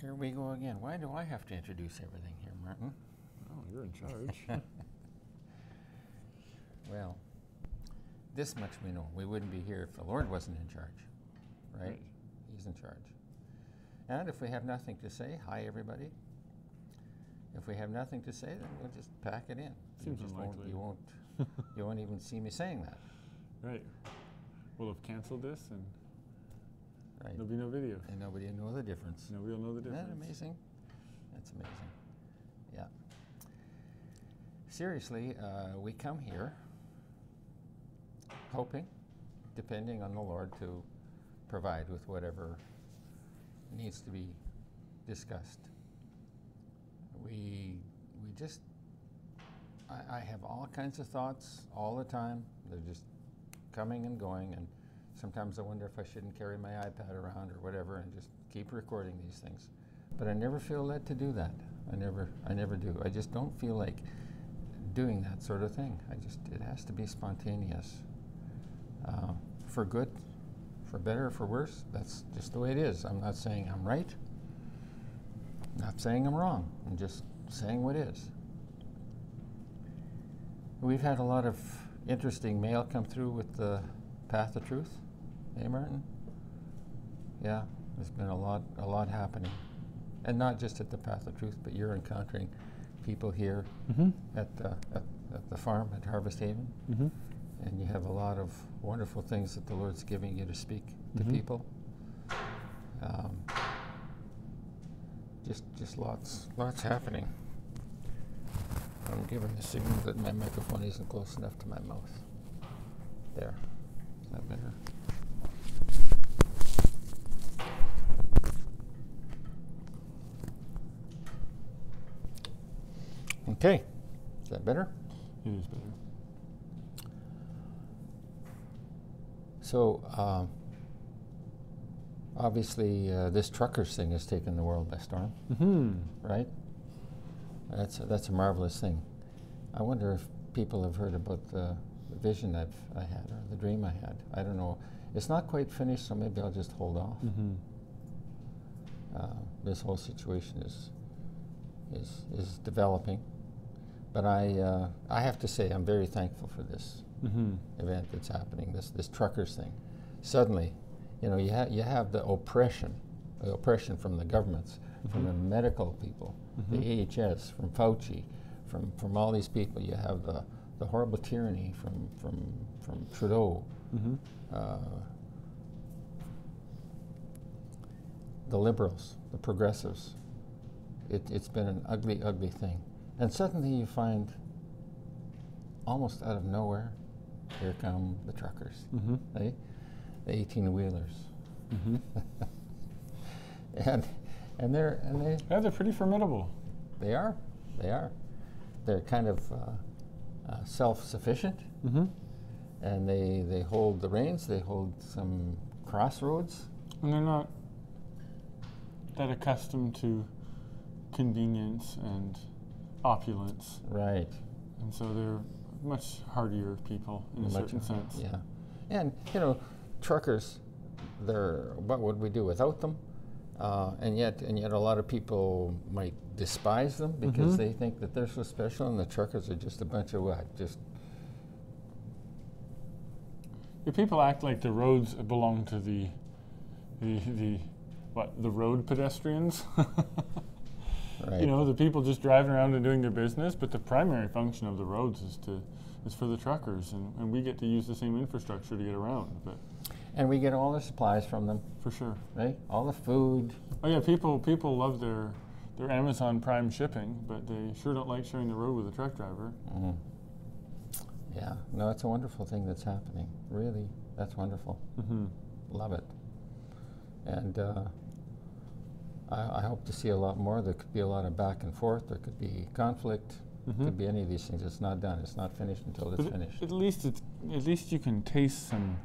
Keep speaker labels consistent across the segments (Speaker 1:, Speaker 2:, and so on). Speaker 1: Here we go again. Why do I have to introduce everything here, Martin?
Speaker 2: Oh, you're in charge.
Speaker 1: Well, this much we know. We wouldn't be here if the Lord wasn't in charge, right?
Speaker 2: Right.
Speaker 1: He's in charge. And if we have nothing to say, hi, everybody. If we have nothing to say, then we'll just pack it in.
Speaker 2: Seems
Speaker 1: you just won't,
Speaker 2: unlikely.
Speaker 1: you won't, you won't even see me saying that,
Speaker 2: right. We'll have canceled this and
Speaker 1: right?
Speaker 2: there'll be no video.
Speaker 1: And nobody will know the difference.
Speaker 2: Nobody will know the
Speaker 1: Isn't
Speaker 2: difference.
Speaker 1: that amazing? That's amazing. Yeah. Seriously, uh, we come here hoping, depending on the Lord to provide with whatever needs to be discussed. We we just I, I have all kinds of thoughts all the time. They're just coming and going, and sometimes I wonder if I shouldn't carry my iPad around or whatever and just keep recording these things. But I never feel led to do that. I never, I never do. I just don't feel like doing that sort of thing. I just, it has to be spontaneous. Uh, for good, for better, for worse, that's just the way it is. I'm not saying I'm right. Not saying I'm wrong. I'm just saying what is. We've had a lot of interesting mail come through with the Path of Truth, eh, Martin? Yeah, there's been a lot, a lot happening, and not just at the Path of Truth, but you're encountering people here
Speaker 2: Mm-hmm.
Speaker 1: at the at, at the farm at Harvest Haven,
Speaker 2: Mm-hmm.
Speaker 1: and you have a lot of wonderful things that the Lord's giving you to speak to
Speaker 2: Mhm.
Speaker 1: people. Um, just, just lots, lots happening. I'm giving the signal that my microphone isn't close enough to my mouth. There. Is that better? Okay. Is that better?
Speaker 2: It is better.
Speaker 1: So, um, obviously, uh, this truckers thing has taken the world by storm,
Speaker 2: Mm-hmm.
Speaker 1: right? That's a, that's a marvelous thing. I wonder if people have heard about the vision I've I had or the dream I had. I don't know. It's not quite finished, so maybe I'll just hold off.
Speaker 2: Mm-hmm.
Speaker 1: Uh, this whole situation is is is developing, but I uh, I have to say I'm very thankful for this.
Speaker 2: Mm-hmm.
Speaker 1: event that's happening, this this truckers thing. Suddenly, you know, you have you have the oppression, the oppression from the governments, from the medical people, the AHS, from Fauci, from from all these people. You have the the horrible tyranny from from from Trudeau.
Speaker 2: Mm-hmm.
Speaker 1: Uh, the liberals, the progressives. It, it's been an ugly, ugly thing. And suddenly you find, almost out of nowhere, here come the truckers,
Speaker 2: Mm-hmm.
Speaker 1: eh? the 18 wheelers.
Speaker 2: Mm-hmm.
Speaker 1: And, and, they're, and they,
Speaker 2: Yeah, they're pretty formidable.
Speaker 1: they are, they are. They're kind of uh, uh, self sufficient
Speaker 2: Mm-hmm.
Speaker 1: and they, they hold the reins, they hold some crossroads.
Speaker 2: And they're not that accustomed to convenience and opulence.
Speaker 1: Right.
Speaker 2: And so they're much hardier people in a
Speaker 1: Much
Speaker 2: certain
Speaker 1: harder,
Speaker 2: sense.
Speaker 1: Yeah, and you know, truckers, they're what would we do without them? Uh, and yet, and yet, a lot of people might despise them because
Speaker 2: Mhm.
Speaker 1: they think that they're so special, and the truckers are just a bunch of what? Just
Speaker 2: If people act like the roads belong to the the the what the road pedestrians.
Speaker 1: right.
Speaker 2: You know, the people just driving around and doing their business, but the primary function of the roads is to is for the truckers and, and we get to use the same infrastructure to get around, but
Speaker 1: and we get all the supplies from them,
Speaker 2: for sure.
Speaker 1: right? All the food.
Speaker 2: Oh yeah, people people love their their Amazon Prime shipping, but they sure don't like sharing the road with a truck driver.
Speaker 1: Mm. Yeah, no, it's a wonderful thing that's happening. Really, that's wonderful.
Speaker 2: Mm-hmm.
Speaker 1: Love it. And uh, I, I hope to see a lot more. There could be a lot of back and forth. There could be conflict.
Speaker 2: Mm-hmm.
Speaker 1: Could be any of these things. It's not done. It's not finished until it's
Speaker 2: But
Speaker 1: finished.
Speaker 2: At least it's at least you can taste some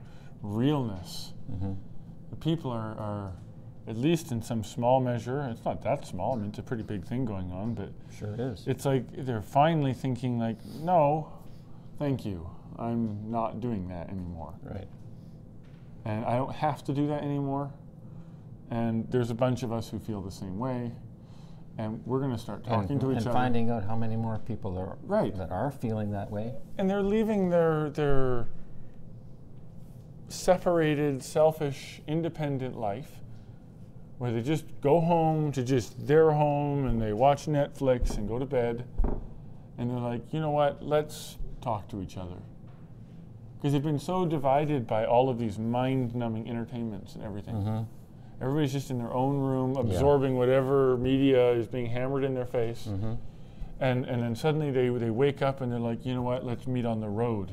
Speaker 2: realness.
Speaker 1: hmm
Speaker 2: The people are, are at least in some small measure. It's not that small. I mean, it's a pretty big thing going on, but
Speaker 1: Sure it is.
Speaker 2: it's like they're finally thinking like, no, thank you. I'm not doing that anymore,
Speaker 1: right.
Speaker 2: and I don't have to do that anymore. And there's a bunch of us who feel the same way. And we're going to start talking
Speaker 1: and,
Speaker 2: to each
Speaker 1: and
Speaker 2: other.
Speaker 1: finding out how many more people are
Speaker 2: Right.
Speaker 1: that are feeling that way.
Speaker 2: and they're leaving their their separated, selfish, independent life where they just go home to just their home and they watch Netflix and go to bed and they're like, "You know what? Let's talk to each other." Because they've been so divided by all of these mind-numbing entertainments and everything.
Speaker 1: Mm-hmm.
Speaker 2: Everybody's just in their own room absorbing whatever media is being hammered in their face
Speaker 1: Mm-hmm.
Speaker 2: and and then suddenly they they wake up and they're like, you know what? Let's meet on the road,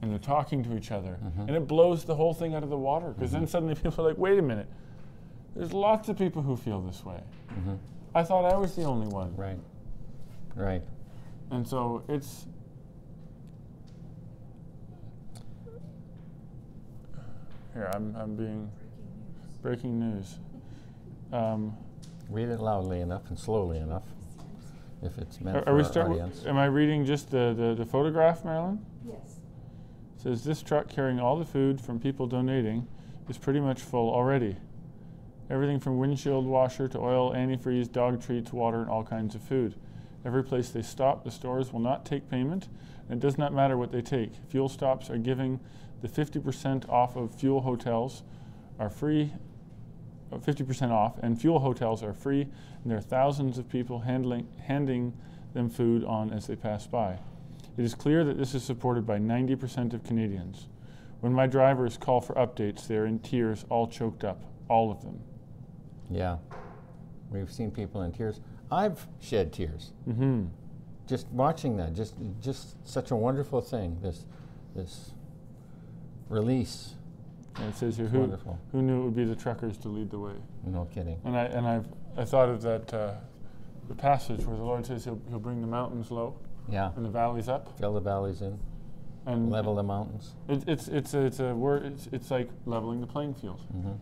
Speaker 2: and they're talking to each other,
Speaker 1: Mm-hmm.
Speaker 2: and it blows the whole thing out of the water because then suddenly people are like, wait a minute, there's lots of people who feel this way. I thought I was the only one,
Speaker 1: Mm-hmm. Right. Right.
Speaker 2: and so it's. Here I'm I'm being breaking news. Um,
Speaker 1: Read it loudly enough and slowly enough, if it's meant
Speaker 2: are,
Speaker 1: for
Speaker 2: are we
Speaker 1: our
Speaker 2: start?
Speaker 1: audience.
Speaker 2: Am I reading just the, the, the photograph, Marilyn?
Speaker 3: Yes.
Speaker 2: Says this truck carrying all the food from people donating is pretty much full already. Everything from windshield washer to oil, antifreeze, dog treats, water, and all kinds of food. Every place they stop, the stores will not take payment, and it does not matter what they take. Fuel stops are giving the 50% off of fuel hotels are free, uh, 50% off, and fuel hotels are free, and there are thousands of people handling, handing them food on as they pass by. It is clear that this is supported by 90% of Canadians. When my drivers call for updates, they're in tears, all choked up, all of them.
Speaker 1: yeah. We've seen people in tears. I've shed tears.
Speaker 2: Mm-hmm.
Speaker 1: just watching that just just such a wonderful thing this this release
Speaker 2: And it says here,
Speaker 1: It's
Speaker 2: who,
Speaker 1: wonderful
Speaker 2: who knew it would be the truckers to lead the way?
Speaker 1: no kidding
Speaker 2: And I and I've I thought of that uh, the passage where the Lord says he'll, he'll bring the mountains low
Speaker 1: yeah
Speaker 2: and the valleys up
Speaker 1: fill the valleys in
Speaker 2: and
Speaker 1: Ah. level the mountains
Speaker 2: It, it's it's a, it's a word. It's, it's like leveling the playing field.
Speaker 1: Mhm.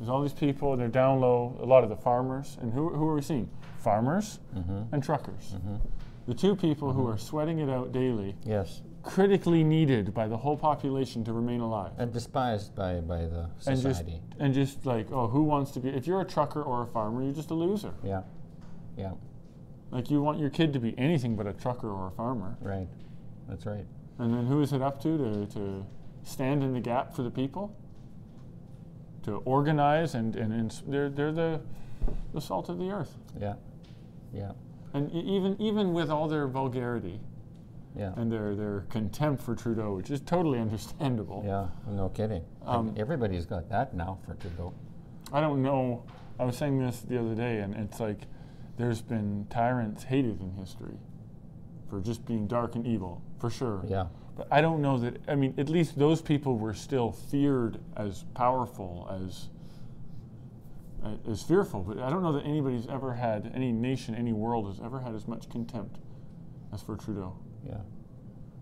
Speaker 2: There's all these people, and they're down low. A lot of the farmers, and who who are we seeing? Farmers
Speaker 1: Mm-hmm.
Speaker 2: and truckers. The two people who are sweating it out daily,
Speaker 1: yes
Speaker 2: critically needed by the whole population to remain alive.
Speaker 1: and despised by by the
Speaker 2: And just
Speaker 1: society
Speaker 2: and just like, oh, who wants to be? If you're a trucker or a farmer, you're just a loser.
Speaker 1: yeah yeah
Speaker 2: Like you want your kid to be anything but a trucker or a farmer.
Speaker 1: right that's right
Speaker 2: And then who is it up to, to to stand in the gap for the people? To organize and, and, ins they're, they're the, the salt of the earth.
Speaker 1: yeah yeah
Speaker 2: And e- even, even with all their vulgarity
Speaker 1: yeah
Speaker 2: and their, their contempt for Trudeau, which is totally understandable,
Speaker 1: yeah no kidding
Speaker 2: Um,
Speaker 1: And everybody's got that now for Trudeau
Speaker 2: I don't know. I was saying this the other day, and it's like there's been tyrants hated in history for just being dark and evil, for sure.
Speaker 1: yeah
Speaker 2: But I don't know that. I mean, at least those people were still feared as powerful as a- as fearful. But I don't know that anybody's ever had any nation, any world has ever had as much contempt as for Trudeau.
Speaker 1: yeah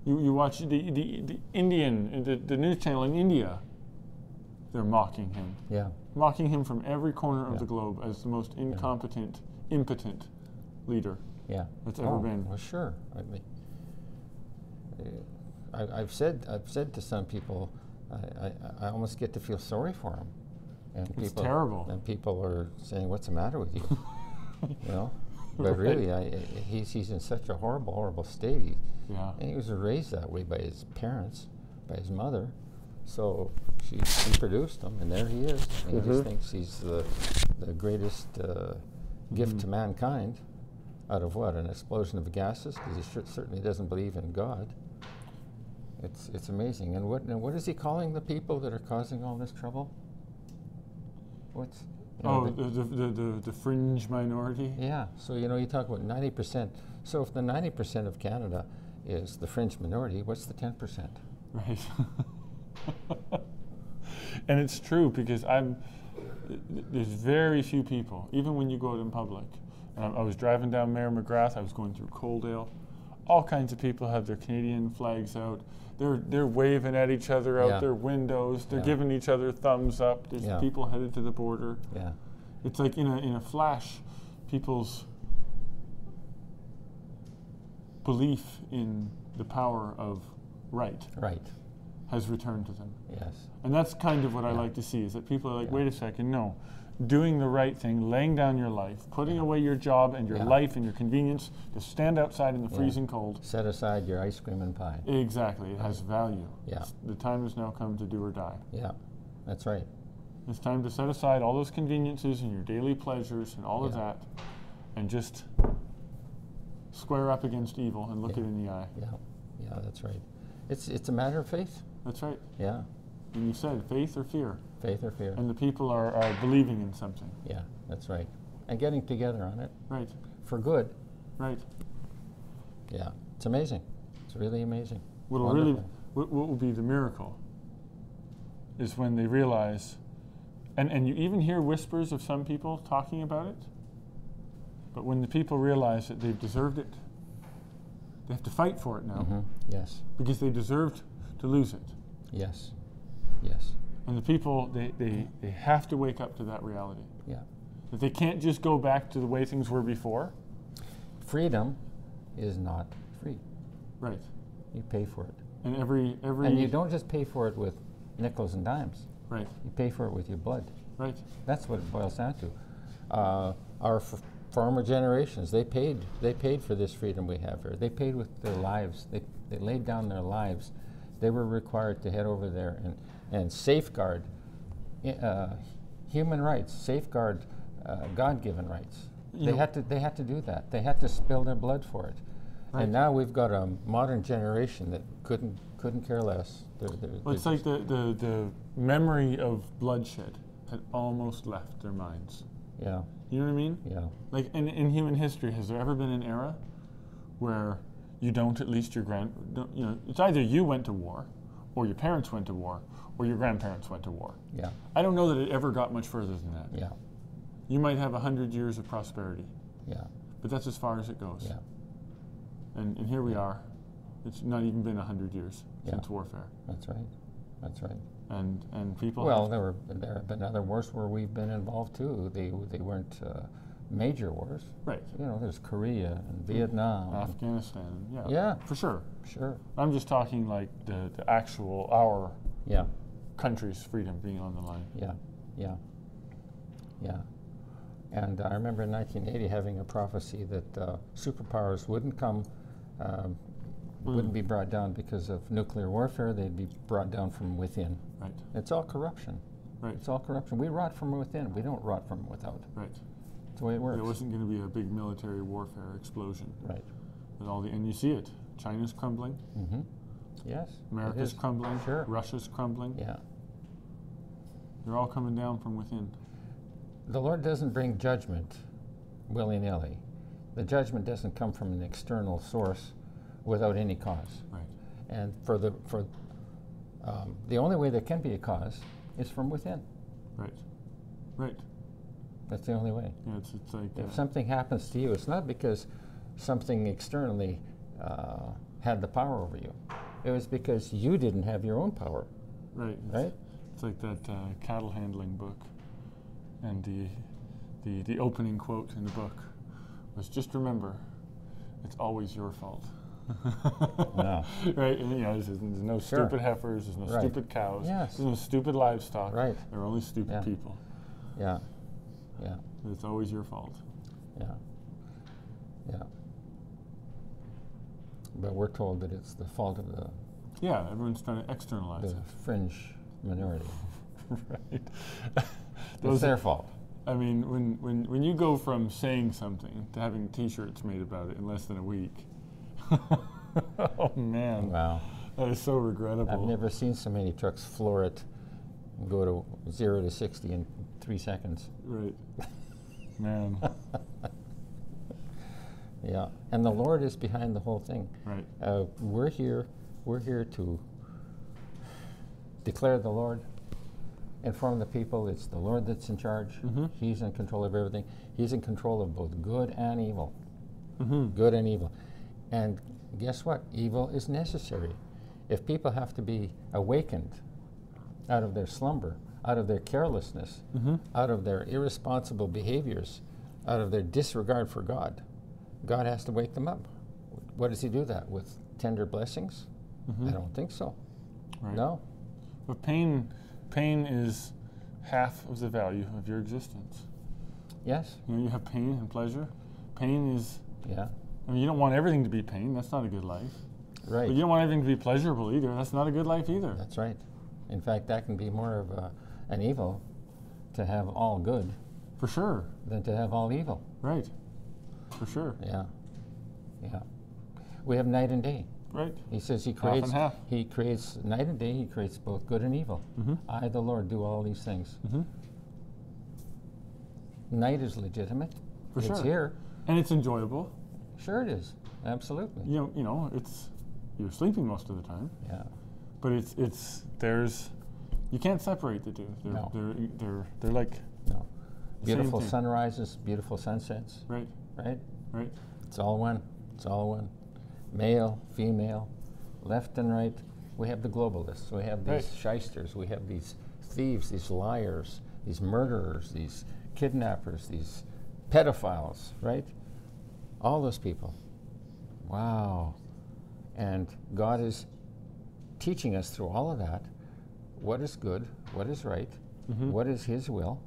Speaker 2: You you watch the the, the Indian the, the news channel in India. They're mocking him,
Speaker 1: yeah
Speaker 2: mocking him from every corner of
Speaker 1: Yeah.
Speaker 2: the globe as the most incompetent, impotent leader
Speaker 1: yeah
Speaker 2: that's ever
Speaker 1: Oh,
Speaker 2: been.
Speaker 1: Well, sure. I mean, uh, I, I've said I've said to some people, I, I, I almost get to feel sorry for them, and
Speaker 2: It's terrible.
Speaker 1: And people are saying, "What's the matter with you?" you know, but really, I, I- he's he's in such a horrible, horrible state. He,
Speaker 2: Yeah.
Speaker 1: and he was raised that way by his parents, by his mother. So she, she produced him, and there he is. And He
Speaker 2: Mm-hmm.
Speaker 1: just thinks he's the, the greatest uh, gift
Speaker 2: Mm-hmm.
Speaker 1: to mankind out of what? An explosion of gases? Because he cer- certainly doesn't believe in God. It's, it's amazing. And what, and what is he calling the people that are causing all this trouble? What's. you know,
Speaker 2: Oh,
Speaker 1: the-
Speaker 2: the, the, the, the, the fringe minority.
Speaker 1: yeah, so you know, you talk about 90%. So if the 90% of Canada is the fringe minority, what's the 10%?
Speaker 2: Right. and it's true because I'm th- th- there's very few people, even when you go out in public. And I, I was driving down Mayor McGrath. I was going through Coaldale. All kinds of people have their Canadian flags out. They're they're waving at each other out
Speaker 1: Yeah.
Speaker 2: their windows. They're
Speaker 1: Yeah.
Speaker 2: giving each other thumbs up. There's
Speaker 1: Yeah.
Speaker 2: people headed to the border.
Speaker 1: Yeah.
Speaker 2: It's like in a in a flash, people's belief in the power of right
Speaker 1: Right.
Speaker 2: has returned to them.
Speaker 1: Yes.
Speaker 2: And that's kind of what I
Speaker 1: Yeah.
Speaker 2: like to see is that people are like,
Speaker 1: Yeah.
Speaker 2: wait a second, no. doing the right thing, laying down your life, putting away your job and your
Speaker 1: Yeah.
Speaker 2: life and your convenience to stand outside in the
Speaker 1: Yeah.
Speaker 2: freezing cold.
Speaker 1: Set aside your ice cream and pie.
Speaker 2: Exactly, it has value.
Speaker 1: Yeah.
Speaker 2: It's- The time has now come to do or die.
Speaker 1: Yeah, that's right.
Speaker 2: It's time to set aside all those conveniences and your daily pleasures and all of
Speaker 1: Yeah.
Speaker 2: that and just square up against evil and look
Speaker 1: Yeah.
Speaker 2: it in the eye.
Speaker 1: Yeah, yeah, that's right. It's it's a matter of faith.
Speaker 2: That's right.
Speaker 1: Yeah,
Speaker 2: And you said faith or fear.
Speaker 1: faith or fear.
Speaker 2: And the people are, are believing in something.
Speaker 1: Yeah, that's right. And getting together on it
Speaker 2: Right,
Speaker 1: for good.
Speaker 2: right.
Speaker 1: Yeah, it's amazing. It's really amazing.
Speaker 2: What'll really,
Speaker 1: Wonderful.
Speaker 2: what, what will be the miracle is when they realize, and, and you even hear whispers of some people talking about it, but when the people realize that they've deserved it, they have to fight for it now
Speaker 1: Mhm. Yes,
Speaker 2: because they deserved to lose it.
Speaker 1: yes, yes.
Speaker 2: And the people, they, they, they have to wake up to that reality.
Speaker 1: Yeah.
Speaker 2: That they can't just go back to the way things were before.
Speaker 1: Freedom is not free.
Speaker 2: Right.
Speaker 1: You pay for it,
Speaker 2: And every, every,
Speaker 1: and you don't just pay for it with nickels and dimes.
Speaker 2: right,
Speaker 1: You pay for it with your blood.
Speaker 2: right,
Speaker 1: That's what it boils down to. Uh, our f- former generations, they paid, they paid for this freedom we have here. They paid with their lives. They, they laid down their lives. They were required to head over there and, and safeguard i- uh, human rights, safeguard uh, God-given rights.
Speaker 2: You
Speaker 1: They
Speaker 2: know-
Speaker 1: had to, they had to do that. They had to spill their blood for it.
Speaker 2: Right.
Speaker 1: And now we've got a modern generation that couldn't, couldn't care less. They're, they're,
Speaker 2: Well, it's
Speaker 1: they're
Speaker 2: like the, the, the memory of bloodshed had almost left their minds.
Speaker 1: just- yeah,
Speaker 2: You know what I mean?
Speaker 1: yeah,
Speaker 2: Like in, in human history, has there ever been an era where you don't at least your grand don't, you know it's either you went to war, or your parents went to war, or your grandparents went to war.
Speaker 1: yeah,
Speaker 2: I don't know that it ever got much further than that.
Speaker 1: yeah,
Speaker 2: You might have a hundred years of prosperity,
Speaker 1: yeah,
Speaker 2: but that's as far as it goes.
Speaker 1: yeah.
Speaker 2: And, and here we are. It's not even been a hundred years
Speaker 1: Yeah.
Speaker 2: since warfare,
Speaker 1: That's right. That's right.
Speaker 2: and and people.
Speaker 1: Well,
Speaker 2: have-
Speaker 1: there were there have been other wars where we've been involved too. They they weren't uh, major wars.
Speaker 2: right.
Speaker 1: You know, there's Korea and Vietnam. and-
Speaker 2: Afghanistan. Yeah.
Speaker 1: Um, Yeah.
Speaker 2: For sure.
Speaker 1: Sure.
Speaker 2: I'm just talking like the, the actual our
Speaker 1: Yeah.
Speaker 2: country's freedom being on the line.
Speaker 1: Yeah. Yeah. Yeah. And I remember in 1980 having a prophecy that uh, superpowers wouldn't come. Um, Wouldn't be brought down because of nuclear warfare. They'd be brought down from within.
Speaker 2: Right.
Speaker 1: It's all corruption.
Speaker 2: Right.
Speaker 1: It's all corruption. We rot from within. We don't rot from without.
Speaker 2: Right.
Speaker 1: It's the way it works.
Speaker 2: There wasn't going to be a big military warfare explosion.
Speaker 1: right.
Speaker 2: And all the and you see it. China's crumbling.
Speaker 1: Mm-hmm. Yes. it
Speaker 2: America's
Speaker 1: is.
Speaker 2: crumbling.
Speaker 1: Sure.
Speaker 2: Russia's crumbling.
Speaker 1: Yeah.
Speaker 2: They're all coming down from within.
Speaker 1: The Lord doesn't bring judgment willy nilly. The judgment doesn't come from an external source without any cause.
Speaker 2: Right.
Speaker 1: And for the for um, the only way there can be a cause is from within.
Speaker 2: Right. Right.
Speaker 1: That's the only way.
Speaker 2: Yeah. It's it's like.
Speaker 1: If
Speaker 2: uh,
Speaker 1: something happens to you, it's not because something externally uh, had the power over you. It was because you didn't have your own power,
Speaker 2: right. It's,
Speaker 1: right?
Speaker 2: It's like that uh, cattle handling book, and the, the the opening quote in the book was just remember, it's always your fault.
Speaker 1: Yeah.
Speaker 2: Right, and you know, there's, there's no
Speaker 1: Sure.
Speaker 2: stupid heifers, there's no
Speaker 1: Right.
Speaker 2: stupid cows,
Speaker 1: Yes.
Speaker 2: there's no stupid livestock.
Speaker 1: Right.
Speaker 2: There are only stupid
Speaker 1: Yeah.
Speaker 2: people.
Speaker 1: Yeah. Yeah.
Speaker 2: It's always your fault.
Speaker 1: Yeah. Yeah. But we're told that it's the fault of the,
Speaker 2: Yeah, everyone's trying to externalize
Speaker 1: the fringe minority.
Speaker 2: it. right.
Speaker 1: It's
Speaker 2: Those
Speaker 1: their fault.
Speaker 2: I mean, when, when, when you go from saying something to having T-shirts made about it in less than a week, oh man,
Speaker 1: Wow.
Speaker 2: that is so regrettable.
Speaker 1: I've never seen so many trucks floor it and go to zero to 60 in three seconds.
Speaker 2: Right, man.
Speaker 1: Yeah. And the Lord is behind the whole thing.
Speaker 2: right,
Speaker 1: Uh, we're here, we're here to declare the Lord, inform the people it's the Lord that's in charge.
Speaker 2: Mhm.
Speaker 1: He's in control of everything. He's in control of both good and evil.
Speaker 2: Mhm.
Speaker 1: Good and evil. And guess what? Evil is necessary. If people have to be awakened out of their slumber, out of their carelessness,
Speaker 2: Mhm.
Speaker 1: out of their irresponsible behaviors, out of their disregard for God, God has to wake them up. What does He do that with tender blessings? I
Speaker 2: Mhm.
Speaker 1: don't think so.
Speaker 2: right.
Speaker 1: No.
Speaker 2: But pain, pain is half of the value of your existence.
Speaker 1: Yes.
Speaker 2: You know, you have pain and pleasure. Pain is,
Speaker 1: Yeah.
Speaker 2: I mean, you don't want everything to be pain. That's not a good life.
Speaker 1: Right.
Speaker 2: But you don't want everything to be pleasurable either. That's not a good life either.
Speaker 1: That's right. In fact, that can be more of a, an evil to have all good
Speaker 2: For sure.
Speaker 1: than to have all evil.
Speaker 2: Right. For sure.
Speaker 1: Yeah. Yeah. We have night and day.
Speaker 2: Right.
Speaker 1: He says he
Speaker 2: and
Speaker 1: creates
Speaker 2: half.
Speaker 1: he creates night and day, he creates both good and evil.
Speaker 2: Mm-hmm. Hmm.
Speaker 1: I the Lord do all these things.
Speaker 2: Mhm.
Speaker 1: Night is legitimate.
Speaker 2: For
Speaker 1: it's
Speaker 2: sure.
Speaker 1: here.
Speaker 2: And it's enjoyable.
Speaker 1: Sure it is. Absolutely.
Speaker 2: You know, you know, it's you're sleeping most of the time,
Speaker 1: Yeah.
Speaker 2: but it's it's there's you can't separate the two. They're
Speaker 1: No.
Speaker 2: they're they're they're like
Speaker 1: No.
Speaker 2: Same
Speaker 1: Beautiful
Speaker 2: thing.
Speaker 1: sunrises, beautiful sunsets,
Speaker 2: right,
Speaker 1: right?
Speaker 2: right.
Speaker 1: It's all one. It's all one. Male, female, left and right. We have the globalists. We have these
Speaker 2: Right.
Speaker 1: shysters. We have these thieves, these liars, these murderers, these kidnappers, these pedophiles, right? All those people. Wow. And God is teaching us through all of that what is good, what is right, what is His will.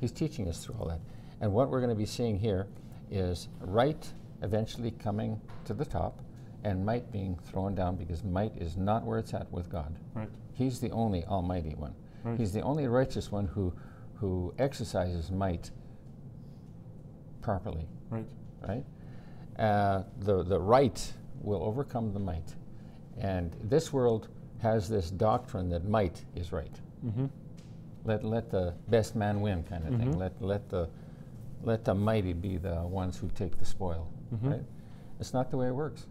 Speaker 1: He's teaching us through all that. And what we're going to be seeing here is right eventually coming to the top and might being thrown down because might is not where it's at with God.
Speaker 2: Right.
Speaker 1: He's the only almighty one.
Speaker 2: Right.
Speaker 1: He's the only righteous one who, who exercises might properly
Speaker 2: Right.
Speaker 1: right? Uh, the, the right will overcome the might. And this world has this doctrine that might is right. Mm-hmm.
Speaker 2: Mhm.
Speaker 1: Let, let the best man win kind of thing. Let, let, the, let the mighty be the ones who take the spoil, right? It's not the way it works.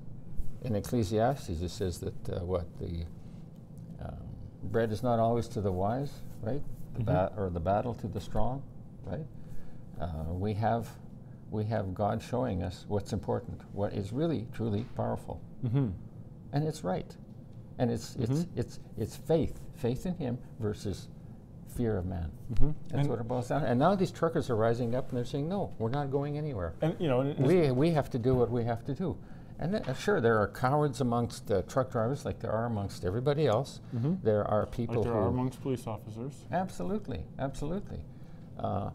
Speaker 1: In Ecclesiastes, it says that uh, what the um, bread is not always to the wise, right? The ba- or the battle to the strong, right? Uh, we have we have God showing us what's important, what is really truly powerful,
Speaker 2: Mhm.
Speaker 1: and it's right, and it's
Speaker 2: Mm-hmm.
Speaker 1: it's it's it's faith, faith in Him versus fear of man.
Speaker 2: Mhm.
Speaker 1: That's
Speaker 2: And,
Speaker 1: what it boils down. to. And now these truckers are rising up and they're saying, no, we're not going anywhere
Speaker 2: and you know, and it's-
Speaker 1: we, we have to do what we have to do. And th- uh, sure, there are cowards amongst uh, truck drivers, like there are amongst everybody else. There are people
Speaker 2: Mm-hmm. like there
Speaker 1: who
Speaker 2: are amongst police officers.
Speaker 1: absolutely, absolutely, uh,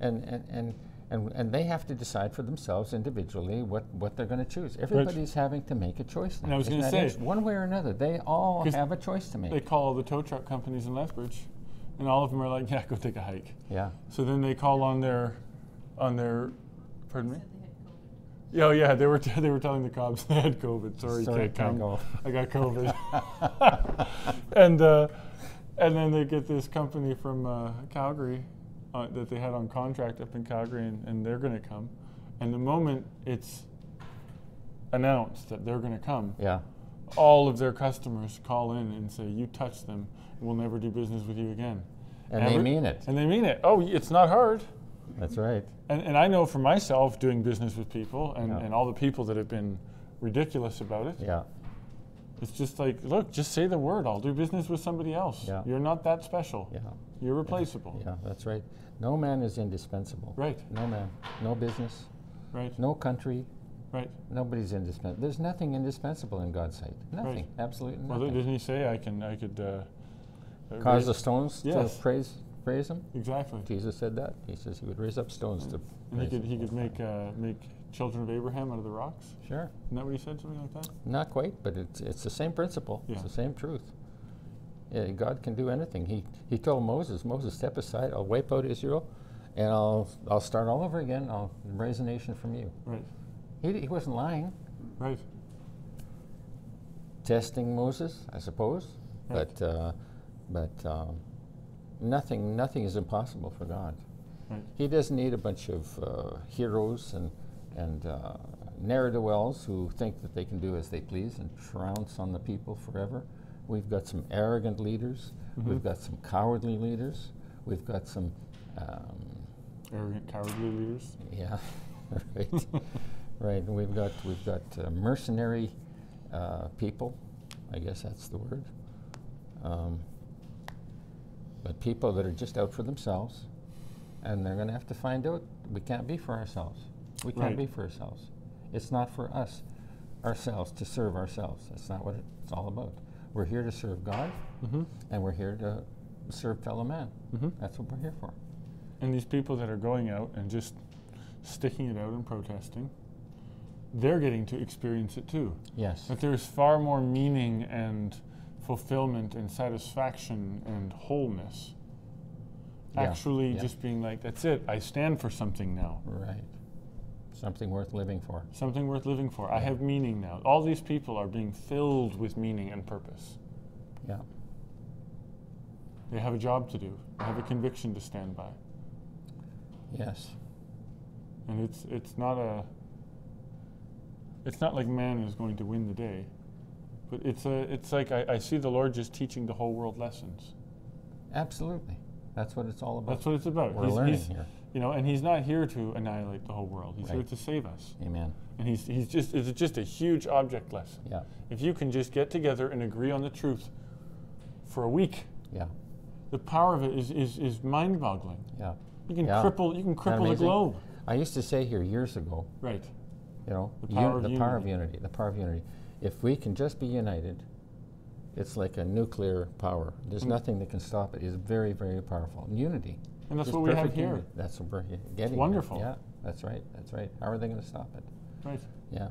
Speaker 1: and, and and and and they have to decide for themselves individually what, what they're going to choose. Everybody's having to make a choice now.
Speaker 2: And I was
Speaker 1: Isn't
Speaker 2: gonna
Speaker 1: that
Speaker 2: say-
Speaker 1: interesting? one way or another, they all
Speaker 2: 'Cause
Speaker 1: have a choice to make.
Speaker 2: They call the tow truck companies in Lethbridge, and all of them are like, "Yeah, go take a hike."
Speaker 1: yeah,
Speaker 2: So then they call on their, on their, pardon me. Yeah, oh, yeah, they were t- they were telling the cops they had COVID. Sorry,
Speaker 1: Sorry,
Speaker 2: can't
Speaker 1: can't
Speaker 2: come.
Speaker 1: go.
Speaker 2: I got COVID. and uh, and then they get this company from uh, Calgary uh, that they had on contract up in Calgary, and, and they're going to come. And the moment it's announced that they're going to come,
Speaker 1: yeah,
Speaker 2: all of their customers call in and say, "You touch them, we'll never do business with you again."
Speaker 1: and
Speaker 2: Every-
Speaker 1: they mean it.
Speaker 2: And they mean it. Oh, it's not hard.
Speaker 1: That's right.
Speaker 2: And, and I know for myself doing business with people and,
Speaker 1: Yeah.
Speaker 2: and all the people that have been ridiculous about it,
Speaker 1: Yeah,
Speaker 2: it's just like, look, just say the word. I'll do business with somebody else.
Speaker 1: Yeah.
Speaker 2: You're not that special.
Speaker 1: yeah,
Speaker 2: You're replaceable.
Speaker 1: yeah. That's right. No man is indispensable.
Speaker 2: Right,
Speaker 1: No man, no business,
Speaker 2: right,
Speaker 1: no country,
Speaker 2: right.
Speaker 1: nobody's indispensable. There's nothing indispensable in God's sight. Nothing,
Speaker 2: Right.
Speaker 1: absolutely
Speaker 2: Well,
Speaker 1: nothing.
Speaker 2: didn't he say I can, I could, uh, uh,
Speaker 1: Cause
Speaker 2: raise-
Speaker 1: the stones
Speaker 2: Yes.
Speaker 1: to praise praise Him.
Speaker 2: exactly.
Speaker 1: Jesus said that. He says he would raise up stones to.
Speaker 2: And he
Speaker 1: praise
Speaker 2: could,
Speaker 1: him.
Speaker 2: he could make, uh, make children of Abraham out of the rocks.
Speaker 1: Sure,
Speaker 2: Isn't that what he said? Something like that?
Speaker 1: not quite, but it's it's the same principle.
Speaker 2: Yeah.
Speaker 1: It's the same truth. Yeah, God can do anything. He he told Moses, Moses, step aside. I'll wipe out Israel, and I'll I'll start all over again. I'll raise a nation from you.
Speaker 2: Right,
Speaker 1: He he wasn't lying.
Speaker 2: right.
Speaker 1: testing Moses, I suppose,
Speaker 2: Right.
Speaker 1: but uh, but um, nothing nothing is impossible for God.
Speaker 2: Right.
Speaker 1: He doesn't need a bunch of uh, heroes and and uh, ne'er do wells who think that they can do as they please and trounce on the people forever. We've got some arrogant leaders. We've got some cowardly leaders. We've got some. Um,
Speaker 2: Arrogant, cowardly leaders.
Speaker 1: yeah, right, right. And we've got we've got uh, mercenary uh, people. I guess that's the word. Um, but people that are just out for themselves, and they're going to have to find out we can't be for ourselves. We can't
Speaker 2: Right.
Speaker 1: be for ourselves. It's not for us, ourselves to
Speaker 2: Mm-hmm.
Speaker 1: serve ourselves. That's not what it's all about. We're here to serve God, and we're here to serve fellow man.
Speaker 2: Mhm.
Speaker 1: That's what we're here for.
Speaker 2: And these people that are going out and just sticking it out and protesting, they're getting to experience it too.
Speaker 1: Yes.
Speaker 2: That there's far more meaning and fulfillment and satisfaction and wholeness.
Speaker 1: Yeah,
Speaker 2: Actually,
Speaker 1: yeah.
Speaker 2: just being like, that's it, I stand for something now.
Speaker 1: Right. Something worth living for.
Speaker 2: Something worth living for. I have meaning now. All these people are being filled with meaning and purpose.
Speaker 1: Yeah.
Speaker 2: They have a job to do, they have a conviction to stand by.
Speaker 1: Yes.
Speaker 2: And it's it's not a it's not like man is going to win the day. But it's a it's like I, I see the Lord just teaching the whole world lessons.
Speaker 1: Absolutely. That's what it's all about.
Speaker 2: That's what it's about.
Speaker 1: We're learning
Speaker 2: he's,
Speaker 1: here.
Speaker 2: You know, and he's not here to annihilate the whole world. He's here
Speaker 1: Right.
Speaker 2: to save us.
Speaker 1: Amen.
Speaker 2: And he's he's just it's just a huge object lesson.
Speaker 1: Yeah.
Speaker 2: If you can just get together and agree on the truth for a week,
Speaker 1: Yeah.
Speaker 2: the power of it is, is, is mind boggling.
Speaker 1: Yeah.
Speaker 2: You can
Speaker 1: Yeah.
Speaker 2: cripple you can
Speaker 1: that
Speaker 2: cripple the
Speaker 1: amazing?
Speaker 2: globe.
Speaker 1: I used to say here years ago,
Speaker 2: Right.
Speaker 1: you know,
Speaker 2: The
Speaker 1: uni-
Speaker 2: power of
Speaker 1: the power of unity, the power of unity. If we can just be united, it's like a nuclear power.
Speaker 2: Mm.
Speaker 1: There's nothing that can stop it. It's very, very powerful. And unity.
Speaker 2: And that's
Speaker 1: is
Speaker 2: what we have
Speaker 1: perfect
Speaker 2: here.
Speaker 1: unity. That's what we're ge- getting. at.
Speaker 2: wonderful.
Speaker 1: Yeah, that's right. That's right. How are they going to stop it?
Speaker 2: Right.
Speaker 1: Yeah.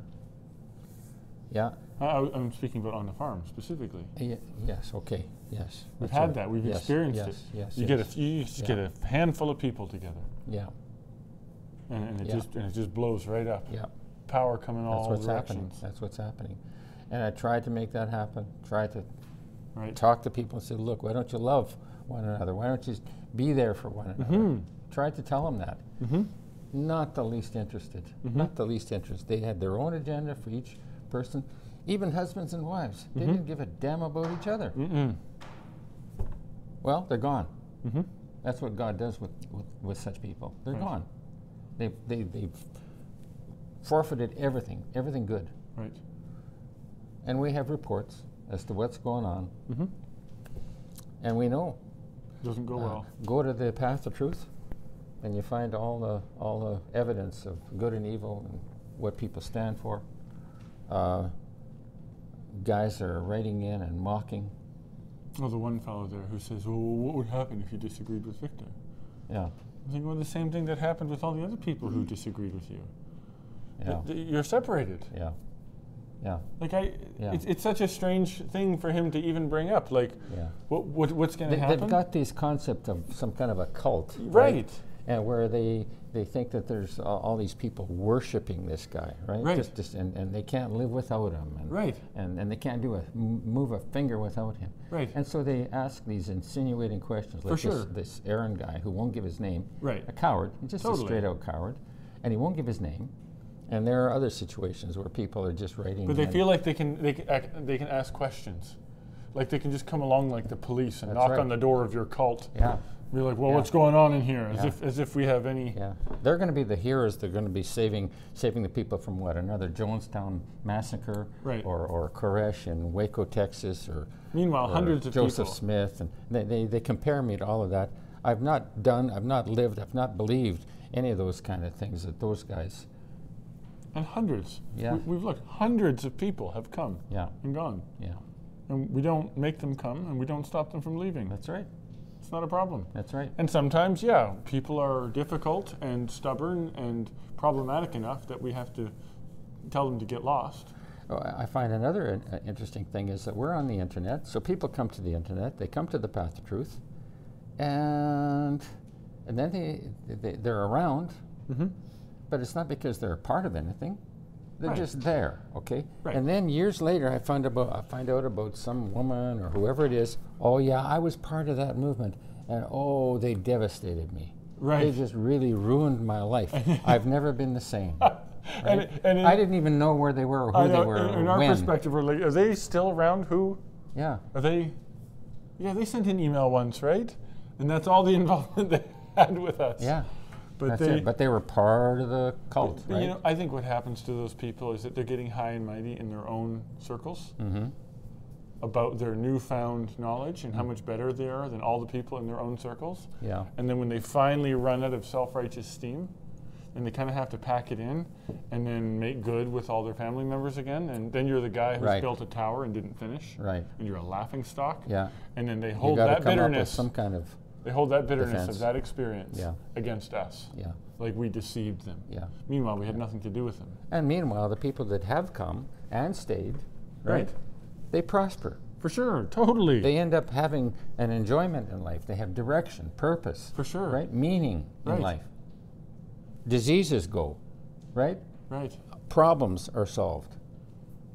Speaker 1: Yeah.
Speaker 2: I, I- I'm speaking about on the farm specifically.
Speaker 1: Ye- Yes. Okay. Yes.
Speaker 2: We've
Speaker 1: that's
Speaker 2: had
Speaker 1: right.
Speaker 2: that. We've
Speaker 1: Yes,
Speaker 2: experienced
Speaker 1: yes,
Speaker 2: it.
Speaker 1: Yes.
Speaker 2: you
Speaker 1: yes.
Speaker 2: get a f- you just
Speaker 1: Yeah.
Speaker 2: get a handful of people together,
Speaker 1: Yeah.
Speaker 2: and, and it
Speaker 1: Yeah.
Speaker 2: just and it just blows right up.
Speaker 1: Yeah.
Speaker 2: Power coming
Speaker 1: That's
Speaker 2: all
Speaker 1: what's happening.
Speaker 2: directions.
Speaker 1: That's what's happening. And I tried to make that happen. Tried to
Speaker 2: Right.
Speaker 1: talk to people and say, look, why don't you love one another? Why don't you just be there for one another?
Speaker 2: Mhm.
Speaker 1: Tried to tell them that.
Speaker 2: Mm-hmm.
Speaker 1: Not the least interested. Not the least interest. They had their own agenda for each person, even husbands and wives. They
Speaker 2: Mm-hmm.
Speaker 1: didn't give a damn about each other.
Speaker 2: Mm-mm.
Speaker 1: Well, they're gone.
Speaker 2: Mm-hmm.
Speaker 1: That's what God does with, with, with such people. They're
Speaker 2: Right.
Speaker 1: gone. They, they, they've forfeited everything, everything good.
Speaker 2: Right.
Speaker 1: And we have reports as to what's going on.
Speaker 2: Mm-hmm.
Speaker 1: And we know
Speaker 2: Doesn't go
Speaker 1: Uh,
Speaker 2: well.
Speaker 1: Go to the path of truth, and you find all the all the evidence of good and evil and what people stand for. Uh, guys are writing in and mocking.
Speaker 2: Oh, the one fellow there who says, "Well, what would happen if you disagreed with Victor?"
Speaker 1: Yeah,
Speaker 2: I think well, the same thing that happened with all the other people who disagreed with you.
Speaker 1: Mm. yeah,
Speaker 2: Th- th- You're separated.
Speaker 1: yeah, yeah,
Speaker 2: Like I,
Speaker 1: Yeah.
Speaker 2: it's, it's such a strange thing for him to even bring up. Like,
Speaker 1: yeah.
Speaker 2: what, what what's going to
Speaker 1: They,
Speaker 2: happen?
Speaker 1: have got these concept of some kind of a cult,
Speaker 2: right.
Speaker 1: And where they they think that there's a- all these people worshiping this guy, right?
Speaker 2: Right.
Speaker 1: Just, just and, and they can't live without him, and,
Speaker 2: Right.
Speaker 1: and and they can't do a m- move a finger without him.
Speaker 2: Right.
Speaker 1: And so they ask these insinuating questions, like
Speaker 2: For sure.
Speaker 1: this, this Aaron guy who won't give his name,
Speaker 2: Right.
Speaker 1: a coward, he's just
Speaker 2: Totally.
Speaker 1: a straight out coward, and he won't give his name. And there are other situations where people are just writing.
Speaker 2: But they
Speaker 1: in-
Speaker 2: feel like they can they can, ac- they can ask questions, like they can just come along like the police and
Speaker 1: That's
Speaker 2: knock
Speaker 1: right.
Speaker 2: on the door of your cult.
Speaker 1: yeah,
Speaker 2: Be like, well,
Speaker 1: Yeah.
Speaker 2: what's going on in here? As
Speaker 1: Yeah.
Speaker 2: if as if we have any.
Speaker 1: yeah. They're going to be the heroes. They're going to be saving saving the people from what another Jonestown massacre,
Speaker 2: Right.
Speaker 1: or or Koresh in Waco, Texas, or
Speaker 2: Meanwhile,
Speaker 1: or
Speaker 2: hundreds of
Speaker 1: Joseph
Speaker 2: people.
Speaker 1: Smith, and they, they, they compare me to all of that. I've not done, I've not lived, I've not believed any of those kind of things that those guys.
Speaker 2: and hundreds.
Speaker 1: Yeah.
Speaker 2: We, have looked. Hundreds of people have come
Speaker 1: Yeah,
Speaker 2: and gone,
Speaker 1: yeah.
Speaker 2: and we don't make them come, and we don't stop them from leaving.
Speaker 1: That's right.
Speaker 2: It's not a problem.
Speaker 1: That's right.
Speaker 2: And sometimes, yeah, people are difficult and stubborn and problematic enough that we have to tell them to get lost.
Speaker 1: Oh, I I find another in- uh, interesting thing is that we're on the internet, so people come to the internet, they come to the path of truth, and and then they, they they're around,
Speaker 2: Mm-hmm.
Speaker 1: but it's not because they're a part of anything. They're
Speaker 2: Right.
Speaker 1: just there, okay?
Speaker 2: Right.
Speaker 1: And then years later, I find about I find out about some woman or whoever it is. Oh yeah, I was part of that movement, and oh, they devastated me. They
Speaker 2: Right.
Speaker 1: just really ruined my life. I've never been the same.
Speaker 2: And, and in,
Speaker 1: I didn't even know where they were or who
Speaker 2: I know,
Speaker 1: they were
Speaker 2: in, in
Speaker 1: or
Speaker 2: our
Speaker 1: when.
Speaker 2: perspective, we're like, are they still around? Who
Speaker 1: Yeah,
Speaker 2: are they? Yeah, they sent an email once, right? And that's all the involvement they had with us.
Speaker 1: yeah.
Speaker 2: but
Speaker 1: that's
Speaker 2: they.
Speaker 1: it. But they were part of the cult,
Speaker 2: but,
Speaker 1: right?
Speaker 2: You know, I think what happens to those people is that they're getting high and mighty in their own circles
Speaker 1: mm-hmm.
Speaker 2: about their newfound knowledge
Speaker 1: Mm.
Speaker 2: and how much better they are than all the people in their own circles.
Speaker 1: Yeah.
Speaker 2: And then when they finally run out of self righteous steam, and they kind of have to pack it in and then make good with all their family members again. And then you're the guy who's
Speaker 1: Right.
Speaker 2: built a tower and didn't finish,
Speaker 1: Right.
Speaker 2: and you're a laughing stock.
Speaker 1: Yeah.
Speaker 2: And then they
Speaker 1: You
Speaker 2: hold
Speaker 1: got
Speaker 2: that
Speaker 1: to come up with
Speaker 2: bitterness.
Speaker 1: some kind of,
Speaker 2: they hold that bitterness
Speaker 1: defense.
Speaker 2: of that experience
Speaker 1: Yeah.
Speaker 2: against us,
Speaker 1: yeah,
Speaker 2: like we deceived them.
Speaker 1: yeah.
Speaker 2: Meanwhile, we had nothing to do with them.
Speaker 1: And meanwhile, the people that have come and stayed, right, they prosper.
Speaker 2: For sure. Totally.
Speaker 1: They end up having an enjoyment in life. They have direction, purpose,
Speaker 2: For sure.
Speaker 1: right, meaning in
Speaker 2: Right.
Speaker 1: life. Diseases go, right?
Speaker 2: Right.
Speaker 1: Problems are solved.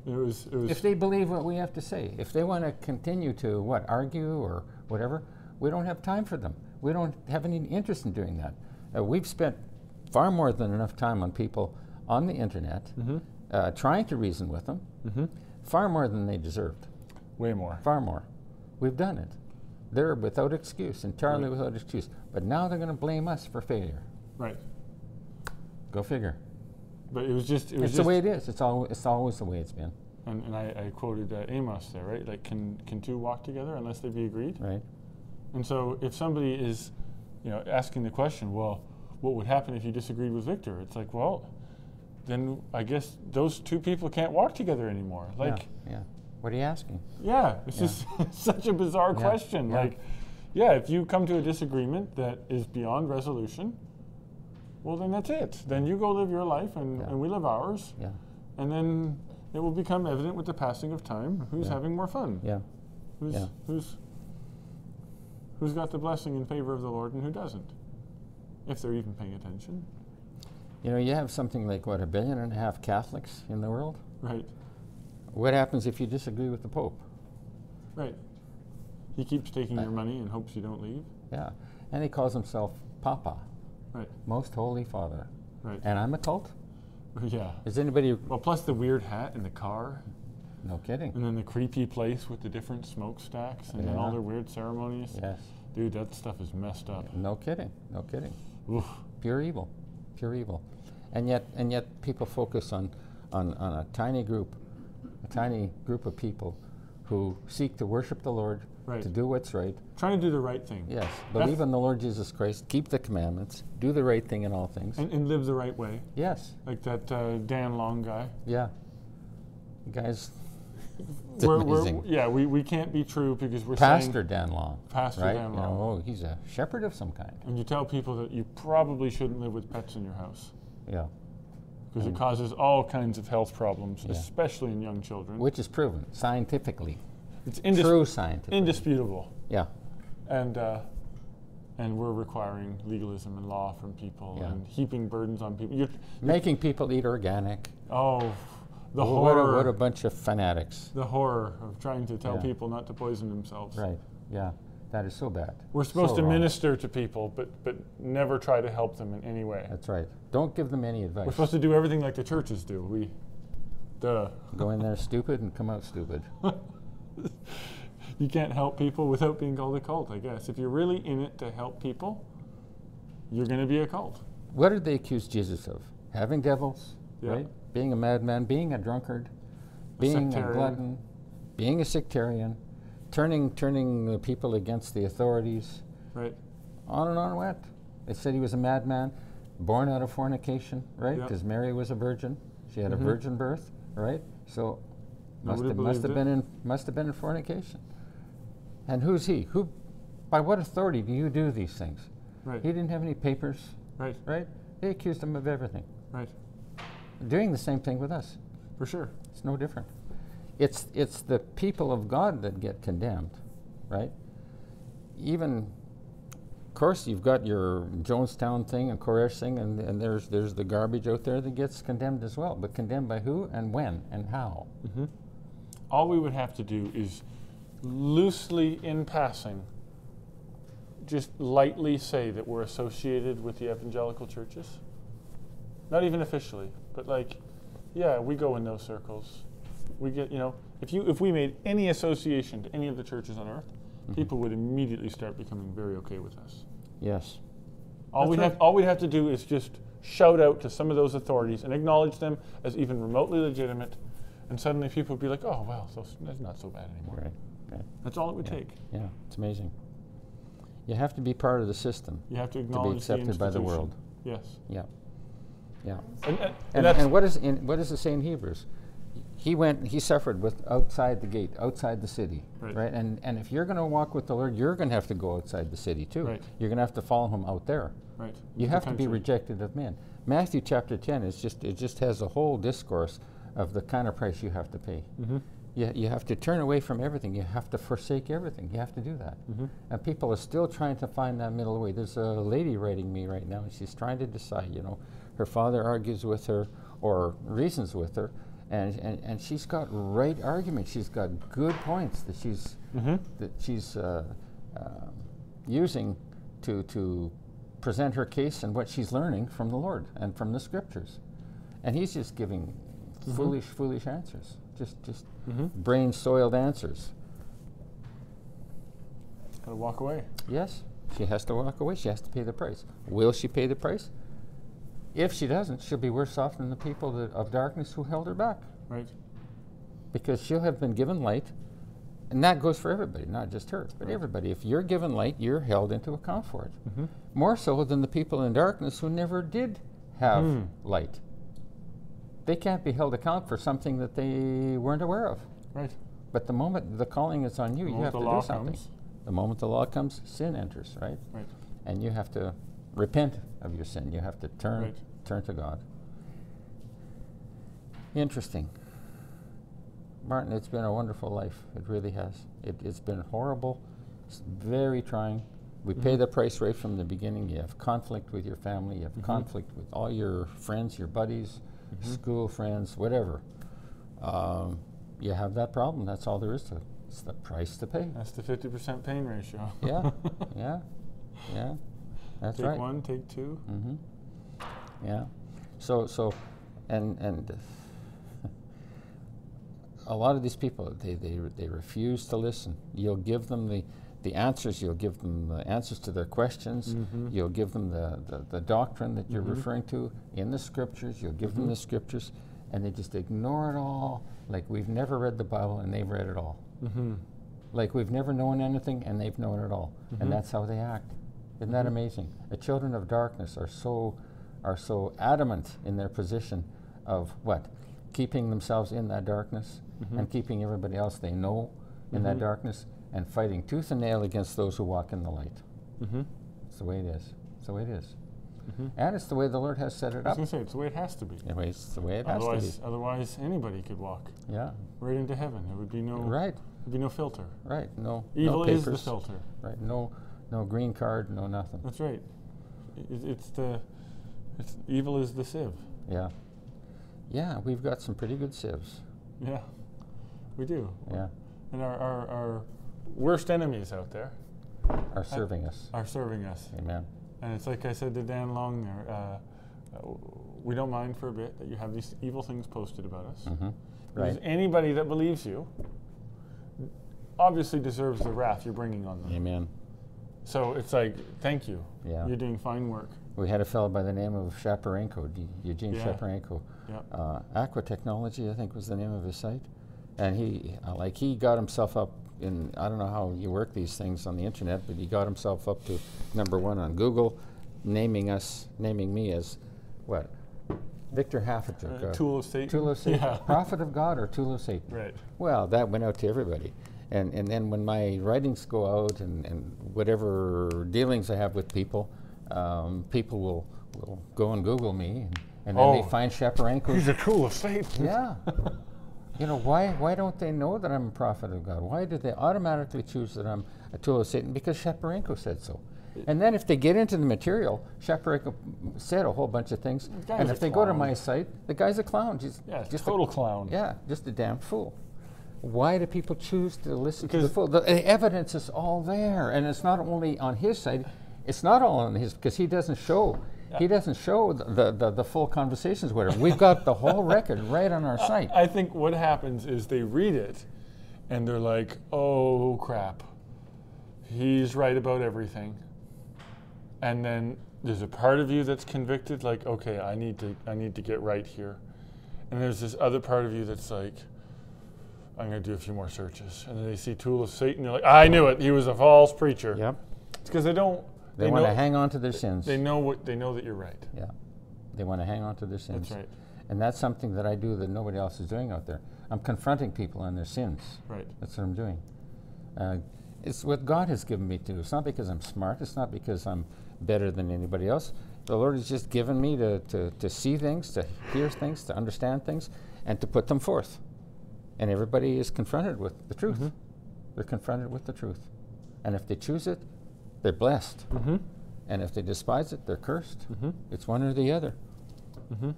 Speaker 2: It was. It was.
Speaker 1: If they believe what we have to say, if they want to continue to what argue or whatever, we don't have time for them. We don't have any interest in doing that. Uh, we've spent far more than enough time on people on the internet
Speaker 2: Mm-hmm.
Speaker 1: uh, trying to reason with them, far more than they deserved.
Speaker 2: way more.
Speaker 1: Far more. We've done it. They're without excuse, entirely without excuse. But now they're going to blame us for failure.
Speaker 2: Right.
Speaker 1: Go figure.
Speaker 2: But it was just. It was
Speaker 1: It's the
Speaker 2: just,
Speaker 1: way it is. It's, al- it's always the way it's been,
Speaker 2: And, and I, I quoted uh, Amos there, right? Like, can can two walk together unless they be agreed?
Speaker 1: right?
Speaker 2: And so, if somebody is, you know, asking the question, well, what would happen if you disagreed with Victor? It's like, well, then I guess those two people can't walk together anymore. Like,
Speaker 1: yeah, yeah. What are you asking?
Speaker 2: Yeah, it's just such a bizarre
Speaker 1: Yeah,
Speaker 2: question.
Speaker 1: yeah.
Speaker 2: Like, yeah, if you come to a disagreement that is beyond resolution, well, then that's it. Then you go live your life and,
Speaker 1: Yeah.
Speaker 2: and we live ours.
Speaker 1: Yeah,
Speaker 2: And then it will become evident with the passing of time who's
Speaker 1: Yeah.
Speaker 2: having more fun,
Speaker 1: yeah,
Speaker 2: who's,
Speaker 1: yeah.
Speaker 2: who's, who's got the blessing in favor of the Lord and who doesn't, if they're even paying attention.
Speaker 1: You know, you have something like, what, a billion and a half Catholics in the world?
Speaker 2: Right,
Speaker 1: What happens if you disagree with the Pope?
Speaker 2: right. He keeps taking
Speaker 1: Uh,
Speaker 2: your money and hopes you don't leave.
Speaker 1: Yeah. And he calls himself Papa,
Speaker 2: Right,
Speaker 1: Most Holy Father.
Speaker 2: right.
Speaker 1: And I'm a cult?
Speaker 2: Yeah.
Speaker 1: Is anybody.
Speaker 2: Well, plus the weird hat in the car.
Speaker 1: No kidding.
Speaker 2: And then the creepy place with the different smokestacks and then all
Speaker 1: Yeah.
Speaker 2: their weird ceremonies.
Speaker 1: Yes.
Speaker 2: Dude, that stuff is messed up.
Speaker 1: No kidding. No kidding.
Speaker 2: Oof.
Speaker 1: pure evil, pure evil, and yet and yet people focus on, on, on a tiny group, a tiny group of people, who seek to worship the Lord,
Speaker 2: Right.
Speaker 1: to do what's right.
Speaker 2: Trying to do the right thing
Speaker 1: Yes,
Speaker 2: That's-
Speaker 1: believe in the Lord Jesus Christ, keep the commandments, do the right thing in all things.
Speaker 2: and, and live the right way.
Speaker 1: yes,
Speaker 2: Like that uh, Dan Long guy.
Speaker 1: yeah, You guys. It's
Speaker 2: We're, we're,
Speaker 1: amazing.
Speaker 2: yeah, we, we can't be true because we're
Speaker 1: Pastor
Speaker 2: saying.
Speaker 1: Dan Long.
Speaker 2: Pastor
Speaker 1: right?
Speaker 2: Dan
Speaker 1: You know,
Speaker 2: Long.
Speaker 1: oh, he's a shepherd of some kind.
Speaker 2: And you tell people that you probably shouldn't live with pets in your house
Speaker 1: Yeah,
Speaker 2: because it causes all kinds of health problems,
Speaker 1: Mm. Yeah.
Speaker 2: especially in young children.
Speaker 1: which is proven scientifically,
Speaker 2: it's indis-
Speaker 1: true scientific.
Speaker 2: indisputable.
Speaker 1: yeah,
Speaker 2: and uh, and we're requiring legalism and law from people
Speaker 1: Yeah.
Speaker 2: and heaping burdens on people. You're,
Speaker 1: making people eat organic.
Speaker 2: oh, the
Speaker 1: What a,
Speaker 2: horror,
Speaker 1: what a bunch of fanatics.
Speaker 2: the horror of trying to tell
Speaker 1: Yeah.
Speaker 2: people not to poison themselves.
Speaker 1: Right. Yeah. That is so bad.
Speaker 2: We're supposed
Speaker 1: So
Speaker 2: to
Speaker 1: wrong.
Speaker 2: minister to people, but but never try to help them in any way.
Speaker 1: That's right. Don't give them any advice.
Speaker 2: We're supposed to do everything like the churches do. We, duh.
Speaker 1: Go in there stupid and come out stupid.
Speaker 2: You can't help people without being called a cult, I guess. If you're really in it to help people, you're going to be a cult.
Speaker 1: What did they accuse Jesus of? Having devils,
Speaker 2: Yeah.
Speaker 1: right? Being a madman, being a drunkard, being a,
Speaker 2: sectarian.
Speaker 1: glutton, being a sectarian, turning turning the people against the authorities.
Speaker 2: Right.
Speaker 1: On and on it went. They said he was a madman, born out of fornication, right?
Speaker 2: Yep. Mm-hmm.
Speaker 1: Because Mary was a virgin. She had a virgin birth, right? So must
Speaker 2: Nobody
Speaker 1: have, must
Speaker 2: believed
Speaker 1: have
Speaker 2: it.
Speaker 1: been in must have been in fornication. And who's he? Who by what authority do you do these things?
Speaker 2: Right.
Speaker 1: He didn't have any papers,
Speaker 2: Right.
Speaker 1: right? They accused him of everything.
Speaker 2: Right.
Speaker 1: Doing the same thing with us.
Speaker 2: For sure.
Speaker 1: It's no different. It's, it's the people of God that get condemned, right? Even, of course, you've got your Jonestown thing and Koresh thing, and, and there's, there's the garbage out there that gets condemned as well. But condemned by who and when and how?
Speaker 2: all we would have to do is loosely in passing just lightly say that we're associated with the evangelical churches not even officially but like yeah we go in those circles we get you know if you if we made any association to any of the churches on earth people would immediately start becoming very okay with us
Speaker 1: Yes.
Speaker 2: all
Speaker 1: That's
Speaker 2: we
Speaker 1: right.
Speaker 2: have all we have to do is just shout out to some of those authorities and acknowledge them as even remotely legitimate, and suddenly people would be like, "Oh well, so s- that's not so bad anymore."
Speaker 1: Right. right.
Speaker 2: That's all it would take.
Speaker 1: Yeah, it's amazing. You have to be part of the system
Speaker 2: You have to
Speaker 1: to be
Speaker 2: acknowledge the
Speaker 1: accepted by the
Speaker 2: institution.
Speaker 1: world.
Speaker 2: Yes,
Speaker 1: Yeah. Yeah.
Speaker 2: And, uh, and,
Speaker 1: And,
Speaker 2: that's
Speaker 1: and what is in, what does it say in Hebrews? He went. He suffered with outside the gate, outside the city,
Speaker 2: Right.
Speaker 1: And and if you're going to walk with the Lord, you're going to have to go outside the city too.
Speaker 2: Right.
Speaker 1: You're going to have to follow Him out there.
Speaker 2: right.
Speaker 1: You
Speaker 2: the
Speaker 1: have to be
Speaker 2: country.
Speaker 1: rejected of men. Matthew chapter 10 is just it just has a whole discourse of the kind of price you have to pay.
Speaker 2: Mhm.
Speaker 1: You, you have to turn away from everything. You have to forsake everything. You have to do
Speaker 2: Mm-hmm.
Speaker 1: that. And people are still trying to find that middle way. There's a lady writing me right now, and she's trying to decide. You know, her father argues with her or reasons with her, and and, and she's got right arguments. She's got good points that she's
Speaker 2: Mhm.
Speaker 1: that she's uh, uh, using to to present her case and what she's learning from the Lord and from the Scriptures, and he's just giving foolish, foolish answers, just just
Speaker 2: Mhm.
Speaker 1: brain soiled answers.
Speaker 2: Gotta walk away.
Speaker 1: Yes, she has to walk away. She has to pay the price. Will she pay the price? If she doesn't, she'll be worse off than the people that, of darkness who held her back,
Speaker 2: Right.
Speaker 1: because she'll have been given light, and that goes for everybody, not just her, but
Speaker 2: Right.
Speaker 1: everybody. If you're given light, you're held into account for it.
Speaker 2: Mhm.
Speaker 1: more so than the people in darkness who never did have
Speaker 2: Hmm.
Speaker 1: light. They can't be held account for something that they weren't aware of.
Speaker 2: Right.
Speaker 1: But the moment the calling is on you, you
Speaker 2: The moment
Speaker 1: have
Speaker 2: the
Speaker 1: to
Speaker 2: law
Speaker 1: do something.
Speaker 2: comes.
Speaker 1: The moment the law comes, sin enters, right?
Speaker 2: Right.
Speaker 1: And you have to repent of your sin. You have to turn
Speaker 2: Right.
Speaker 1: turn to God. Interesting. Martin, it's been a wonderful life. It really has. It, it's been horrible. It's very trying. We
Speaker 2: Mm-hmm.
Speaker 1: pay the price right from the beginning. You have conflict with your family. You have
Speaker 2: Mm-hmm.
Speaker 1: conflict with all your friends, your buddies, school friends, whatever. Um, you have that problem. That's all there is to it. It's the price to pay.
Speaker 2: That's the fifty percent pain ratio.
Speaker 1: Yeah, yeah, yeah. That's
Speaker 2: take
Speaker 1: right.
Speaker 2: one. Take two.
Speaker 1: Mm-hmm. Yeah. So so, and and a lot of these people they they they refuse to listen. You'll give them the the answers. You'll give them the answers to their questions.
Speaker 2: Mhm.
Speaker 1: You'll give them the, the, the doctrine that you're
Speaker 2: Mhm.
Speaker 1: referring to in the scriptures. You'll give them the scriptures, and they just ignore it all. Like we've never read the Bible, and they've read it all.
Speaker 2: Mm-hmm.
Speaker 1: Like we've never known anything and they've known it all.
Speaker 2: Mhm.
Speaker 1: And that's how they act. Isn't that
Speaker 2: Mm-hmm.
Speaker 1: amazing? The children of darkness are so are so adamant in their position of what? Keeping themselves in that darkness
Speaker 2: Mm-hmm.
Speaker 1: and keeping everybody else they know in that
Speaker 2: Mhm.
Speaker 1: darkness and fighting tooth and nail against those who walk in the light.
Speaker 2: Mm-hmm.
Speaker 1: It's the way it is. It's the way it is.
Speaker 2: Mhm.
Speaker 1: And it's the way the Lord has set it
Speaker 2: I was
Speaker 1: up.
Speaker 2: gonna say it's the way it has to be.
Speaker 1: Anyway, it's the way it has to
Speaker 2: Otherwise, otherwise anybody could walk
Speaker 1: be. Yeah.
Speaker 2: right into heaven. There would be no
Speaker 1: Right,
Speaker 2: There'd be no filter.
Speaker 1: right. No,
Speaker 2: Evil
Speaker 1: no
Speaker 2: is
Speaker 1: papers.
Speaker 2: the filter.
Speaker 1: Right. No no green card, no nothing.
Speaker 2: That's right. It, it's the it's evil is the sieve.
Speaker 1: Yeah. Yeah, we've got some pretty good sieves.
Speaker 2: Yeah, we do.
Speaker 1: Yeah,
Speaker 2: And our, our, our worst enemies out there
Speaker 1: are serving us.
Speaker 2: are serving us.
Speaker 1: Amen.
Speaker 2: And it's like I said to Dan Long there. Uh, uh, we don't mind for a bit that you have these evil things posted about us.
Speaker 1: hmm
Speaker 2: Because
Speaker 1: Right.
Speaker 2: anybody that believes you obviously deserves the wrath you're bringing on them.
Speaker 1: Amen.
Speaker 2: So it's like, thank you.
Speaker 1: Yeah.
Speaker 2: You're doing fine work.
Speaker 1: We had a fellow by the name of Shaparenko, D- Eugene
Speaker 2: Yeah.
Speaker 1: Shaparenko.
Speaker 2: Yeah.
Speaker 1: Uh, Aqua Technology, I think, was the name of his site, and he uh, like he got himself up in I don't know how you work these things on the internet, but he got himself up to number one on Google, naming us, naming me as what? Victor Haffager.
Speaker 2: Uh, tool of Satan.
Speaker 1: Tool of Satan.
Speaker 2: Yeah.
Speaker 1: Prophet of God or Tool of Satan?
Speaker 2: Right.
Speaker 1: Well, that went out to everybody. And, and then when my writings go out and, and whatever dealings I have with people, um, people will, will go and Google me and, and then
Speaker 2: Oh.
Speaker 1: they find Shaparenko.
Speaker 2: He's a tool of Satan.
Speaker 1: yeah. You know, why, why don't they know that I'm a prophet of God? Why do they automatically choose that I'm a tool of Satan? Because Shaparenko said so. And then if they get into the material, Shaparenko said a whole bunch of things.
Speaker 2: guy's
Speaker 1: And
Speaker 2: a
Speaker 1: if they go to
Speaker 2: clown.
Speaker 1: my site, the guy's a clown. He's
Speaker 2: Yeah,
Speaker 1: just a
Speaker 2: total clown.
Speaker 1: yeah, just a damn fool. Why do people choose to listen to the
Speaker 2: Because-
Speaker 1: fool? The the evidence is all there, and it's not only on his side. It's not all on his because he doesn't show. He doesn't show the, the, the, the full conversations with him. We've got the whole record right on our site.
Speaker 2: I think what happens is they read it and they're like, oh crap, he's right about everything. And then there's a part of you that's convicted, like, okay, I need to, I need to get right here. And there's this other part of you that's like, I'm going to do a few more searches. And then they see Tool of Satan, they're like, I knew it, he was a false preacher.
Speaker 1: Yep.
Speaker 2: It's because they don't,
Speaker 1: They,
Speaker 2: they,
Speaker 1: want to
Speaker 2: know,
Speaker 1: hang on to their sins.
Speaker 2: they know what, they know that you're right.
Speaker 1: yeah. They want to hang on to their sins.
Speaker 2: That's right.
Speaker 1: And that's something that I do that nobody else is doing out there. I'm confronting people on their sins.
Speaker 2: Right.
Speaker 1: That's what I'm doing. Uh, it's what God has given me to. do. It's not because I'm smart. It's not because I'm better than anybody else. The Lord has just given me to, to, to see things, to hear things, to understand things, and to put them forth. And everybody is confronted with the truth.
Speaker 2: Mhm.
Speaker 1: They're confronted with the truth. And if they choose it, they're blessed.
Speaker 2: Mm-hmm.
Speaker 1: And if they despise it, they're cursed.
Speaker 2: Mm-hmm.
Speaker 1: It's one or the other.
Speaker 2: Mm-hmm.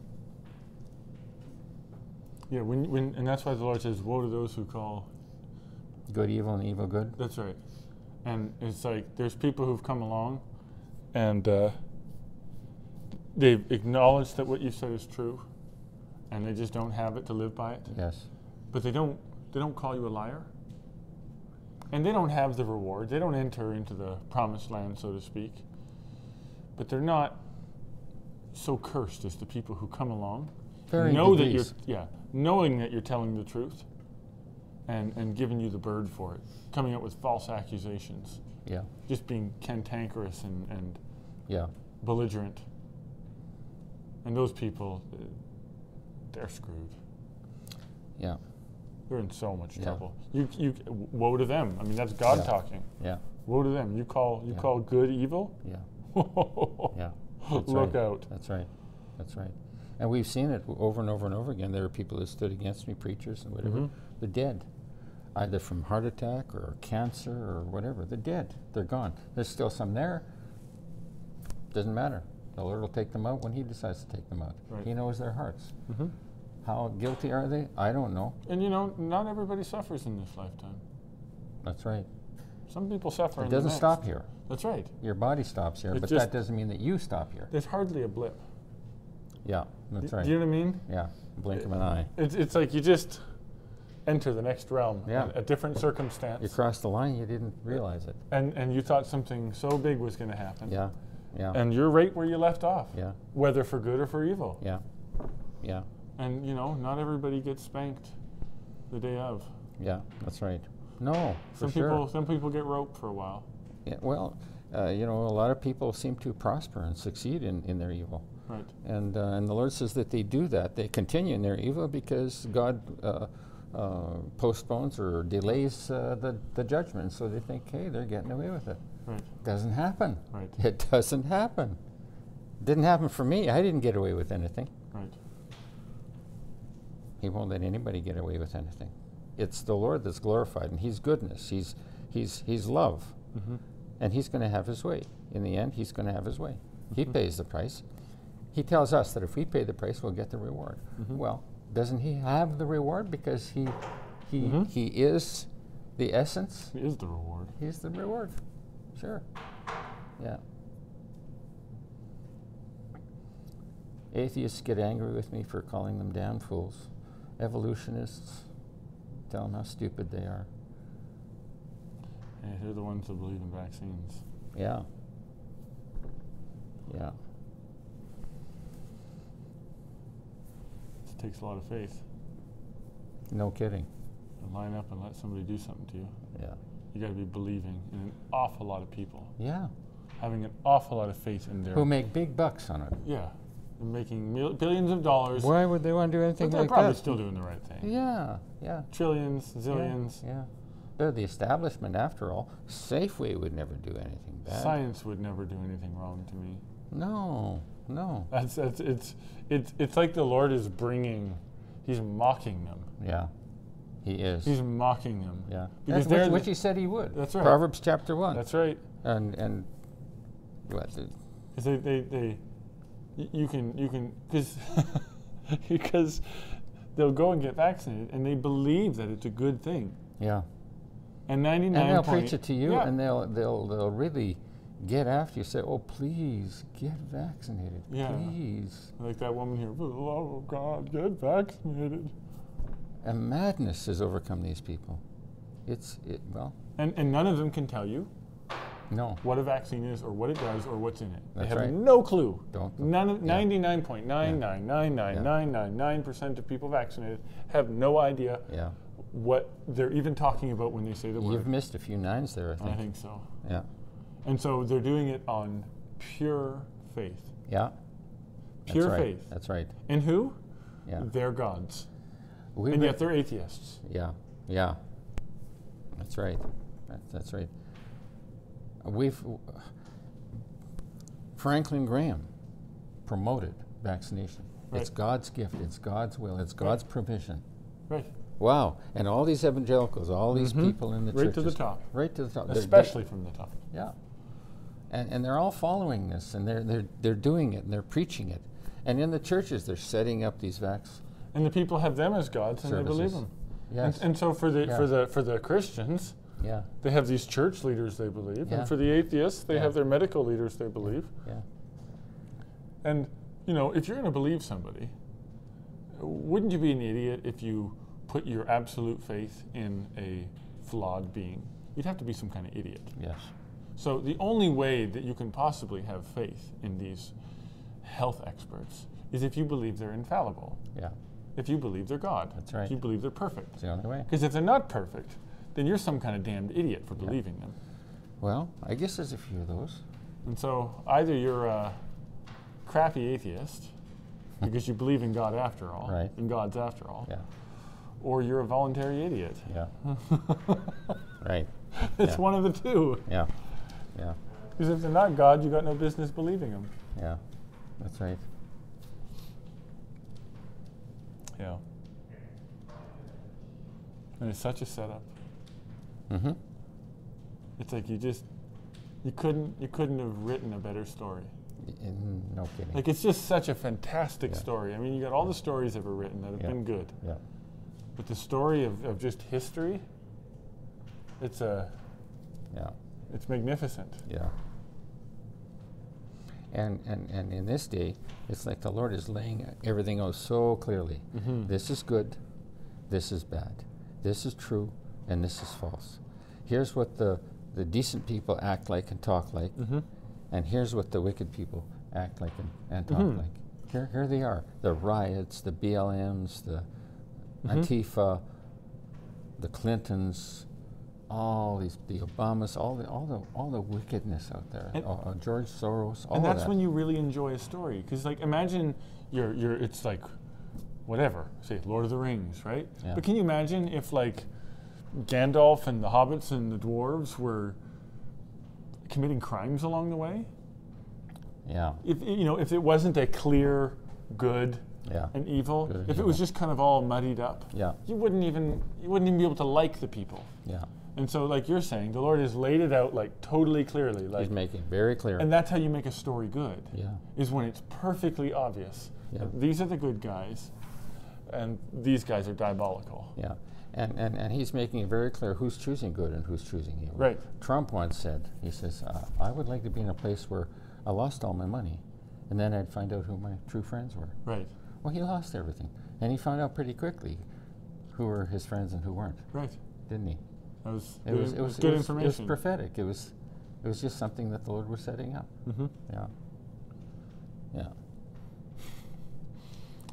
Speaker 2: Yeah. When when and that's why the Lord says, "Woe to those who call."
Speaker 1: Good, evil, and evil, good.
Speaker 2: That's right. And it's like there's people who've come along, and uh, they've acknowledged that what you said is true, and they just don't have it to live by it.
Speaker 1: Yes.
Speaker 2: But they don't they don't call you a liar. And they don't have the reward. They don't enter into the promised land, so to speak. But they're not so cursed as the people who come along,
Speaker 1: Varying
Speaker 2: know
Speaker 1: degrees.
Speaker 2: that you're yeah, knowing that you're telling the truth, and and giving you the bird for it, coming up with false accusations,
Speaker 1: Yeah.
Speaker 2: just being cantankerous and and
Speaker 1: Yeah.
Speaker 2: belligerent. And those people, uh, they're screwed.
Speaker 1: Yeah.
Speaker 2: They're in so much
Speaker 1: Yeah.
Speaker 2: trouble. You, you, woe to them. I mean, that's God
Speaker 1: Yeah.
Speaker 2: talking.
Speaker 1: Yeah.
Speaker 2: Woe to them. You call, you
Speaker 1: Yeah.
Speaker 2: call good evil.
Speaker 1: Yeah. Yeah. That's
Speaker 2: Look
Speaker 1: right.
Speaker 2: out.
Speaker 1: That's right. That's right. And we've seen it w- over and over and over again. There are people that stood against me, preachers and whatever.
Speaker 2: Mhm.
Speaker 1: They're dead, either from heart attack or cancer or whatever. They're dead. They're gone. There's still some there. Doesn't matter. The Lord will take them out when He decides to take them out.
Speaker 2: Right.
Speaker 1: He knows their hearts.
Speaker 2: hmm
Speaker 1: How guilty are they? I don't know.
Speaker 2: And you know, not everybody suffers in this lifetime.
Speaker 1: That's right.
Speaker 2: Some people suffer.
Speaker 1: It
Speaker 2: in the
Speaker 1: doesn't
Speaker 2: next.
Speaker 1: stop here.
Speaker 2: That's right.
Speaker 1: Your body stops here,
Speaker 2: It
Speaker 1: but that
Speaker 2: just-
Speaker 1: doesn't mean that you stop here.
Speaker 2: There's hardly a blip.
Speaker 1: Yeah, that's
Speaker 2: Do-
Speaker 1: right.
Speaker 2: Do you know what I mean?
Speaker 1: yeah, blink of an eye.
Speaker 2: It's, it's like you just enter the next realm.
Speaker 1: Yeah.
Speaker 2: A, a different circumstance.
Speaker 1: You crossed the line, you didn't realize it.
Speaker 2: and and you thought something so big was going to happen.
Speaker 1: Yeah, yeah,
Speaker 2: And you're right where you left off.
Speaker 1: yeah,
Speaker 2: Whether for good or for evil.
Speaker 1: yeah, yeah,
Speaker 2: And you know, not everybody gets spanked the day of.
Speaker 1: yeah. That's right. No, for
Speaker 2: Some
Speaker 1: sure.
Speaker 2: people, some people get roped for a while.
Speaker 1: yeah, well, uh, you know, a lot of people seem to prosper and succeed in, in their evil,
Speaker 2: Right.
Speaker 1: and uh, and the Lord says that they do that. They continue in their evil because God. Uh, uh, postpones or delays uh, the, the judgment, so they think, hey, they're getting away with it.
Speaker 2: Right.
Speaker 1: Doesn't happen.
Speaker 2: Right.
Speaker 1: It doesn't happen. Didn't happen for me. I didn't get away with anything.
Speaker 2: Right.
Speaker 1: He won't let anybody get away with anything. It's the Lord that's glorified, and He's goodness. He's He's He's love,
Speaker 2: Mm-hmm.
Speaker 1: and He's going to have His way. In the end, He's going to have His way. He
Speaker 2: Mhm.
Speaker 1: pays the price. He tells us that if we pay the price, we'll get the reward.
Speaker 2: Mhm.
Speaker 1: Well, doesn't He have the reward because He He
Speaker 2: Mhm.
Speaker 1: He is the essence.
Speaker 2: It is the reward.
Speaker 1: He's the reward. Sure. Yeah. Atheists get angry with me for calling them damn fools. Evolutionists tell them how stupid they are.
Speaker 2: Yeah, they're the ones that believe in vaccines.
Speaker 1: Yeah. Yeah.
Speaker 2: It takes a lot of faith
Speaker 1: No kidding.
Speaker 2: to line up and let somebody do something to you.
Speaker 1: Yeah.
Speaker 2: You got to be believing in an awful lot of people,
Speaker 1: Yeah.
Speaker 2: having an awful lot of faith in their.
Speaker 1: Who make big bucks on it.
Speaker 2: yeah, and making mil- billions of dollars.
Speaker 1: Why would they want to do anything
Speaker 2: But they're
Speaker 1: like
Speaker 2: probably
Speaker 1: that?
Speaker 2: still doing the right thing.
Speaker 1: Yeah. Yeah.
Speaker 2: Trillions,
Speaker 1: yeah,
Speaker 2: zillions.
Speaker 1: Yeah. They're the establishment after all. Safeway would never do anything bad.
Speaker 2: Science would never do anything wrong to me.
Speaker 1: No. No.
Speaker 2: That's, that's it's it's it's like the Lord is bringing, he's mocking them.
Speaker 1: Yeah, he is.
Speaker 2: He's mocking them.
Speaker 1: yeah,
Speaker 2: because
Speaker 1: That's
Speaker 2: they're
Speaker 1: which,
Speaker 2: the-
Speaker 1: which he said he would.
Speaker 2: That's right.
Speaker 1: Proverbs chapter one.
Speaker 2: That's right.
Speaker 1: and and what? the-
Speaker 2: 'Cause They, they, they, y- you can you can because because they'll go and get vaccinated and they believe that it's a good thing.
Speaker 1: yeah,
Speaker 2: And ninety nine.
Speaker 1: and they'll preach it to you,
Speaker 2: Yeah.
Speaker 1: and they'll they'll they'll really get after you. Say, oh please get vaccinated,
Speaker 2: Yeah.
Speaker 1: please.
Speaker 2: like that woman here. For the love of God, get vaccinated.
Speaker 1: And madness has overcome these people. It's it, well,
Speaker 2: And and none of them can tell you
Speaker 1: no,
Speaker 2: what a vaccine is or what it does or what's in it. they
Speaker 1: That's
Speaker 2: have
Speaker 1: right.
Speaker 2: no clue.
Speaker 1: don't.
Speaker 2: None of
Speaker 1: Yeah.
Speaker 2: 99.9999999% of people vaccinated have no idea
Speaker 1: Yeah,
Speaker 2: what they're even talking about when they say the
Speaker 1: you've
Speaker 2: word.
Speaker 1: missed a few nines there. I
Speaker 2: I
Speaker 1: think.
Speaker 2: think so.
Speaker 1: Yeah,
Speaker 2: And so they're doing it on pure faith,
Speaker 1: yeah,
Speaker 2: Pure
Speaker 1: right.
Speaker 2: faith.
Speaker 1: That's right.
Speaker 2: And who?
Speaker 1: Yeah.
Speaker 2: They're gods.
Speaker 1: We
Speaker 2: and
Speaker 1: re-
Speaker 2: yet they're atheists.
Speaker 1: Yeah, yeah. That's right. That, that's right. We've Franklin Graham promoted vaccination. It's
Speaker 2: Right.
Speaker 1: God's gift. It's God's will. It's God's provision.
Speaker 2: Right. Mm-hmm.
Speaker 1: Wow. And all these evangelicals, all these people in the
Speaker 2: Right to the
Speaker 1: churches-
Speaker 2: top.
Speaker 1: right to the top, They're- they're-
Speaker 2: Especially from the top.
Speaker 1: yeah. And, and they're all following this, and they're they're they're doing it, and they're preaching it, and in the churches they're setting up these vax.
Speaker 2: And the people have them as gods and they believe
Speaker 1: Services.
Speaker 2: them.
Speaker 1: Yes.
Speaker 2: And, and so for the
Speaker 1: Yeah.
Speaker 2: for the for the Christians,
Speaker 1: yeah.
Speaker 2: they have these church leaders they believe.
Speaker 1: Yeah.
Speaker 2: And for the atheists, they
Speaker 1: Yeah.
Speaker 2: have their medical leaders they believe.
Speaker 1: Yeah.
Speaker 2: And you know, if you're going to believe somebody, wouldn't you be an idiot if you put your absolute faith in a flawed being? You'd have to be some kind of idiot.
Speaker 1: Yes.
Speaker 2: So the only way that you can possibly have faith in these health experts is if you believe they're infallible.
Speaker 1: Yeah.
Speaker 2: If you believe they're God.
Speaker 1: That's right.
Speaker 2: If you believe they're perfect.
Speaker 1: It's the only way.
Speaker 2: Because if they're not perfect, then you're some kind of damned idiot for believing them.
Speaker 1: Well, I guess there's a few of those.
Speaker 2: And so either you're a crappy atheist because you believe in God after all,
Speaker 1: Right.
Speaker 2: in God's after all,
Speaker 1: Yeah.
Speaker 2: or you're a voluntary idiot.
Speaker 1: Yeah. right.
Speaker 2: It's
Speaker 1: Yeah.
Speaker 2: one of the two.
Speaker 1: Yeah. Yeah.
Speaker 2: Because if they're not God, you got no business believing them.
Speaker 1: Yeah. That's right.
Speaker 2: Yeah. And it's such a setup.
Speaker 1: Mm-hmm.
Speaker 2: It's like you just you couldn't you couldn't have written a better story.
Speaker 1: No kidding.
Speaker 2: Like it's just such a fantastic
Speaker 1: Yeah.
Speaker 2: story. I mean, you got all the stories ever written that have
Speaker 1: Yeah.
Speaker 2: been good.
Speaker 1: yeah.
Speaker 2: But the story of, of just history, it's a
Speaker 1: Yeah.
Speaker 2: it's magnificent.
Speaker 1: Yeah. And, and, and in this day, it's like the Lord is laying everything out so clearly.
Speaker 2: Hmm. Mm-hmm.
Speaker 1: This is good, this is bad, this is true, and this is false. Here's what the, the decent people act like and talk like,
Speaker 2: Mm-hmm.
Speaker 1: and here's what the wicked people act like and, and talk
Speaker 2: Mm-hmm.
Speaker 1: like. Here, here they are the riots, the BLMs, the
Speaker 2: Mm-hmm.
Speaker 1: Antifa, the Clintons, all these the Obamas, all the all the all the wickedness out there.
Speaker 2: And-
Speaker 1: uh, uh, George Soros, all
Speaker 2: and
Speaker 1: of
Speaker 2: that's
Speaker 1: that.
Speaker 2: when you really enjoy a story because like imagine you're you're it's like whatever say lord of the rings right
Speaker 1: Yeah.
Speaker 2: but can you imagine if like gandalf and the hobbits and the dwarves were committing crimes along the way
Speaker 1: yeah,
Speaker 2: if you know if it wasn't a clear good
Speaker 1: yeah,
Speaker 2: and evil
Speaker 1: Good and
Speaker 2: if it was just kind of all muddied up
Speaker 1: yeah,
Speaker 2: you wouldn't even you wouldn't even be able to like the people
Speaker 1: yeah.
Speaker 2: and so like you're saying the lord has laid it out like totally clearly like
Speaker 1: He's making very clear.
Speaker 2: and that's how you make a story good
Speaker 1: yeah,
Speaker 2: is when it's perfectly obvious
Speaker 1: Yeah.
Speaker 2: that these are the good guys and these guys are diabolical.
Speaker 1: yeah. And, and, and he's making it very clear who's choosing good and who's choosing evil.
Speaker 2: Right.
Speaker 1: Trump once said, he says, uh, I would like to be in a place where I lost all my money and then I'd find out who my true friends were.
Speaker 2: Right.
Speaker 1: Well, he lost everything. And he found out pretty quickly who were his friends and who weren't,
Speaker 2: Right.
Speaker 1: didn't he?
Speaker 2: That was,
Speaker 1: It was,
Speaker 2: good-
Speaker 1: it was
Speaker 2: good
Speaker 1: it was- It was
Speaker 2: information.
Speaker 1: prophetic. It was, it was just something that the Lord was setting up.
Speaker 2: mm-hmm.
Speaker 1: Yeah, yeah.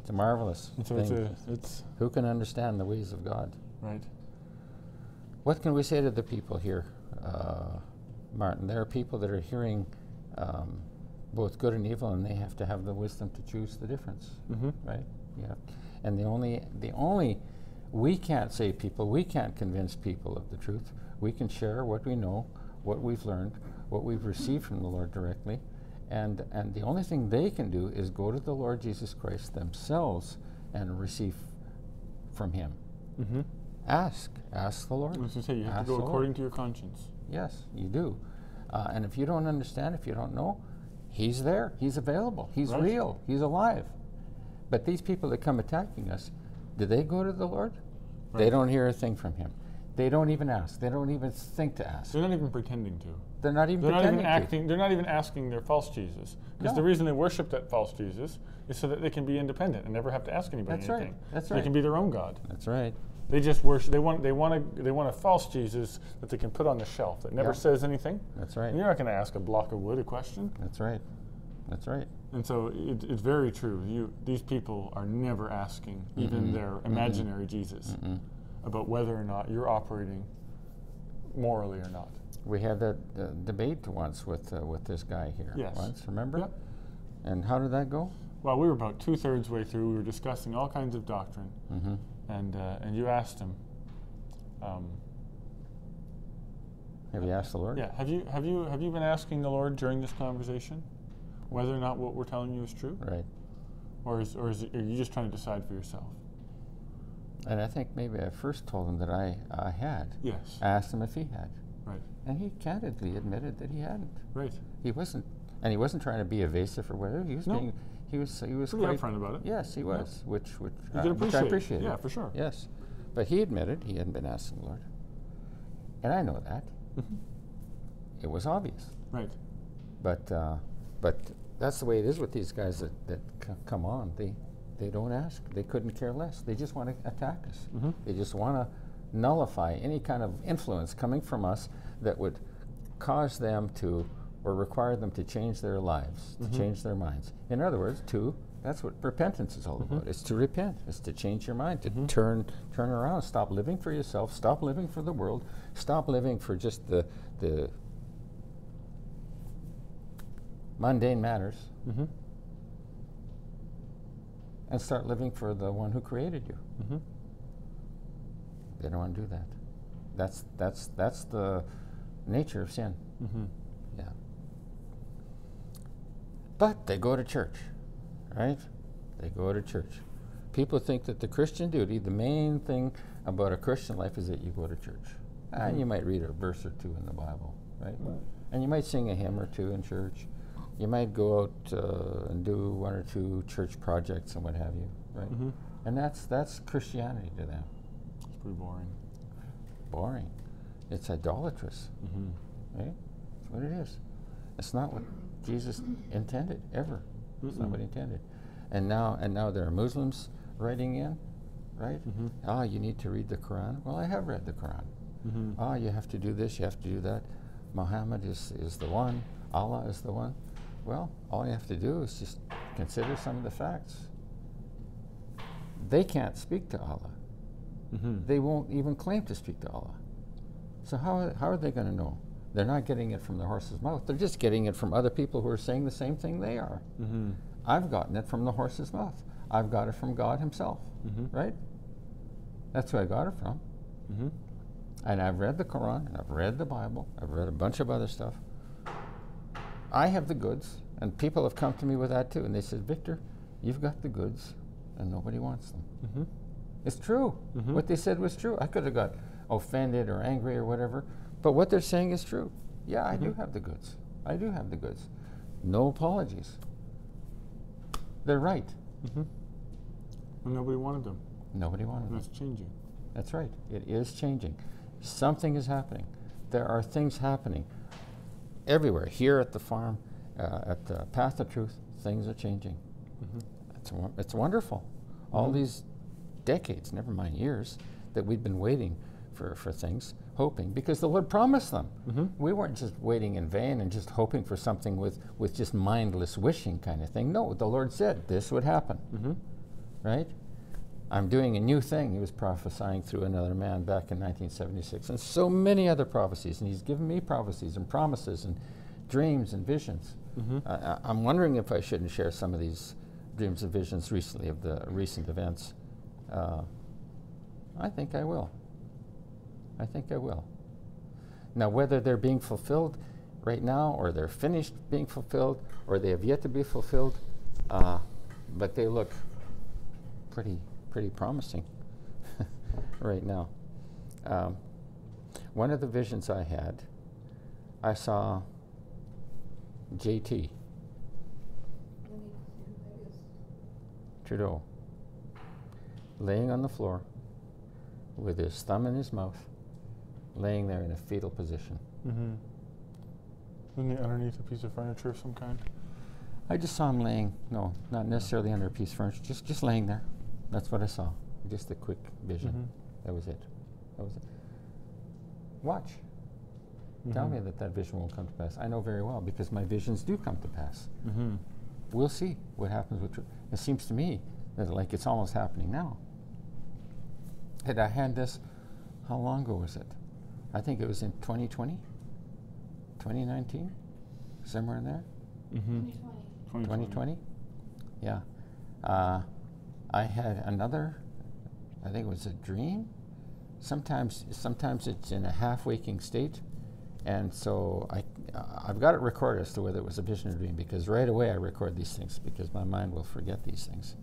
Speaker 1: It's a marvelous
Speaker 2: So it's
Speaker 1: thing.
Speaker 2: a, it's
Speaker 1: Who can understand the ways of God?
Speaker 2: right.
Speaker 1: What can we say to the people here, uh, Martin? There are people that are hearing um, both good and evil, and they have to have the wisdom to choose the difference,
Speaker 2: Mm-hmm.
Speaker 1: right? Yeah. And the only, the only, we can't save people. We can't convince people of the truth. We can share what we know, what we've learned, what we've received from the Lord directly, and and the only thing they can do is go to the Lord Jesus Christ themselves and receive from Him.
Speaker 2: Mm-hmm.
Speaker 1: Ask, ask the Lord.
Speaker 2: I was gonna say you have
Speaker 1: Ask
Speaker 2: to
Speaker 1: the
Speaker 2: go
Speaker 1: Lord.
Speaker 2: according to your conscience.
Speaker 1: Yes, you do. Uh, and if you don't understand, if you don't know, he's there. He's available. He's
Speaker 2: Right.
Speaker 1: real. He's alive. But these people that come attacking us, do they go to the Lord? They
Speaker 2: Right.
Speaker 1: don't hear a thing from him. They don't even ask. They don't even think to ask.
Speaker 2: They're not even pretending to.
Speaker 1: They're not even
Speaker 2: They're not
Speaker 1: pretending
Speaker 2: even
Speaker 1: to.
Speaker 2: acting. They're not even asking their false Jesus. Because the
Speaker 1: No.
Speaker 2: reason they worship that false Jesus is so that they can be independent and never have to ask anybody
Speaker 1: That's right.
Speaker 2: anything.
Speaker 1: That's
Speaker 2: They
Speaker 1: right.
Speaker 2: can be their own God.
Speaker 1: That's right.
Speaker 2: They just worship. They want. They want a. They want a false Jesus that they can put on the shelf that never
Speaker 1: Yeah.
Speaker 2: says anything.
Speaker 1: That's right.
Speaker 2: And you're not going to ask a block of wood a question.
Speaker 1: That's right. That's right.
Speaker 2: And so it, it's very true. You, these people are never asking
Speaker 1: Mm-hmm.
Speaker 2: even their imaginary Jesus about whether or not you're operating morally or not.
Speaker 1: We had that uh, debate once with uh, with this guy here
Speaker 2: Yes.
Speaker 1: once. Remember?
Speaker 2: Yep.
Speaker 1: And how did that go?
Speaker 2: well, we were about two thirds way through. We were discussing all kinds of doctrine,
Speaker 1: Mm-hmm.
Speaker 2: and uh, and you asked him, um,
Speaker 1: Have you asked the Lord?
Speaker 2: yeah, have you have you have you been asking the Lord during this conversation whether or not what we're telling you is true,
Speaker 1: Right.
Speaker 2: or is or is it, are you just trying to decide for yourself?
Speaker 1: And I think maybe I first told him that I, I had.
Speaker 2: Yes.
Speaker 1: I asked him if he had.
Speaker 2: Right.
Speaker 1: And he candidly admitted that he hadn't.
Speaker 2: Right.
Speaker 1: He wasn't, and he wasn't trying to be evasive or whatever. He was
Speaker 2: No.
Speaker 1: being, he was, he was
Speaker 2: Pretty
Speaker 1: quite,
Speaker 2: upfront about it.
Speaker 1: Yes, he
Speaker 2: Yeah.
Speaker 1: was, which, which,
Speaker 2: You
Speaker 1: uh, which
Speaker 2: can appreciate.
Speaker 1: I
Speaker 2: it.
Speaker 1: appreciated.
Speaker 2: Yeah, for sure.
Speaker 1: Yes. But he admitted he hadn't been asking the Lord. And I know that.
Speaker 2: Mhm.
Speaker 1: It was obvious.
Speaker 2: Right.
Speaker 1: But, uh, but that's the way it is with these guys that, that c- come on. They, they don't ask. They couldn't care less. They just want to attack us.
Speaker 2: Mhm.
Speaker 1: They just want to nullify any kind of influence coming from us that would cause them to or require them to change their lives, to change their minds. In other words, to that's what repentance is all about. It's to repent. It's to change your mind, to turn turn around, stop living for yourself, stop living for the world, stop living for just the the mundane matters
Speaker 2: Mm-hmm.
Speaker 1: and start living for the one who created you.
Speaker 2: Mm-hmm.
Speaker 1: They don't want to do that. That's that's that's the nature of sin.
Speaker 2: Mm-hmm.
Speaker 1: Yeah. But they go to church, right? They go to church. People think that the Christian duty, the main thing about a Christian life is that you go to church. And you might read a verse or two in the Bible, right? And you might sing a hymn or two in church. You might go out uh, and do one or two church projects and what have you, right?
Speaker 2: Mhm.
Speaker 1: And that's that's Christianity to them.
Speaker 2: It's pretty boring.
Speaker 1: Boring. It's idolatrous.
Speaker 2: Mm-hmm.
Speaker 1: Right? That's what it is. It's not what Jesus intended ever. It's not what he intended. And now, and now there are Muslims writing in, right?
Speaker 2: Mhm.
Speaker 1: Ah, you need to read the Quran. Well, I have read the Quran.
Speaker 2: Mm-hmm.
Speaker 1: Ah, you have to do this. You have to do that. Muhammad is is the one. Allah is the one. Well, all you have to do is just consider some of the facts. They can't speak to Allah.
Speaker 2: Mm-hmm.
Speaker 1: They won't even claim to speak to Allah. So how are, how are they going to know? They're not getting it from the horse's mouth. They're just getting it from other people who are saying the same thing they are.
Speaker 2: Mm-hmm.
Speaker 1: I've gotten it from the horse's mouth. I've got it from God Himself,
Speaker 2: Mhm.
Speaker 1: right? That's who I got it from.
Speaker 2: Mm-hmm.
Speaker 1: And I've read the Quran, and I've read the Bible, I've read a bunch of other stuff. I have the goods, and people have come to me with that too. And they said, Victor, you've got the goods, and nobody wants them.
Speaker 2: Mm-hmm.
Speaker 1: It's true.
Speaker 2: Mhm.
Speaker 1: What they said was true. I could have got offended or angry or whatever, but what they're saying is true. Yeah, I do have the goods. I do have the goods. No apologies. They're right.
Speaker 2: Mm-hmm. And nobody wanted them.
Speaker 1: Nobody wanted
Speaker 2: And
Speaker 1: them.
Speaker 2: that's changing.
Speaker 1: That's right. It is changing. Something is happening. There are things happening everywhere. Here at the farm, uh, at the Path of Truth, things are changing.
Speaker 2: Mm-hmm.
Speaker 1: It's, won- it's wonderful. All
Speaker 2: Mhm.
Speaker 1: these decades, never mind years, that we've been waiting for, for things, hoping, because the Lord promised them.
Speaker 2: Mhm.
Speaker 1: We weren't just waiting in vain and just hoping for something with, with just mindless wishing kind of thing. No, the Lord said this would happen,
Speaker 2: Mm-hmm.
Speaker 1: right? I'm doing a new thing. He was prophesying through another man back in 1976, and so many other prophecies. And he's given me prophecies and promises and dreams and visions.
Speaker 2: Mm-hmm.
Speaker 1: I- I, Uh, I'm wondering if I shouldn't share some of these dreams and visions recently of the recent events. Uh, I think I will. I think I will. Now, whether they're being fulfilled right now, or they're finished being fulfilled, or they have yet to be fulfilled, uh, but they look pretty, pretty promising right now. Um, one of the visions I had, I saw JT Trudeau laying on the floor with his thumb in his mouth, laying there in a fetal position.
Speaker 2: Mm-hmm. Isn't it underneath a piece of furniture of some kind?
Speaker 1: I just saw him laying, no, not necessarily under a piece of furniture, just, just laying there. That's what I saw. Mm-hmm. Just a quick vision. That was it. That was it. Watch. Tell
Speaker 2: Mhm.
Speaker 1: me that that vision won't come to pass. I know very well because my visions do come to pass.
Speaker 2: Mm-hmm.
Speaker 1: We'll see what happens with Trudeau. It seems to me that like it's almost happening now. Had I had this, how long ago was it? I think it was in 2020, 2019, somewhere in there.
Speaker 2: Mm-hmm.
Speaker 3: 2020.
Speaker 1: 2020? Yeah. Uh, I had another, I think it was a dream. Sometimes, sometimes it's in a half waking state, and so I, uh, I've got it recorded as to whether it was a vision or dream because right away I record these things because my mind will forget these things.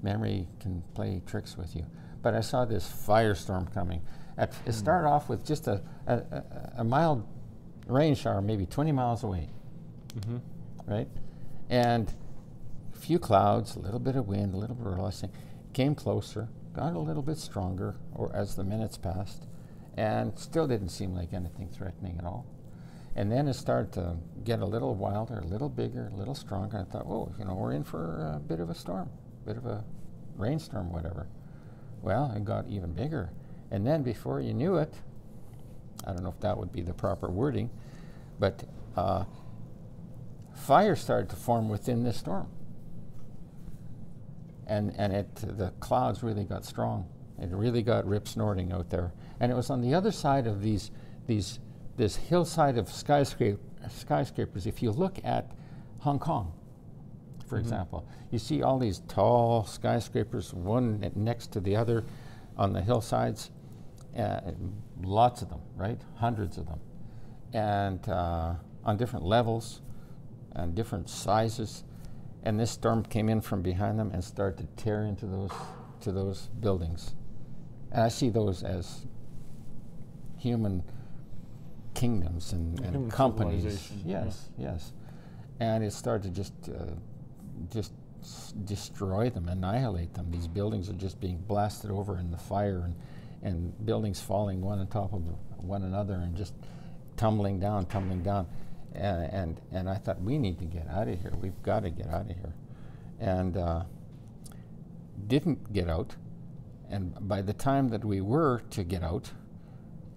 Speaker 1: Memory can play tricks with you. But I saw this firestorm coming. At, It started off with just a, a, a, a mild rain shower, maybe 20 miles away,
Speaker 2: Mm-hmm.
Speaker 1: right? And a few clouds, a little bit of wind, a little bit of rusting, came closer, got a little bit stronger or as the minutes passed, and still didn't seem like anything threatening at all. And then it started to get a little wilder, a little bigger, a little stronger. I thought, oh, you know, we're in for a bit of a storm, bit of a rainstorm, whatever. Well, it got even bigger. And then before you knew it, I don't know if that would be the proper wording, but uh, fire started to form within this storm. And, and it, the clouds really got strong. It really got rip snorting out there. And it was on the other side of these, these, this hillside of skyscra- skyscrapers. If you look at Hong Kong, for example, you see all these tall skyscrapers, one ne- next to the other on the hillsides, uh, lots of them, right? Hundreds of them. And uh, on different levels and different sizes. And this storm came in from behind them and started to tear into those, to those buildings. And I see those as human kingdoms and, and
Speaker 2: Human
Speaker 1: companies.
Speaker 2: civilization, yeah.
Speaker 1: Yes, yes. And it started to just, uh, just s- destroy them, annihilate them. These buildings are just being blasted over in the fire and, and buildings falling one on top of one another and just tumbling down, tumbling down. And, and, and I thought, we need to get out of here. We've got to get out of here. And uh, didn't get out. And by the time that we were to get out,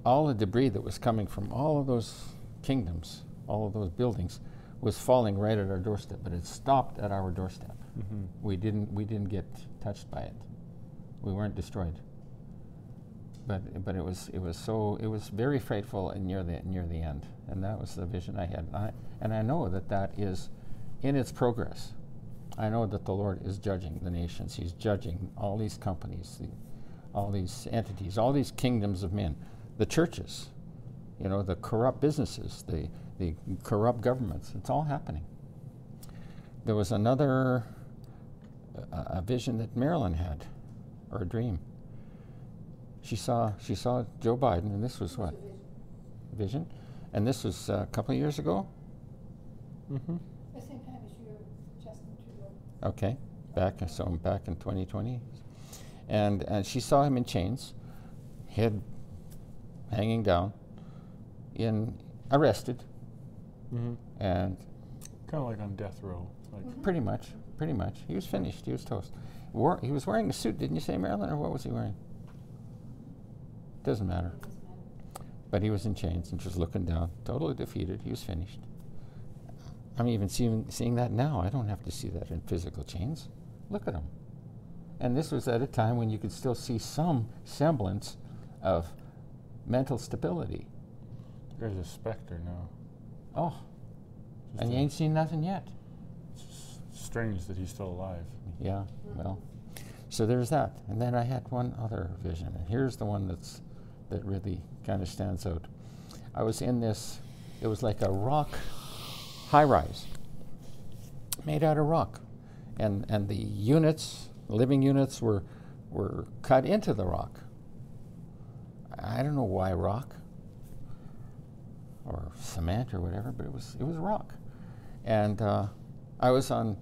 Speaker 1: all the debris that was coming from all of those kingdoms, all of those buildings, was falling right at our doorstep. But it stopped at our doorstep.
Speaker 2: Mm-hmm.
Speaker 1: We didn't we didn't get touched by it. We weren't destroyed. But but it was it was so it was very frightful and near the near the end. And that was the vision I had. And I, and I know that that is in its progress. I know that the Lord is judging the nations. He's judging all these companies, the, all these entities, all these kingdoms of men, the churches, you know, the corrupt businesses, the, the corrupt governments. It's all happening. There was another uh, a vision that Marilyn had, or a dream. She saw she saw Joe Biden, and this was what vision, and this was uh, a couple of years ago.
Speaker 2: Mm-hmm.
Speaker 3: The same time as your Justin Trudeau.
Speaker 1: Okay, back so I'm back in 2020, and and she saw him in chains, head hanging down, in arrested,
Speaker 2: Mm-hmm.
Speaker 1: and
Speaker 2: Kind of like on death row. Like
Speaker 1: pretty much, pretty much, he was finished. He was toast. Wore, he was wearing a suit, didn't you say, Marilyn, or what was he wearing? Doesn't matter.
Speaker 3: Doesn't matter.
Speaker 1: But he was in chains and just looking down, totally defeated. He was finished. I'm even seeing, seeing that now. I don't have to see that in physical chains. Look at him. And this was at a time when you could still see some semblance of mental stability.
Speaker 2: there's a specter now.
Speaker 1: Oh,
Speaker 2: Just
Speaker 1: and
Speaker 2: a-
Speaker 1: you ain't seen nothing yet.
Speaker 2: it's s- strange that he's still alive.
Speaker 1: Yeah, well, so there's that. And then I had one other vision, and here's the one that's that really kind of stands out. I was in this; it was like a rock high-rise made out of rock, and and the units, living units, were were cut into the rock. I don't know why rock or cement or whatever, but it was it was rock, and uh, I was on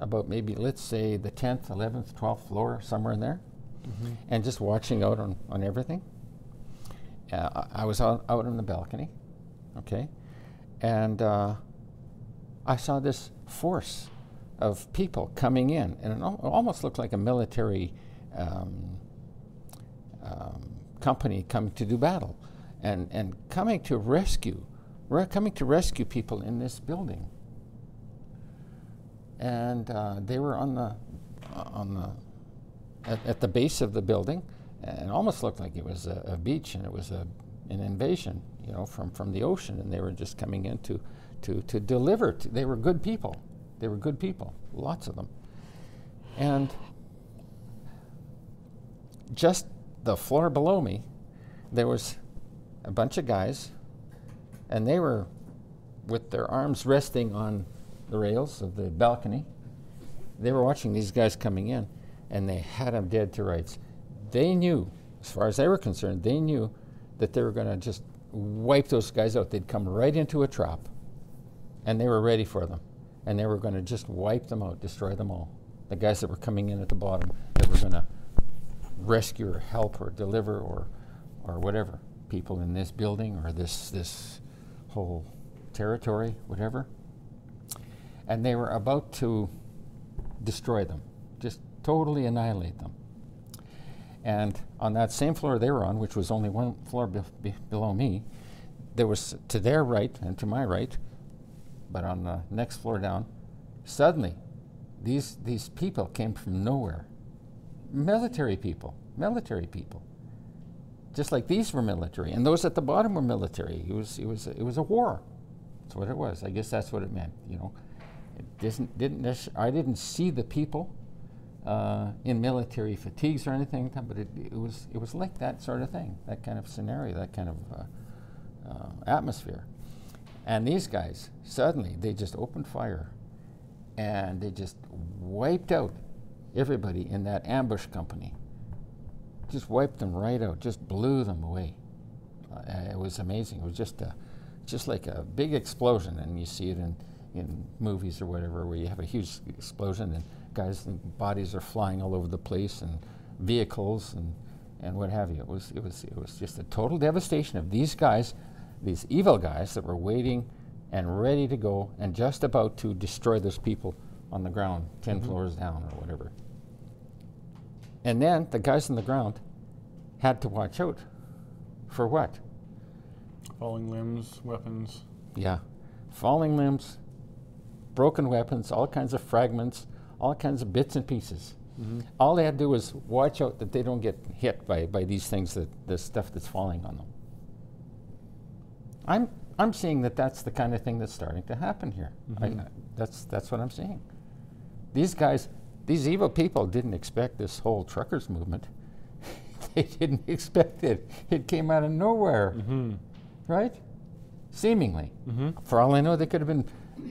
Speaker 1: about maybe let's say the 10th, 11th, 12th floor, somewhere in there,
Speaker 2: Mm-hmm.
Speaker 1: and just watching out on, on everything. Uh, I I was out, out on the balcony, okay, and uh, I saw this force of people coming in, and it al- almost looked like a military um, um, company come to do battle, and, and coming to rescue, re- coming to rescue people in this building and uh, they were on the uh, on the at, at the base of the building, and it almost looked like it was a, a beach, and it was a an invasion, you know, from from the ocean, and they were just coming in to to to deliver. To, they were good people. They were good people, lots of them, And just the floor below me, there was a bunch of guys, and they were with their arms resting on the rails of the balcony. They were watching these guys coming in, and they had them dead to rights. They knew, as far as they were concerned, they knew that they were going to just wipe those guys out. They'd come right into a trap, and they were ready for them. And they were going to just wipe them out, destroy them all. The guys that were coming in at the bottom that were going to rescue or help or deliver or, or whatever people in this building or this this whole territory, whatever. And they were about to destroy them, just totally annihilate them. And on that same floor they were on, which was only one floor be- be- below me, there was to their right and to my right, but on the next floor down, suddenly these, these people came from nowhere military people, military people. Just like these were military, and those at the bottom were military. It was, it was, it was a war. That's what it was. I guess that's what it meant. You know, it didn't, didn't necess- I didn't see the people uh, in military fatigues or anything, but it, it was, it was like that sort of thing, that kind of scenario, that kind of uh, uh, atmosphere. And these guys suddenly they just opened fire, and they just wiped out everybody in that ambush company. Just wiped them right out, just blew them away. Uh, it was amazing. It was just a, just like a big explosion, and you see it in, in movies or whatever, where you have a huge explosion and guys and bodies are flying all over the place and vehicles and, and what have you. It was it was it was just a total devastation of these guys, these evil guys that were waiting and ready to go and just about to destroy those people on the ground, 10 floors down or whatever. And then the guys on the ground had to watch out for what?
Speaker 2: Falling limbs, weapons.
Speaker 1: Yeah. Falling limbs, broken weapons, all kinds of fragments, all kinds of bits and pieces.
Speaker 2: Mm-hmm.
Speaker 1: All they had to do was watch out that they don't get hit by, by these things that the stuff that's falling on them. I'm I'm seeing that that's the kind of thing that's starting to happen here. I, that's that's what I'm seeing. These guys, these evil people, didn't expect this whole truckers movement. they didn't expect it. It came out of nowhere,
Speaker 2: Mm. Mm-hmm.
Speaker 1: right? Seemingly. For all I know, they could have been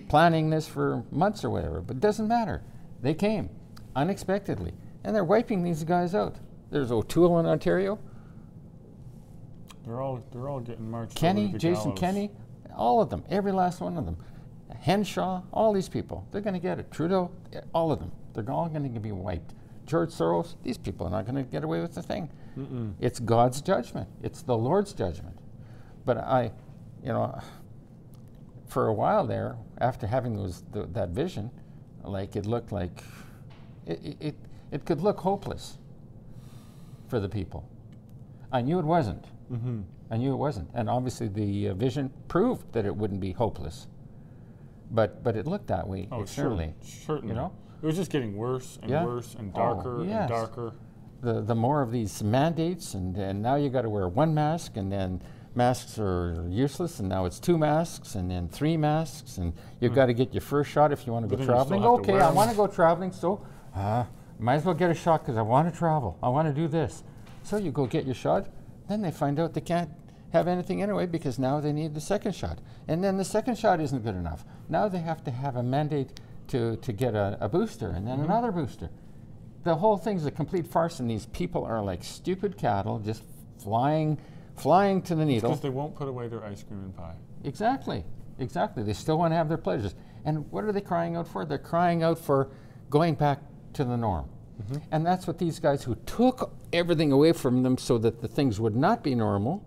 Speaker 1: planning this for months or whatever, but it doesn't matter. They came unexpectedly, and they're wiping these guys out. There's O'Toole in Ontario.
Speaker 2: They're all they're all getting marched. over
Speaker 1: Kenny,
Speaker 2: to the
Speaker 1: Jason
Speaker 2: gallows.
Speaker 1: Kenny, all of them, every last one of them. Henshaw, all these people, they're going to get it. Trudeau, eh, all of them, they're all going to be wiped. George Soros, these people are not going to get away with the thing. It's God's judgment. It's the Lord's judgment. But I, you know, for a while there, after having those th- that vision, like it looked like it, it- it, it could look hopeless for the people. I knew it wasn't.
Speaker 2: Mm-hmm.
Speaker 1: I knew it wasn't. And obviously, the uh, vision proved that it wouldn't be hopeless. But but it looked that way
Speaker 2: Oh,
Speaker 1: externally.
Speaker 2: certainly, certainly.
Speaker 1: you know?
Speaker 2: it was just getting worse and
Speaker 1: Yeah.
Speaker 2: worse and
Speaker 1: Oh,
Speaker 2: darker
Speaker 1: yes.
Speaker 2: and darker.
Speaker 1: The the more of these mandates, and, and now you got to wear one mask, and then masks are useless, and now it's two masks, and then three masks, and you've got to get your first shot if you want to
Speaker 2: Hmm. then
Speaker 1: go
Speaker 2: you still
Speaker 1: traveling.
Speaker 2: have to
Speaker 1: Okay,
Speaker 2: wear
Speaker 1: I
Speaker 2: them.
Speaker 1: want to go traveling, so uh, might as well get a shot because I want to travel. I want to do this. So you go get your shot. Then they find out they can't have anything anyway because now they need the second shot. And then the second shot isn't good enough. Now they have to have a mandate to, to get a, a booster and then
Speaker 2: Mm-hmm.
Speaker 1: another booster. The whole thing's a complete farce, and these people are like stupid cattle just flying, flying to the needle.
Speaker 2: Because they won't put away their ice cream and pie.
Speaker 1: Exactly. Exactly. They still want to have their pleasures. And what are they crying out for? They're crying out for going back to the norm. And that's what these guys who took everything away from them so that the things would not be normal,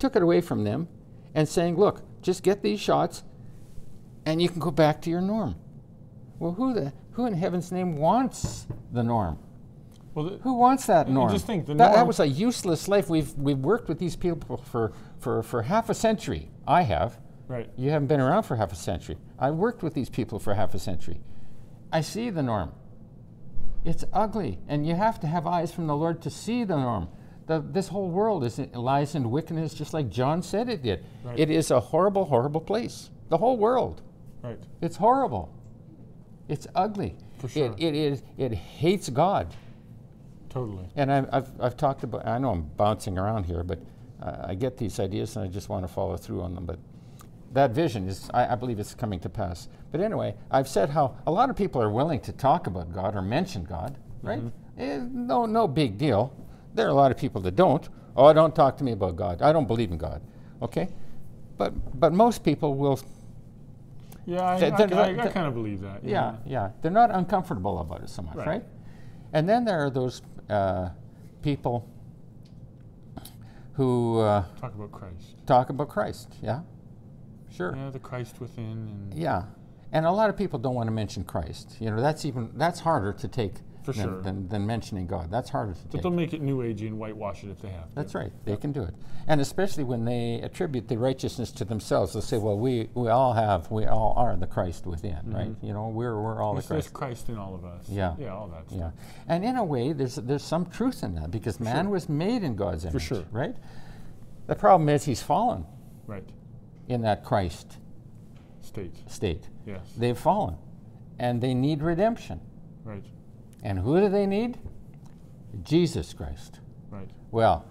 Speaker 1: took it away from them and saying, look, just get these shots and you can go back to your norm. Well, who, the, who in heaven's name wants the norm?
Speaker 2: Well, th-
Speaker 1: Who wants that
Speaker 2: And
Speaker 1: norm?
Speaker 2: just think, the
Speaker 1: that, that
Speaker 2: norm-
Speaker 1: was a useless life. We've, we've worked with these people for, for, for half a century. I have.
Speaker 2: right.
Speaker 1: You haven't been around for half a century. I worked with these people for half a century. I see the norm. It's ugly, and you have to have eyes from the Lord to see the norm. The, this whole world is lies in wickedness, just like John said it did.
Speaker 2: Right.
Speaker 1: It is a horrible, horrible place. The whole world.
Speaker 2: Right.
Speaker 1: It's horrible. It's ugly.
Speaker 2: For sure.
Speaker 1: It, it is. It hates God.
Speaker 2: totally.
Speaker 1: And I, I've I've talked about. I know I'm bouncing around here, but uh, I get these ideas and I just want to follow through on them. But that vision is. I, I believe it's coming to pass. But anyway, I've said how a lot of people are willing to talk about God or mention God. Right? Eh, no, no big deal. There are a lot of people that don't. Oh, don't talk to me about God. I don't believe in God. Okay. But but most people will
Speaker 2: Yeah, I,
Speaker 1: Th-
Speaker 2: I,
Speaker 1: th-
Speaker 2: I,
Speaker 1: th-
Speaker 2: I
Speaker 1: th-
Speaker 2: kind of believe that.
Speaker 1: yeah, yeah. They're not uncomfortable about it so much, right?
Speaker 2: Right.
Speaker 1: And then there are those uh, people who uh,
Speaker 2: Talk about Christ.
Speaker 1: talk about Christ. Yeah, sure.
Speaker 2: Yeah, the Christ within. And
Speaker 1: Yeah, and a lot of people don't want to mention Christ. You know, that's even that's harder to take
Speaker 2: For
Speaker 1: than,
Speaker 2: sure.
Speaker 1: than, than mentioning God. That's harder to
Speaker 2: But
Speaker 1: take.
Speaker 2: they'll make it new agey and whitewash it if they have to.
Speaker 1: That's right. They can do it, and especially when they attribute the righteousness to themselves, they'll say, "Well, we, we all have, we all are the Christ within, right? You know, we're we're all
Speaker 2: Mm-hmm. It's-
Speaker 1: the Christ."
Speaker 2: There's Christ in all of us.
Speaker 1: Yeah.
Speaker 2: Yeah, all that
Speaker 1: Yeah,
Speaker 2: stuff.
Speaker 1: and in a way, there's there's some truth in that because man was made in God's image,
Speaker 2: sure.
Speaker 1: right? The problem is he's fallen
Speaker 2: Right.
Speaker 1: in that Christ
Speaker 2: State.
Speaker 1: state.
Speaker 2: Yes.
Speaker 1: They've fallen, and they need redemption.
Speaker 2: Right.
Speaker 1: And who do they need? Jesus Christ.
Speaker 2: Right.
Speaker 1: Well,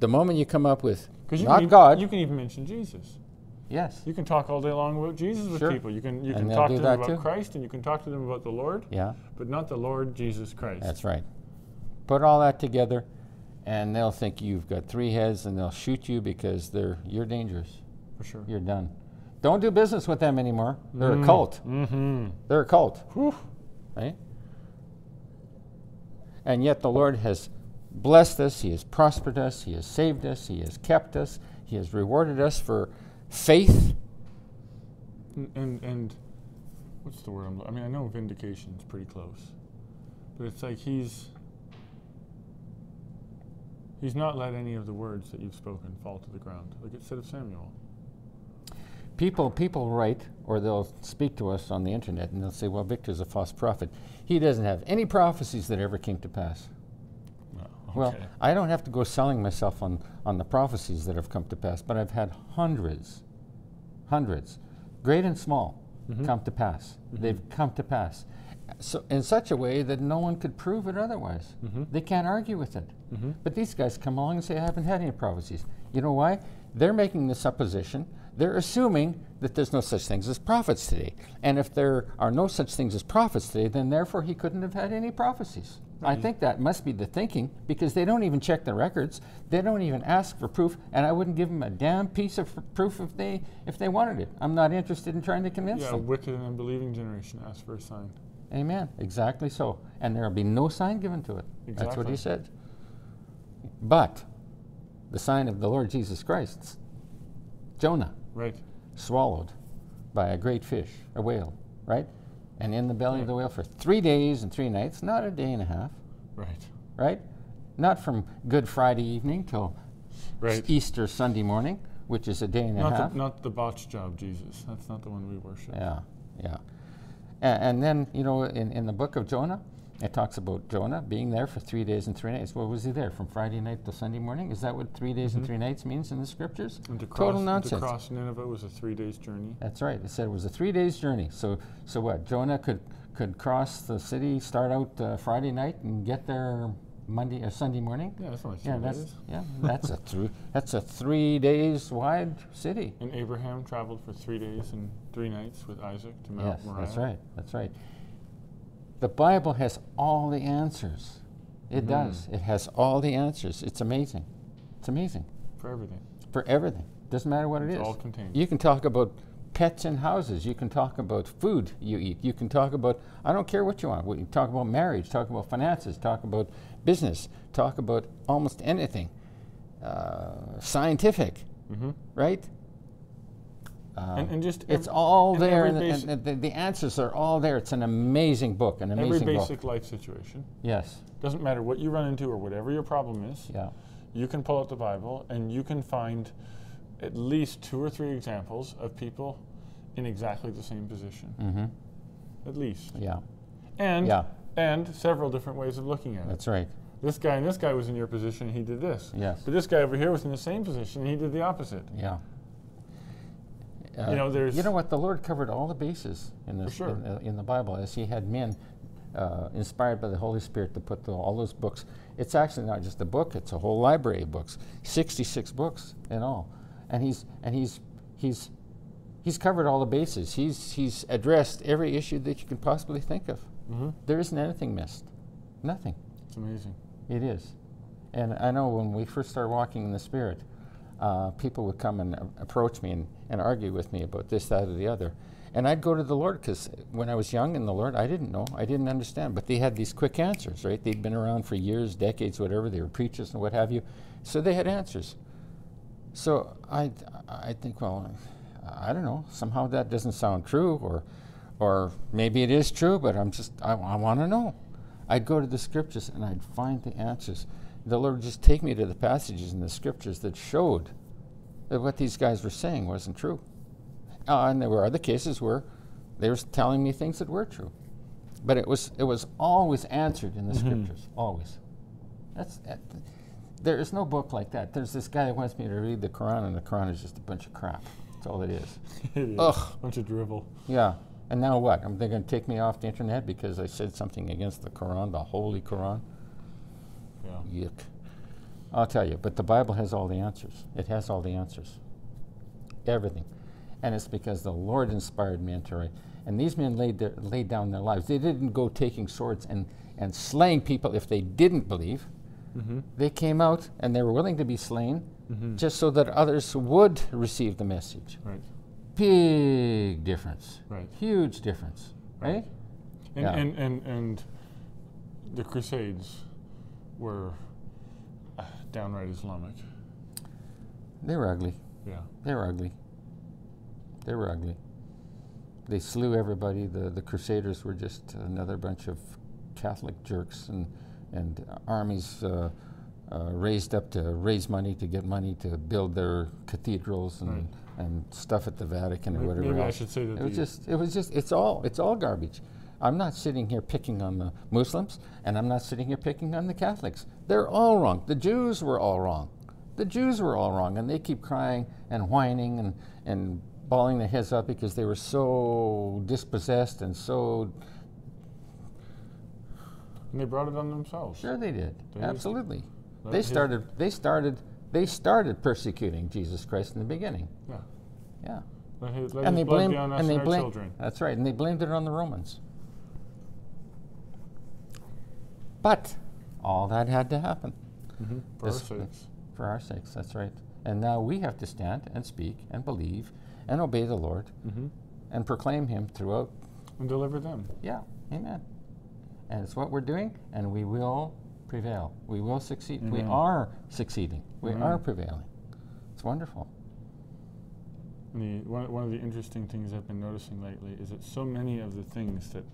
Speaker 1: the moment you come up with
Speaker 2: 'Cause you can
Speaker 1: not
Speaker 2: even-
Speaker 1: God,
Speaker 2: You can even mention Jesus.
Speaker 1: yes,
Speaker 2: You can talk all day long about Jesus with
Speaker 1: Sure.
Speaker 2: people. You can you
Speaker 1: And
Speaker 2: can
Speaker 1: they'll
Speaker 2: talk
Speaker 1: do
Speaker 2: to
Speaker 1: that
Speaker 2: them about
Speaker 1: too.
Speaker 2: Christ and you can talk to them about the Lord,
Speaker 1: yeah,
Speaker 2: but not the Lord Jesus Christ.
Speaker 1: that's right. Put all that together, and they'll think you've got three heads, and they'll shoot you because they're you're dangerous.
Speaker 2: for sure.
Speaker 1: You're done. Don't do business with them anymore. They're
Speaker 2: Mm.
Speaker 1: a cult.
Speaker 2: Mm-hmm.
Speaker 1: They're a cult,
Speaker 2: Whew.
Speaker 1: right? And yet the Lord has blessed us, He has prospered us, He has saved us, He has kept us, He has rewarded us for faith.
Speaker 2: N- And and what's the word? I'm, lo- I mean, I know vindication's pretty close, but it's like he's he's not let any of the words that you've spoken fall to the ground, like it said of Samuel.
Speaker 1: People people write or they'll speak to us on the internet and they'll say, Well, Victor's a false prophet. He doesn't have any prophecies that ever came to pass.
Speaker 2: Oh,
Speaker 1: Well, I don't have to go selling myself on, on the prophecies that have come to pass, but I've had hundreds, hundreds, great and small, come to pass. They've come to pass. So, in such a way that no one could prove it otherwise. They can't argue with it.
Speaker 2: Mm-hmm.
Speaker 1: Mm-hmm. But these guys come along and say, I haven't had any prophecies. You know why? They're making the supposition. They're assuming that there's no such things as prophets today. And if there are no such things as prophets today, then therefore he couldn't have had any prophecies. I think that must be the thinking because they don't even check the records. They don't even ask for proof, and I wouldn't give them a damn piece of proof if they if they wanted it. I'm not interested in trying to convince
Speaker 2: yeah, a
Speaker 1: them.
Speaker 2: wicked and unbelieving generation asked for a sign.
Speaker 1: Amen. Exactly so. And there'll be no sign given to it. That's what
Speaker 2: Exactly.
Speaker 1: he said. But the sign of the Lord Jesus Christ, Jonah,
Speaker 2: Right.
Speaker 1: swallowed by a great fish, a whale, right? And in the belly of the whale for three days and three nights, not a day and a half,
Speaker 2: Right.
Speaker 1: right? Not from Good Friday evening till
Speaker 2: Right.
Speaker 1: Easter Sunday morning, which is a day and a half.
Speaker 2: Not the, not the botch job, Jesus. That's not the one we worship.
Speaker 1: Uh-huh. Yeah, yeah. And, and then, you know, in, in the book of Jonah, it talks about Jonah being there for three days and three nights. Well, was he there? From Friday night to Sunday morning? Is that what three days and three nights means in the scriptures?
Speaker 2: Mm-hmm. And to cross,
Speaker 1: Total
Speaker 2: and To
Speaker 1: nonsense.
Speaker 2: cross Nineveh was a three days journey.
Speaker 1: That's right. It said it was a three days journey. So, so what? Jonah could could cross the city, start out uh, Friday night, and get there Monday or Sunday morning.
Speaker 2: Yeah, that's not like
Speaker 1: Yeah,
Speaker 2: three
Speaker 1: that's
Speaker 2: days.
Speaker 1: yeah, that's a three that's a three days wide city.
Speaker 2: And Abraham traveled for three days and three nights with Isaac to Mount
Speaker 1: yes,
Speaker 2: Moriah.
Speaker 1: that's right. That's right. The Bible has all the answers.
Speaker 2: Mm-hmm.
Speaker 1: It does. It has all the answers. It's amazing. It's amazing
Speaker 2: For everything.
Speaker 1: for everything. Doesn't matter what it is.
Speaker 2: It's all contained.
Speaker 1: You can talk about pets and houses. You can talk about food you eat. You can talk about I don't care what you want. We can talk about marriage. Talk about finances. Talk about business. Talk about almost anything. Uh, scientific,
Speaker 2: Mm-hmm.
Speaker 1: right?
Speaker 2: and, and just
Speaker 1: Uh, It's
Speaker 2: ev-
Speaker 1: all
Speaker 2: and
Speaker 1: there,
Speaker 2: every
Speaker 1: and, the-
Speaker 2: basi-
Speaker 1: and the, the answers are all there. It's an amazing book, an
Speaker 2: every
Speaker 1: amazing book.
Speaker 2: basic life situation.
Speaker 1: Yes,
Speaker 2: Doesn't matter what you run into or whatever your problem is,
Speaker 1: yeah,
Speaker 2: you can pull out the Bible and you can find at least two or three examples of people in exactly the same position.
Speaker 1: hmm
Speaker 2: At least.
Speaker 1: yeah,
Speaker 2: And
Speaker 1: yeah.
Speaker 2: and several different ways of looking at it.
Speaker 1: That's right.
Speaker 2: This guy and this guy was in your position and he did this.
Speaker 1: Yes,
Speaker 2: But this guy over here was in the same position and he did the opposite.
Speaker 1: yeah. Uh,
Speaker 2: you know, there's
Speaker 1: you know what? The Lord covered all the bases in this
Speaker 2: sure.
Speaker 1: in, the- in the Bible, as He had men uh, inspired by the Holy Spirit to put the, all those books. It's actually not just a book; it's a whole library of books, 66 books in all. And he's and he's he's he's covered all the bases. He's he's addressed every issue that you can possibly think of.
Speaker 2: Mm-hmm.
Speaker 1: There isn't anything missed. Nothing.
Speaker 2: It's amazing.
Speaker 1: It is. And I know when we first started walking in the Spirit, uh, people would come and a- approach me and, and argue with me about this, that, or the other. And I'd go to the Lord because when I was young in the Lord, I didn't know, I didn't understand. But they had these quick answers, right? They'd been around for years, decades, whatever. They were preachers and what have you. So they had answers. So I, I think, well, I don't know. Somehow that doesn't sound true, or, or maybe it is true, but I'm just, I, I want to know. I'd go to the scriptures and I'd find the answers. The Lord would just take me to the passages in the scriptures that showed that what these guys were saying wasn't true. Uh, and there were other cases where they were telling me things that were true. But it was, it was always answered in the scriptures, always. That's, that, there is no book like that. There's this guy that wants me to read the Quran, and the Quran is just a bunch of crap. That's all it is.
Speaker 2: It is.
Speaker 1: Ugh.
Speaker 2: Bunch of drivel.
Speaker 1: Yeah. And now what? Um, they're going to take me off the internet because I said something against the Quran, the Holy Quran?
Speaker 2: Yeah.
Speaker 1: Yuck. I'll tell you, but the Bible has all the answers. It has all the answers. Everything. And it's because the Lord inspired men to write. And these men laid, their, laid down their lives. They didn't go taking swords and, and slaying people if they didn't believe.
Speaker 2: Mm-hmm.
Speaker 1: They came out and they were willing to be slain
Speaker 2: Mm.
Speaker 1: just so that others would receive the message.
Speaker 2: Right.
Speaker 1: Big difference.
Speaker 2: Right.
Speaker 1: Huge difference.
Speaker 2: Right.
Speaker 1: Right?
Speaker 2: And,
Speaker 1: Eh? Yeah.
Speaker 2: and, and, and the Crusades were uh, downright Islamic.
Speaker 1: They were ugly.
Speaker 2: Yeah.
Speaker 1: They were ugly. They were ugly. They slew everybody. The, the Crusaders were just another bunch of Catholic jerks and, and armies uh, uh, raised up to raise money to get money to build their cathedrals and,
Speaker 2: Right.
Speaker 1: and stuff at the Vatican
Speaker 2: May-
Speaker 1: or whatever
Speaker 2: Maybe I
Speaker 1: else.
Speaker 2: should say that
Speaker 1: It was
Speaker 2: the-
Speaker 1: just, it was just, it's all, it's all garbage. I'm not sitting here picking on the Muslims, and I'm not sitting here picking on the Catholics. They're all wrong. The Jews were all wrong. The Jews were all wrong, and they keep crying and whining and, and bawling their heads up because they were so dispossessed and so.
Speaker 2: and they brought it on themselves.
Speaker 1: Sure, they did.
Speaker 2: They did.
Speaker 1: Absolutely.
Speaker 2: That
Speaker 1: They
Speaker 2: was his-
Speaker 1: started. They started. They started persecuting Jesus Christ in the beginning.
Speaker 2: Yeah.
Speaker 1: Yeah.
Speaker 2: Let his, let
Speaker 1: and
Speaker 2: his
Speaker 1: they
Speaker 2: blood
Speaker 1: blamed
Speaker 2: be on us
Speaker 1: and they
Speaker 2: our
Speaker 1: blamed
Speaker 2: children.
Speaker 1: that's right and they blamed it on the romans but all that had to happen
Speaker 2: Mm-hmm. For
Speaker 1: This-
Speaker 2: our sakes.
Speaker 1: for our sakes that's right and now we have to stand and speak and believe and obey the lord
Speaker 2: Mm-hmm.
Speaker 1: and proclaim him throughout
Speaker 2: And deliver them.
Speaker 1: yeah amen and it's what we're doing and we will prevail we will succeed we
Speaker 2: Amen.
Speaker 1: are succeeding we
Speaker 2: Amen.
Speaker 1: are prevailing it's wonderful
Speaker 2: And the, one, one of the interesting things I've been noticing lately is that so many of the things that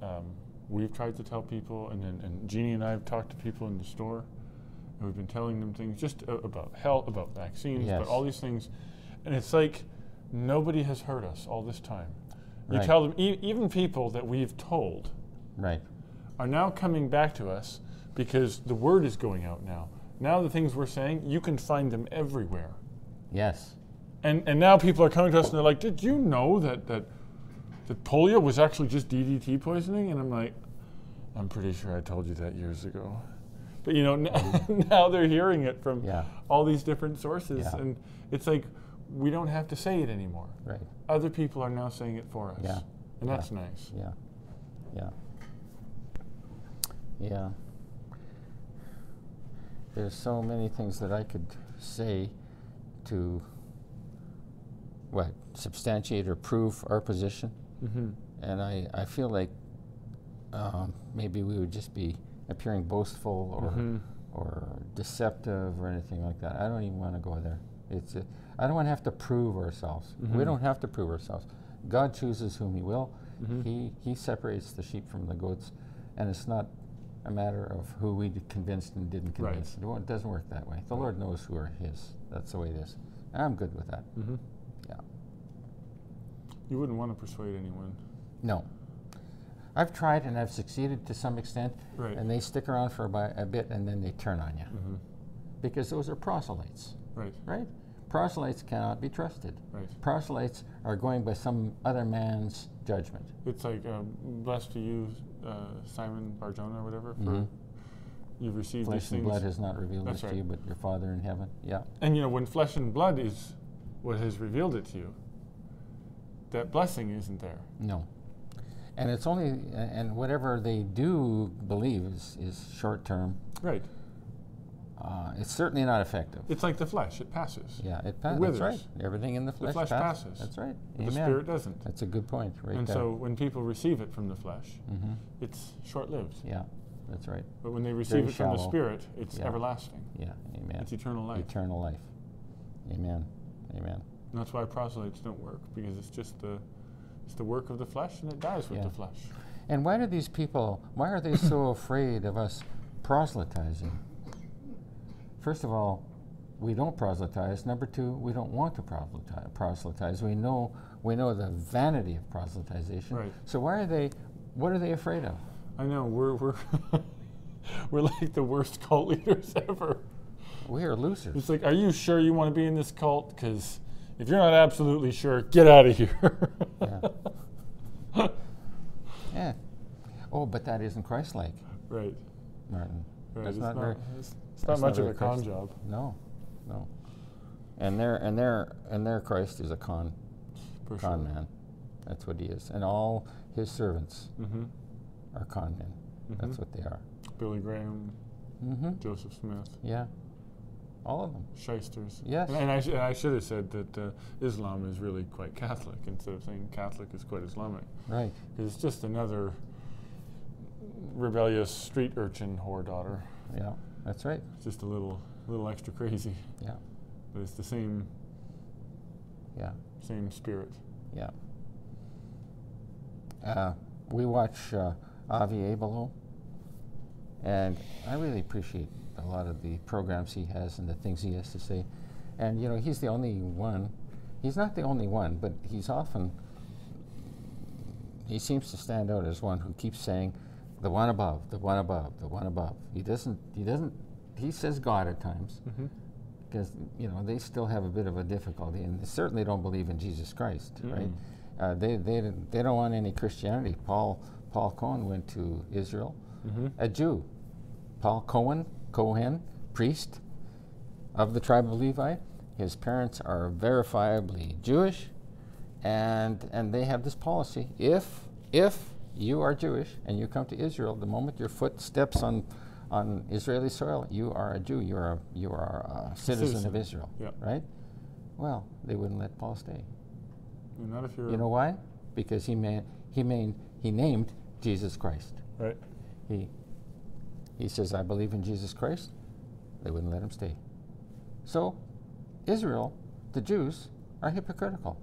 Speaker 2: um, we've tried to tell people, and then and Jeannie and I have talked to people in the store, and we've been telling them things just a- about health, about vaccines,
Speaker 1: Yes.
Speaker 2: about all these things, and it's like nobody has heard us all this time.
Speaker 1: Right.
Speaker 2: You tell them, e- even people that we've told
Speaker 1: right
Speaker 2: are now coming back to us because the word is going out now. Now the things we're saying, you can find them everywhere.
Speaker 1: yes
Speaker 2: And, and now people are coming to us and they're like, did you know that, that, that polio was actually just DDT poisoning? And I'm like, I'm pretty sure I told you that years ago. But you know, n- now they're hearing it from
Speaker 1: Yeah.
Speaker 2: all these different sources.
Speaker 1: Yeah.
Speaker 2: And it's like, we don't have to say it anymore.
Speaker 1: right
Speaker 2: Other people are now saying it for us.
Speaker 1: Yeah.
Speaker 2: And
Speaker 1: Yeah.
Speaker 2: that's nice.
Speaker 1: Yeah. Yeah. Yeah. There's so many things that I could say to what substantiate or prove our position,
Speaker 2: Mm-hmm.
Speaker 1: and I, I feel like um, maybe we would just be appearing boastful or
Speaker 2: Mhm.
Speaker 1: or deceptive or anything like that. I don't even want to go there. It's a, I don't want to have to prove ourselves. We
Speaker 2: Mhm.
Speaker 1: don't have to prove ourselves. God chooses whom He will.
Speaker 2: Mhm.
Speaker 1: He He separates the sheep from the goats, and it's not a matter of who we d- convinced and didn't
Speaker 2: Right.
Speaker 1: convince. It won't- It doesn't work that way. The Lord knows who are His. That's the way it is. And I'm good with that.
Speaker 2: Mm-hmm.
Speaker 1: Yeah.
Speaker 2: You wouldn't want to persuade anyone.
Speaker 1: No. I've tried and I've succeeded to some extent,
Speaker 2: Right.
Speaker 1: and they stick around for about a bit and then they turn on you
Speaker 2: Mm-hmm.
Speaker 1: because those are proselytes.
Speaker 2: Right,
Speaker 1: right? Proselytes cannot be trusted.
Speaker 2: right.
Speaker 1: Proselytes are going by some other man's judgment.
Speaker 2: It's like, um, blessed are you uh, Simon Barjona or whatever. For
Speaker 1: Mhm.
Speaker 2: you've received
Speaker 1: Flesh
Speaker 2: Mm-hmm. these
Speaker 1: and
Speaker 2: things,
Speaker 1: blood has not revealed
Speaker 2: That's
Speaker 1: this to
Speaker 2: right.
Speaker 1: you, but your Father in heaven. Yeah.
Speaker 2: and you know when flesh and blood is what has revealed it to you, that blessing isn't there.
Speaker 1: No. And it's only, a- and whatever they do believe is, is short term.
Speaker 2: Right.
Speaker 1: Uh, it's certainly not effective.
Speaker 2: It's like the flesh; it passes.
Speaker 1: Yeah, it passes. That's right.
Speaker 2: withers.
Speaker 1: Everything in the flesh,
Speaker 2: flesh
Speaker 1: pass-
Speaker 2: passes.
Speaker 1: That's right.
Speaker 2: But
Speaker 1: Amen.
Speaker 2: the spirit doesn't.
Speaker 1: That's a good point, right
Speaker 2: and
Speaker 1: there.
Speaker 2: so when people receive it from the flesh,
Speaker 1: hmm
Speaker 2: it's short-lived.
Speaker 1: Yeah, that's right.
Speaker 2: But when they receive it from the
Speaker 1: shallow.
Speaker 2: spirit, it's
Speaker 1: Yeah.
Speaker 2: everlasting.
Speaker 1: Yeah, amen.
Speaker 2: It's eternal life.
Speaker 1: Eternal life. Amen. Amen.
Speaker 2: And that's why proselytes don't work because it's just the it's the work of the flesh and it dies with
Speaker 1: Yeah.
Speaker 2: the flesh.
Speaker 1: And why do these people, why are they so afraid of us proselytizing? First of all, we don't proselytize. Number two, we don't want to proselytize. proselytize. We know we know the vanity of proselytization.
Speaker 2: Right.
Speaker 1: So why are they what are they afraid of?
Speaker 2: I know we're we're we're like the worst cult leaders ever.
Speaker 1: We are losers.
Speaker 2: It's like, are you sure you want to be in this cult? Because if you're not absolutely sure, get out of here.
Speaker 1: yeah. Oh, but that isn't Christ like,
Speaker 2: Right.
Speaker 1: Martin.
Speaker 2: Right.
Speaker 1: That's not very-
Speaker 2: it's, it's
Speaker 1: that's not
Speaker 2: not much of
Speaker 1: very
Speaker 2: a con
Speaker 1: Christ-
Speaker 2: job.
Speaker 1: No. No. And their and their and their Christ is a con
Speaker 2: For
Speaker 1: con man. That's what he is. And all his servants
Speaker 2: sure. hmm
Speaker 1: are con men. That's
Speaker 2: Mm-hmm.
Speaker 1: what they are.
Speaker 2: Billy Graham,
Speaker 1: Mm-hmm.
Speaker 2: Joseph Smith,
Speaker 1: Yeah. All of them.
Speaker 2: shysters.
Speaker 1: Yes.
Speaker 2: And, and I, sh- and I should have said that uh, Islam is really quite Catholic instead of saying Catholic is quite Islamic.
Speaker 1: Right.
Speaker 2: Because it's just another rebellious street urchin whore daughter.
Speaker 1: Yeah. That's right.
Speaker 2: It's just a little, little extra crazy,
Speaker 1: Yeah.
Speaker 2: but it's the same,
Speaker 1: Yeah.
Speaker 2: same spirit.
Speaker 1: Yeah. Uh, we watch uh, Avi Abelo, and I really appreciate a lot of the programs he has and the things he has to say. And you know, he's the only one. He's not the only one, but he's often. He seems to stand out as one who keeps saying, "The one above, the one above, the one above." He doesn't. He doesn't. He says God at times
Speaker 2: Mm-hmm.
Speaker 1: because you know they still have a bit of a difficulty, and they certainly don't believe in Jesus Christ, right?
Speaker 2: Mm-mm.
Speaker 1: Uh, they they don't- they don't want any Christianity. Paul Paul Cohen went to Israel,
Speaker 2: Mm-hmm.
Speaker 1: a Jew. Paul Cohen Cohen priest of the tribe of Levi. His parents are verifiably Jewish, and and they have this policy: if if you are Jewish and you come to Israel, the moment your foot steps on on Israeli soil, you are a Jew. You are a, you are a citizen, of
Speaker 2: Citizen,
Speaker 1: Israel,
Speaker 2: yeah.
Speaker 1: right? Well, they wouldn't let Paul stay.
Speaker 2: Not if you're
Speaker 1: You know why? Because he man, he main, he named Jesus Christ.
Speaker 2: right.
Speaker 1: He he says, "I believe in Jesus Christ." They wouldn't let him stay. So, Israel, the Jews, are hypocritical.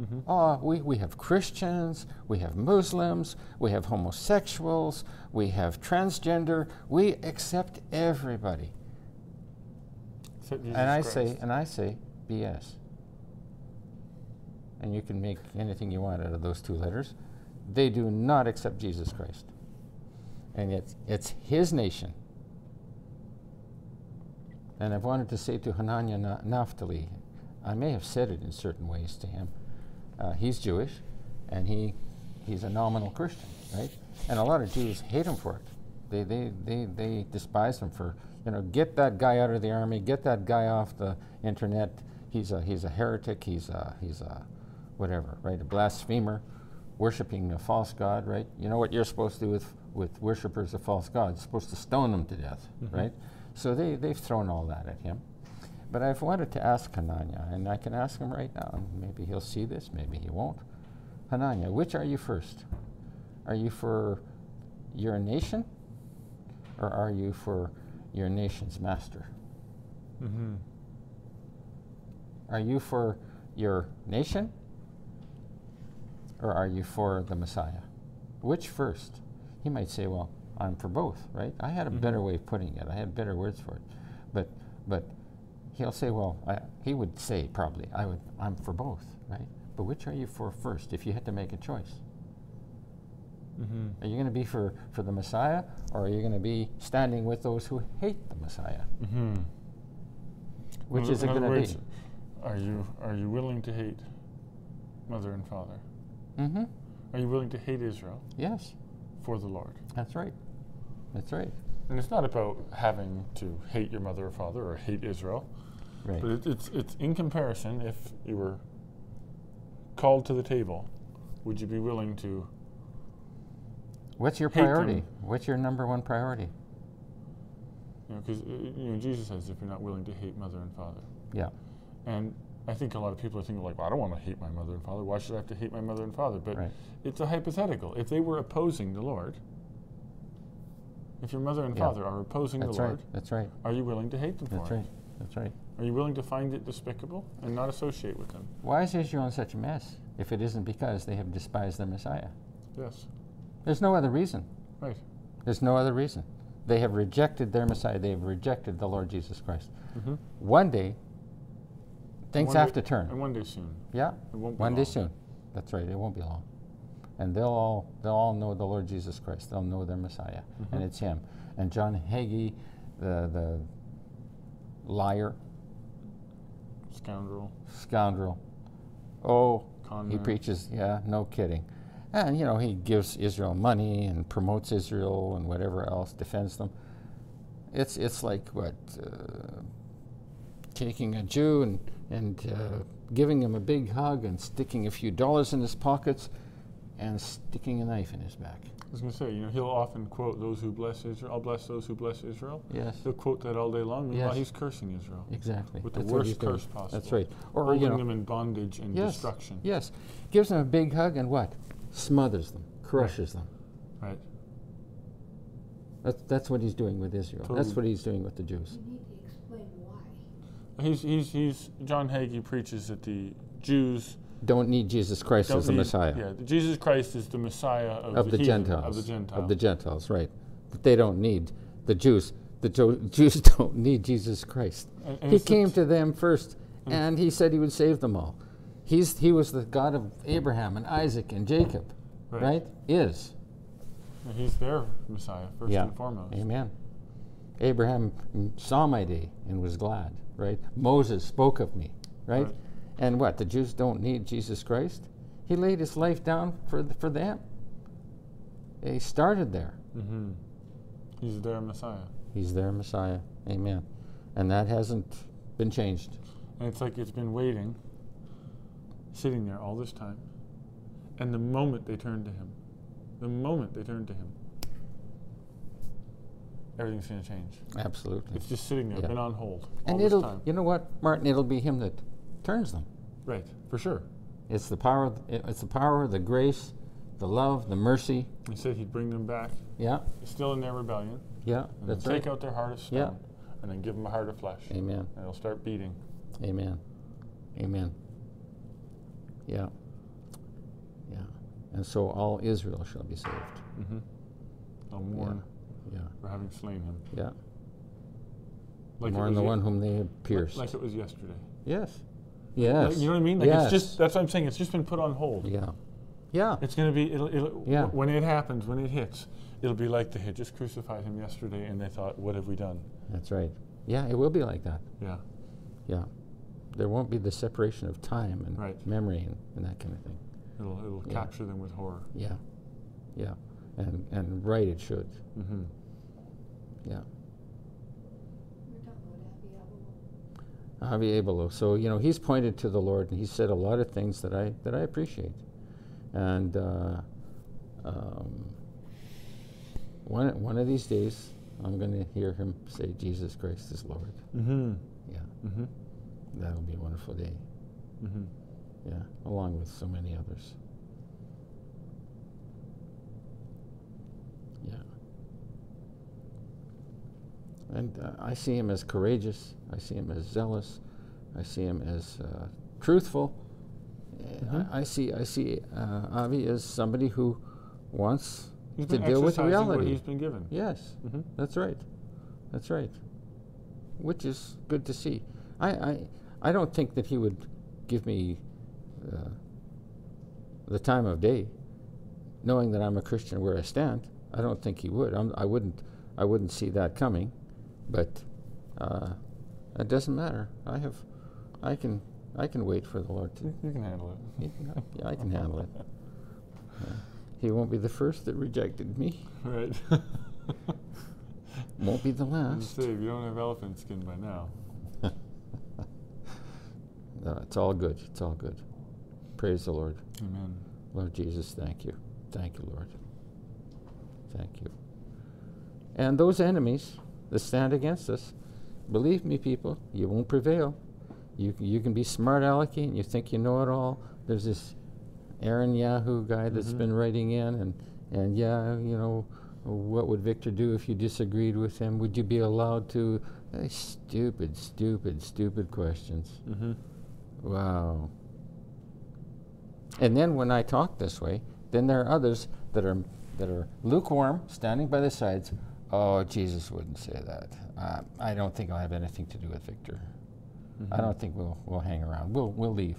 Speaker 2: Mm-hmm.
Speaker 1: Ah, we, we have Christians, we have Muslims, we have homosexuals, we have transgender. We accept everybody. and I say, and I say, BS. And you can make anything you want out of those two letters. They do not accept Jesus Christ, and yet it's His nation. And I've wanted to say to Hanania Na- Naphtali, I may have said it in certain ways to him. Uh, he's Jewish, and he he's a nominal Christian, right? And a lot of Jews hate him for it. They they they, they despise him for you know get that guy out of the army, get that guy off the internet. He's a he's a heretic. He's a he's a whatever, right? A blasphemer, worshiping a false god, right? You know what you're supposed to do with with worshipers of false gods? supposed to stone them to death, right? So they they've thrown all that at him. But I've wanted to ask Hanania, and I can ask him right now, and maybe he'll see this, maybe he won't. Hanania, which are you first? Are you for your nation, or are you for your nation's master?
Speaker 2: Mm-hmm.
Speaker 1: Are you for your nation, or are you for the Messiah? Which first? He might say, well, I'm for both, right? I had a better
Speaker 2: Mm-hmm.
Speaker 1: way of putting it. I had better words for it. But, but he'll say, well, I, he would say probably, I would, I'm for both, right? But which are you for first if you had to make a choice?
Speaker 2: Mm-hmm.
Speaker 1: Are you going to be for, for the Messiah, or are you going to be standing with those who hate the Messiah?
Speaker 2: Mm-hmm.
Speaker 1: Which is it
Speaker 2: in other
Speaker 1: going
Speaker 2: words,
Speaker 1: to be?
Speaker 2: Are you are you willing to hate mother and father?
Speaker 1: Mm-hmm.
Speaker 2: Are you willing to hate Israel
Speaker 1: Yes.
Speaker 2: for the Lord.
Speaker 1: That's right. That's right.
Speaker 2: And it's not about having to hate your mother or father or hate Israel,
Speaker 1: Right.
Speaker 2: but it, it's, it's in comparison if you were called to the table, would you be willing to?
Speaker 1: What's your
Speaker 2: hate them.
Speaker 1: priority? What's your number one priority?
Speaker 2: You know, because you know, Jesus says, if you're not willing to hate mother and father.
Speaker 1: Yeah.
Speaker 2: And I think a lot of people are thinking, like, well, I don't want to hate my mother and father. Why should I have to hate my mother and father? But
Speaker 1: Right.
Speaker 2: it's a hypothetical. If they were opposing the Lord, if your mother and
Speaker 1: Yeah.
Speaker 2: father are opposing
Speaker 1: That's
Speaker 2: the
Speaker 1: right.
Speaker 2: Lord,
Speaker 1: That's right.
Speaker 2: are you willing to hate them
Speaker 1: That's
Speaker 2: for
Speaker 1: right. That's right.
Speaker 2: it? Are you willing to find it despicable and not associate with them?
Speaker 1: Why is Israel in such a mess if it isn't because they have despised the Messiah?
Speaker 2: Yes.
Speaker 1: There's no other reason.
Speaker 2: Right.
Speaker 1: There's no other reason. They have rejected their Messiah. They have rejected the Lord Jesus Christ.
Speaker 2: Mm-hmm.
Speaker 1: One day, things have to turn.
Speaker 2: And one day soon.
Speaker 1: Yeah,
Speaker 2: It won't be
Speaker 1: one day
Speaker 2: long.
Speaker 1: soon. That's right. It won't be long, and they'll all they'll all know the Lord Jesus Christ. They'll know their Messiah,
Speaker 2: Mm-hmm.
Speaker 1: and it's Him. And John Hagee, the the liar,
Speaker 2: Scoundrel.
Speaker 1: scoundrel. Oh,
Speaker 2: Con
Speaker 1: he
Speaker 2: man.
Speaker 1: preaches. Yeah, no kidding. And you know he gives Israel money and promotes Israel and whatever else defends them. It's it's like what uh, taking a Jew and and uh, giving him a big hug and sticking a few dollars in his pockets and sticking a knife in his back.
Speaker 2: I was going to say, you know, he'll often quote those who bless Israel. I'll bless those who bless Israel.
Speaker 1: Yes,
Speaker 2: He'll quote that all day long. Meanwhile,
Speaker 1: Yes.
Speaker 2: he's cursing Israel.
Speaker 1: exactly.
Speaker 2: With the
Speaker 1: That's what
Speaker 2: worst
Speaker 1: he's doing.
Speaker 2: curse possible.
Speaker 1: That's right. Or
Speaker 2: holding
Speaker 1: you know,
Speaker 2: them in bondage and
Speaker 1: yes,
Speaker 2: destruction.
Speaker 1: Yes, gives them a big hug and what smothers them, crushes them.
Speaker 2: Right.
Speaker 1: That's, that's what he's doing with Israel. That's
Speaker 2: Totally.
Speaker 1: what he's doing with the Jews.
Speaker 3: You need to explain why.
Speaker 2: He's, he's, he's, John Hagee preaches that the Jews
Speaker 1: Don't need Jesus Christ
Speaker 2: don't
Speaker 1: as the
Speaker 2: need-
Speaker 1: Messiah
Speaker 2: Yeah, that Jesus Christ is the Messiah of,
Speaker 1: of the,
Speaker 2: heathen,
Speaker 1: Gentiles.
Speaker 2: Of the Gentiles.
Speaker 1: Of the Gentiles, right. But they don't need the Jews. The Jo- Jews don't need Jesus Christ.
Speaker 2: And- and
Speaker 1: he
Speaker 2: it's the Mm.
Speaker 1: came
Speaker 2: t-
Speaker 1: to them first, and he said he would save them all. He's, he was the God of Abraham and Isaac and Jacob,
Speaker 2: Right.
Speaker 1: right? Is.
Speaker 2: And He's their Messiah first
Speaker 1: Yeah.
Speaker 2: and foremost.
Speaker 1: Amen. Abraham mm, saw my day and was glad, right? Moses spoke of me, right?
Speaker 2: Right.
Speaker 1: And what? The Jews don't need Jesus Christ? He laid his life down for, th- for them. They started there.
Speaker 2: Mm-hmm. He's their Messiah,
Speaker 1: He's their Messiah. Amen. And that hasn't been changed.
Speaker 2: and it's like it's been waiting, sitting there all this time, and the moment they turn to Him, the moment they turn to Him, everything's going to change.
Speaker 1: Absolutely.
Speaker 2: It's just sitting there,
Speaker 1: Yeah.
Speaker 2: been on hold all
Speaker 1: and
Speaker 2: this
Speaker 1: it'll,
Speaker 2: time.
Speaker 1: you know what, Martin? It'll be him that turns them.
Speaker 2: Right, for sure.
Speaker 1: It's the power. Of, it- it's the power, the grace, the love, the mercy.
Speaker 2: He said He'd bring them back,
Speaker 1: Yeah,
Speaker 2: still in their rebellion,
Speaker 1: yeah.
Speaker 2: and then
Speaker 1: That's
Speaker 2: take
Speaker 1: right.
Speaker 2: out their heart of stone,
Speaker 1: Yeah.
Speaker 2: and then give them a heart of flesh,
Speaker 1: Amen.
Speaker 2: and it'll start beating.
Speaker 1: Amen. Amen. Yeah. Yeah. And so all Israel shall be saved.
Speaker 2: Mm-hmm. They'll mourn
Speaker 1: Yeah.
Speaker 2: for having slain Him.
Speaker 1: Yeah.
Speaker 2: Like it
Speaker 1: Mourn
Speaker 2: was
Speaker 1: the
Speaker 2: ye-
Speaker 1: one whom they had pierced.
Speaker 2: Like it was yesterday.
Speaker 1: yes. Yes.
Speaker 2: Like, you know what I mean? Like
Speaker 1: yes.
Speaker 2: it's just that's what I'm saying. It's just been put on hold.
Speaker 1: Yeah. Yeah.
Speaker 2: It's gonna be it'll, it'll
Speaker 1: Yeah.
Speaker 2: when it happens when it hits, it'll be like they had just crucified him yesterday and they thought, what have we done?
Speaker 1: That's right. Yeah, it will be like that.
Speaker 2: Yeah,
Speaker 1: Yeah. There won't be the separation of time and
Speaker 2: Right.
Speaker 1: memory and, and that kind of thing.
Speaker 2: it'll it'll
Speaker 1: Yeah.
Speaker 2: capture them with horror.
Speaker 1: Yeah. Yeah. And and right it should.
Speaker 2: Mm-hmm.
Speaker 1: Yeah.
Speaker 3: We're talking about Abby Avalon.
Speaker 1: Javi Abelo. So you know he's pointed to the Lord and he said a lot of things that I that I appreciate, and uh, um, one one of these days I'm going to hear him say Jesus Christ is Lord.
Speaker 2: Mm-hmm.
Speaker 1: Yeah,
Speaker 2: Mm-hmm.
Speaker 1: that'll be a wonderful day.
Speaker 2: Mm-hmm.
Speaker 1: Yeah, along with so many others. Yeah. And uh, I see him as courageous. I see him as zealous. I see him as uh, truthful. Uh,
Speaker 2: Mhm.
Speaker 1: I, I see. I see uh, Avi as somebody who wants
Speaker 2: He's
Speaker 1: to
Speaker 2: been
Speaker 1: deal with
Speaker 2: exercising
Speaker 1: reality.
Speaker 2: what he's been given.
Speaker 1: Yes,
Speaker 2: Mm-hmm.
Speaker 1: that's right. That's right. Which is good to see. I, I, I don't think that he would give me uh, the time of day, knowing that I'm a Christian where I stand. I don't think he would. I'm, I wouldn't. I wouldn't see that coming. But uh, it doesn't matter. I have. I can. I can wait for the Lord to.
Speaker 2: You can handle it.
Speaker 1: Yeah, I can handle it. He won't be the first that rejected me.
Speaker 2: Right.
Speaker 1: Won't be the
Speaker 2: I was
Speaker 1: last.
Speaker 2: gonna say, if you don't have elephant skin by now.
Speaker 1: No, it's all good. It's all good. Praise the Lord.
Speaker 2: Amen.
Speaker 1: Lord Jesus, thank you. Thank you, Lord. Thank you. And those enemies that stand against us, believe me, people, you won't prevail. You, you can be smart alecky and you think you know it all. There's this Aaron Yahoo guy that's
Speaker 2: Mhm.
Speaker 1: been writing in, and, and yeah, you know, what would Victor do if you disagreed with him? Would you be allowed to? Eh, stupid, stupid, stupid questions.
Speaker 2: Mm-hmm.
Speaker 1: Wow. And then when I talk this way, then there are others that are that are lukewarm, standing by the sides. Oh, Jesus wouldn't say that. Uh, I don't think I'll have anything to do with Victor. I don't think we'll we'll hang around. We'll we'll leave.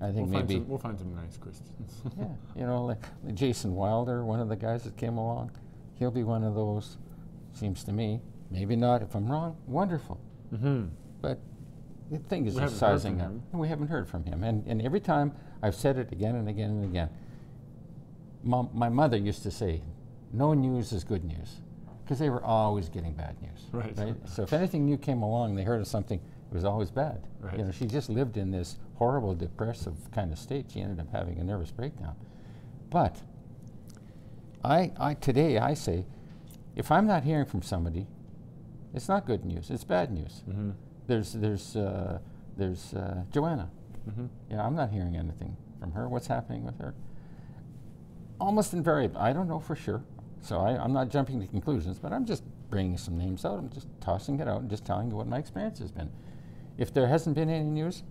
Speaker 1: I
Speaker 2: Mm-hmm. We'll
Speaker 1: think
Speaker 2: find,
Speaker 1: maybe
Speaker 2: some, we'll find some nice Christians.
Speaker 1: yeah, you know, like like Jason Wilder, one of the guys that came along. He'll be one of those. Seems to me. Maybe not. If I'm wrong, wonderful.
Speaker 2: mm-hmm.
Speaker 1: But the thing is,
Speaker 2: We
Speaker 1: they're
Speaker 2: haven't heard
Speaker 1: sizing
Speaker 2: from
Speaker 1: up.
Speaker 2: him.
Speaker 1: We haven't heard from him. And, and every time I've said it again and again and again. Mom, my mother used to say, no news is good news, because they were always getting bad news.
Speaker 2: Right.
Speaker 1: So if anything new came along, they heard of something, it was always bad.
Speaker 2: Right.
Speaker 1: You know, she just lived in this horrible, depressive kind of state. She ended up having a nervous breakdown. But I, I today I say, if I'm not hearing from somebody, it's not good news. It's bad news.
Speaker 2: Mm-hmm.
Speaker 1: There's there's uh, there's uh, Joanna.
Speaker 2: Mm-hmm.
Speaker 1: Yeah, I'm not hearing anything from her. What's happening with her? Almost invariable. I don't know for sure, so I, I'm not jumping to conclusions. But I'm just bringing some names out. I'm just tossing it out and just telling you what my experience has been. If there hasn't been any news,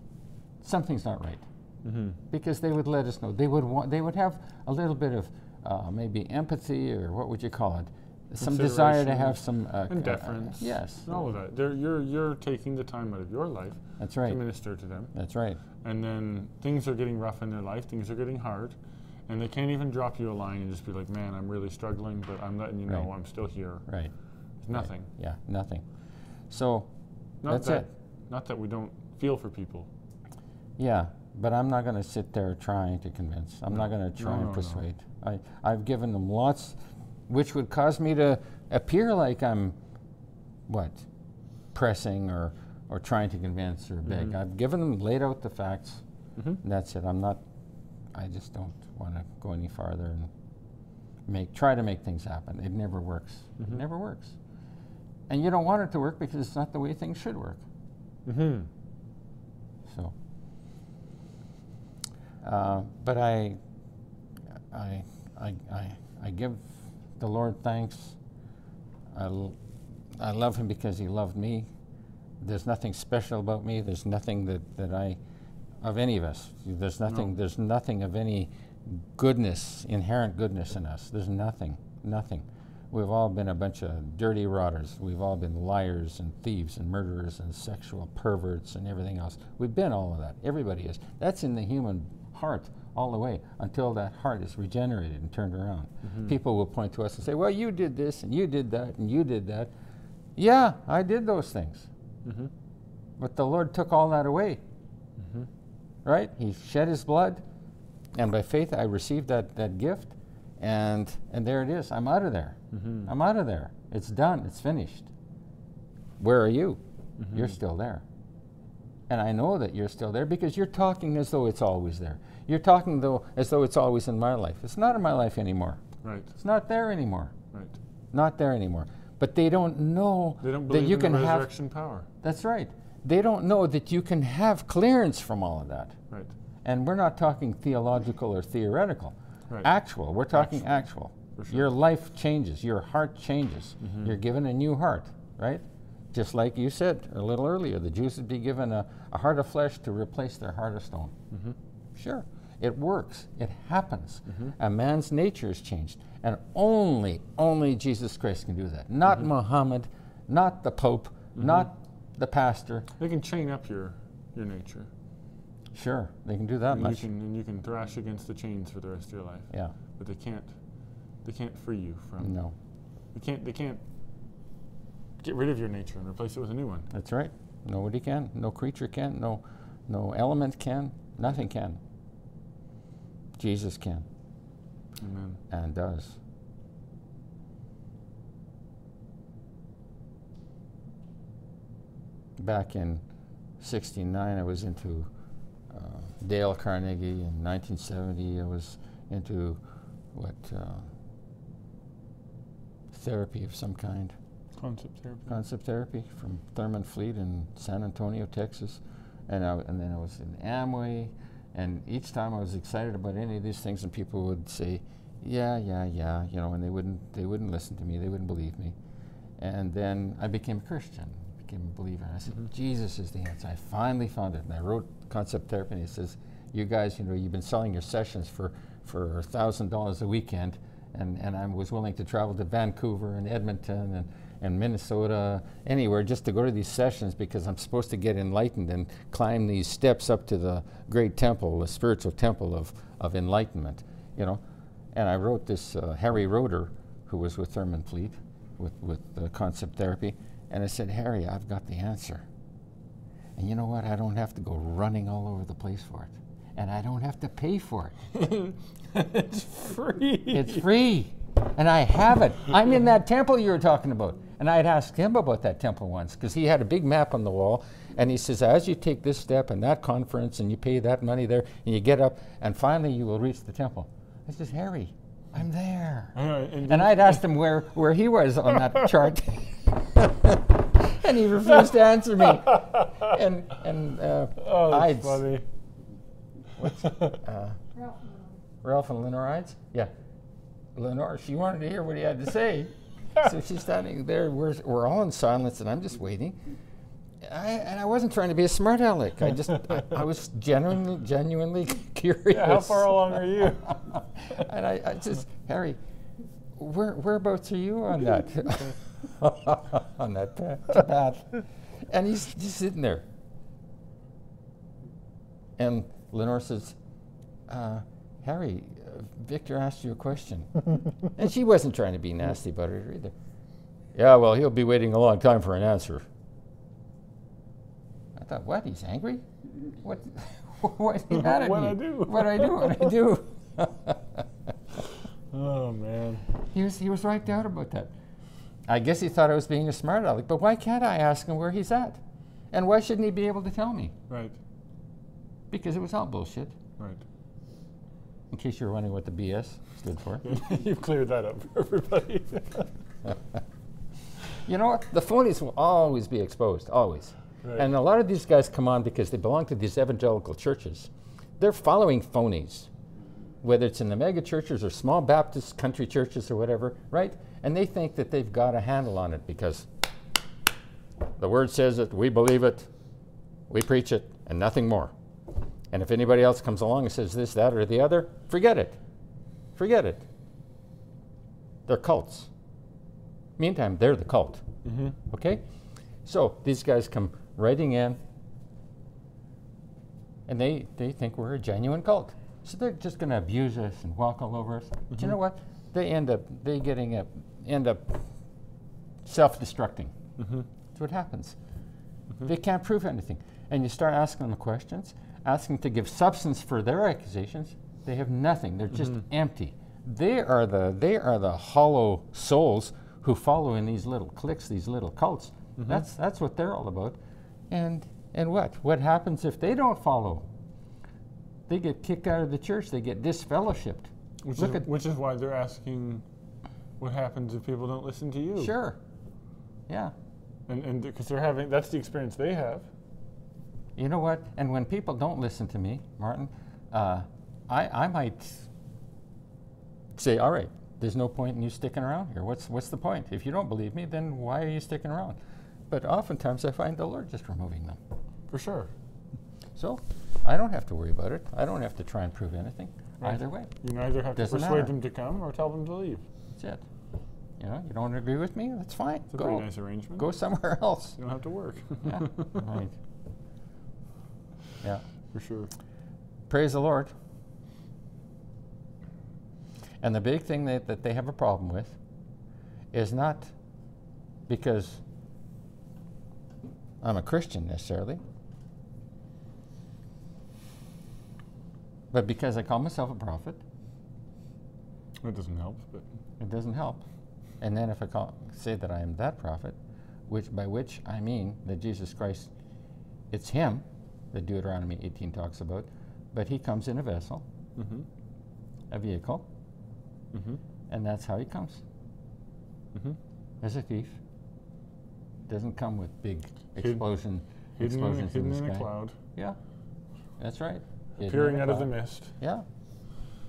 Speaker 1: something's not right
Speaker 2: Mm-hmm.
Speaker 1: because they would let us know. They would want. They would have a little bit of uh, maybe empathy or what would you call it? Some desire to
Speaker 2: Consideration
Speaker 1: have some uh,
Speaker 2: And
Speaker 1: c- uh,
Speaker 2: deference.
Speaker 1: yes,
Speaker 2: And all of that. They're, you're, you're taking the time out of your life
Speaker 1: that's right.
Speaker 2: to minister to them.
Speaker 1: That's right.
Speaker 2: And then things are getting rough in their life, things are getting hard. And they can't even drop you a line and just be like, man, I'm really struggling, but I'm letting you know
Speaker 1: Right.
Speaker 2: I'm still here.
Speaker 1: Right.
Speaker 2: It's nothing.
Speaker 1: Yeah. Nothing. So
Speaker 2: Not
Speaker 1: That's
Speaker 2: that,
Speaker 1: it.
Speaker 2: Not that we don't feel for people.
Speaker 1: Yeah, but I'm not going to sit there trying to convince. I'm not going to try
Speaker 2: No, no,
Speaker 1: and
Speaker 2: no.
Speaker 1: persuade. I, I've given them lots, which would cause me to appear like I'm, what, pressing or, or trying to convince or
Speaker 2: Mm-hmm.
Speaker 1: beg. I've given them, laid out the facts,
Speaker 2: Mhm.
Speaker 1: and that's it. I'm not, I just don't want to go any farther and make, try to make things happen. It never works.
Speaker 2: Mm-hmm.
Speaker 1: It never works. And you don't want it to work because it's not the way things should work.
Speaker 2: Mm-hmm.
Speaker 1: So, uh, but I, I, I, I, I give the Lord thanks. I, l- I love Him because He loved me. There's nothing special about me. There's nothing that, that I, of any of us. There's nothing.
Speaker 2: No.
Speaker 1: There's nothing of any goodness, inherent goodness in us. There's nothing. Nothing. We've all been a bunch of dirty rotters. We've all been liars and thieves and murderers and sexual perverts and everything else. We've been all of that. Everybody is. That's in the human heart all the way until that heart is regenerated and turned around. People will point to us and say, Well, you did this and you did that and you did that. Yeah, I did those things.
Speaker 2: Mm-hmm.
Speaker 1: But the Lord took all that away. Right? He shed his blood, and by faith I received that, that gift, and, and there it is. I'm out of there.
Speaker 2: Mm-hmm.
Speaker 1: I'm out of there. It's done. It's finished. Where are you?
Speaker 2: Mm-hmm.
Speaker 1: You're still there. And I know that you're still there because you're talking as though it's always there. You're talking though as though it's always in my life. It's not in my life anymore.
Speaker 2: Right,
Speaker 1: It's not there anymore.
Speaker 2: right.
Speaker 1: Not there anymore. But they don't know
Speaker 2: They
Speaker 1: that
Speaker 2: don't believe
Speaker 1: you
Speaker 2: in
Speaker 1: can
Speaker 2: the
Speaker 1: have
Speaker 2: resurrection power.
Speaker 1: that's right. They don't know that you can have clearance from all of that.
Speaker 2: Right,
Speaker 1: And we're not talking theological or theoretical.
Speaker 2: Right.
Speaker 1: Actual. We're talking actual.
Speaker 2: For sure. Mm-hmm.
Speaker 1: Your life changes. Your heart changes. You're given a new heart, right? Just like you said a little earlier, the Jews would be given a, a heart of flesh to replace their heart of stone.
Speaker 2: Mm-hmm.
Speaker 1: Sure. It works. It happens. A man's nature is changed. And only, only Jesus Christ can do that. Not
Speaker 2: Mm-hmm.
Speaker 1: Muhammad, not the Pope, not the pastor.
Speaker 2: they can chain up your your nature,
Speaker 1: Sure, they can do that
Speaker 2: and you
Speaker 1: much.
Speaker 2: can and you can thrash against the chains for the rest of your life.
Speaker 1: Yeah,
Speaker 2: But they can't they can't free you from
Speaker 1: no.
Speaker 2: they can't they can't get rid of your nature and replace it with a new one.
Speaker 1: That's right. Nobody can. No creature can. No, no element can. Nothing can. Jesus can.
Speaker 2: Amen.
Speaker 1: and does. Back in 69, I was into uh, Dale Carnegie. In 1970, I was into what? Uh, therapy of some kind
Speaker 2: Concept therapy.
Speaker 1: concept therapy from Thurman Fleet in San Antonio, Texas, and I, and then I was in Amway, and each time I was excited about any of these things, and people would say, "Yeah, yeah, yeah," you know, and they wouldn't they wouldn't listen to me, they wouldn't believe me, and then I became a Christian, became a believer, and I said,
Speaker 2: Mhm.
Speaker 1: "Jesus is the answer." I finally found it, and I wrote concept therapy, and it says, "You guys, you know, you've been selling your sessions for for thousand dollars a weekend." and, and I was willing to travel to Vancouver and Edmonton and, and Minnesota, anywhere, just to go to these sessions because I'm supposed to get enlightened and climb these steps up to the great temple, the spiritual temple of, of enlightenment, you know. And I wrote this uh, Harry Roeder, who was with Thurman Fleet, with, with uh, concept therapy, and I said, Harry, I've got the answer. And you know what? I don't have to go running all over the place for it. And I don't have to pay for it.
Speaker 2: it's free.
Speaker 1: It's free. And I have it. I'm in that temple you were talking about. And I had asked him about that temple once because he had a big map on the wall. And he says, as you take this step and that conference and you pay that money there and you get up and finally you will reach the temple. I says, Harry, I'm there.
Speaker 2: I know, and,
Speaker 1: And I'd asked him where, where he was on that chart. and he refused to answer me. And, and uh,
Speaker 2: oh, that's
Speaker 1: I'd s-
Speaker 2: funny.
Speaker 1: uh,
Speaker 3: Ralph and Lauren.
Speaker 1: Ralph and Lenore Ides? Yeah. Lenore, she wanted to hear what he had to say. so she's standing there. We're, we're all in silence, and I'm just waiting. I, and I wasn't trying to be a smart aleck. I just, I, I was genuinely, genuinely curious.
Speaker 2: yeah, how far along are you?
Speaker 1: and I, I just, Harry, where, whereabouts are you on that, on that pa- path? And he's just sitting there. And Lenore says, uh, Harry, uh, Victor asked you a question. and she wasn't trying to be nasty about it either. Yeah, well, he'll be waiting a long time for an answer. I thought, what? He's angry? What? Why's he mad at
Speaker 2: What'd
Speaker 1: me?
Speaker 2: I do?
Speaker 1: What I do? What I do?
Speaker 2: oh man.
Speaker 1: he was he was right out about that. I guess he thought I was being a smart aleck, but why can't I ask him where he's at? And why shouldn't he be able to tell me?
Speaker 2: Right.
Speaker 1: Because it was all bullshit.
Speaker 2: Right.
Speaker 1: In case you were wondering what the BS stood for.
Speaker 2: You've cleared that up for everybody.
Speaker 1: You know what? The phonies will always be exposed, always.
Speaker 2: Right.
Speaker 1: And a lot of these guys come on because they belong to these evangelical churches. They're following phonies, whether it's in the mega churches or small Baptist country churches or whatever, right? And they think that they've got a handle on it because the word says it, we believe it, we preach it, and nothing more. And if anybody else comes along and says this, that, or the other, forget it. Forget it. They're cults. Meantime, they're the cult.
Speaker 2: mm-hmm.
Speaker 1: Okay? So these guys come writing in and they, they think we're a genuine cult. So they're just going to abuse us and walk all over us. Do you know what? They end up they getting up end up self-destructing.
Speaker 2: Mm-hmm.
Speaker 1: That's what happens. They can't prove anything. And you start asking them questions, asking to give substance for their accusations. They have nothing. They're just empty. They are the they are the hollow souls who follow in these little cliques, these little cults. That's that's what they're all about. And and what? What happens if they don't follow? They get kicked out of the church. They get disfellowshipped.
Speaker 2: Which
Speaker 1: Look
Speaker 2: is
Speaker 1: at-
Speaker 2: which is why they're asking, what happens if people don't listen to you?
Speaker 1: Sure. Yeah.
Speaker 2: And and because they're having that's the experience they have.
Speaker 1: You know what? And when people don't listen to me, Martin, uh, I, I might say, all right, there's no point in you sticking around here. What's, what's the point? If you don't believe me, then why are you sticking around? But oftentimes I find the Lord just removing them.
Speaker 2: For sure.
Speaker 1: So I don't have to worry about it. I don't have to try and prove anything.
Speaker 2: Right.
Speaker 1: Either way,
Speaker 2: You can either have
Speaker 1: Doesn't
Speaker 2: to persuade
Speaker 1: matter.
Speaker 2: them to come or tell them to leave.
Speaker 1: that's it. You know, you don't agree with me? That's fine.
Speaker 2: It's a
Speaker 1: Go.
Speaker 2: pretty nice arrangement.
Speaker 1: Go somewhere else.
Speaker 2: You don't have to work.
Speaker 1: Yeah. right. Yeah.
Speaker 2: For sure.
Speaker 1: Praise the Lord. And the big thing that, that they have a problem with is not because I'm a Christian necessarily, but because I call myself a prophet
Speaker 2: That doesn't help, but
Speaker 1: It doesn't help. And then if I call, say that I am that prophet, which by which I mean that Jesus Christ, it's him that Deuteronomy 18 talks about, but he comes in a vessel,
Speaker 2: mm-hmm.
Speaker 1: a vehicle,
Speaker 2: Mm-hmm.
Speaker 1: and that's how he comes
Speaker 2: Mm-hmm.
Speaker 1: as a thief. Doesn't come with big
Speaker 2: Hidden-
Speaker 1: explosion,
Speaker 2: hidden, in,
Speaker 1: explosions in
Speaker 2: hidden
Speaker 1: the
Speaker 2: in
Speaker 1: sky.
Speaker 2: a cloud,
Speaker 1: Yeah, that's right. Hidden in
Speaker 2: appearing
Speaker 1: a
Speaker 2: out of the
Speaker 1: cloud.
Speaker 2: mist
Speaker 1: Yeah,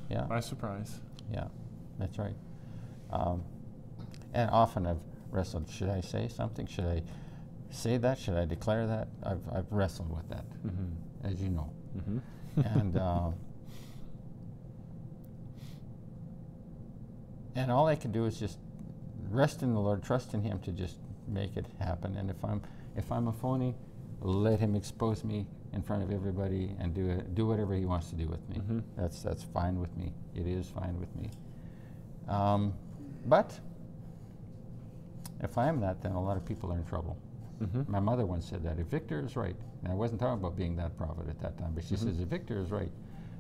Speaker 1: yeah.
Speaker 2: by surprise.
Speaker 1: Yeah, that's right. Um, and often I've wrestled. Should I say something? Should I say that? Should I declare that? I've, I've wrestled with that,
Speaker 2: Mm-hmm.
Speaker 1: as you know.
Speaker 2: Mm-hmm.
Speaker 1: And uh, and all I can do is just rest in the Lord, trust in Him to just make it happen. And if I'm if I'm a phony, let Him expose me in front of everybody and do it, do whatever He wants to do with me.
Speaker 2: Mhm.
Speaker 1: That's that's fine with me. It is fine with me. Um, but if I am that, then a lot of people are in trouble.
Speaker 2: mm-hmm.
Speaker 1: My mother once said that if Victor is right, and I wasn't talking about being that prophet at that time, but she
Speaker 2: Mhm.
Speaker 1: says, if Victor is right,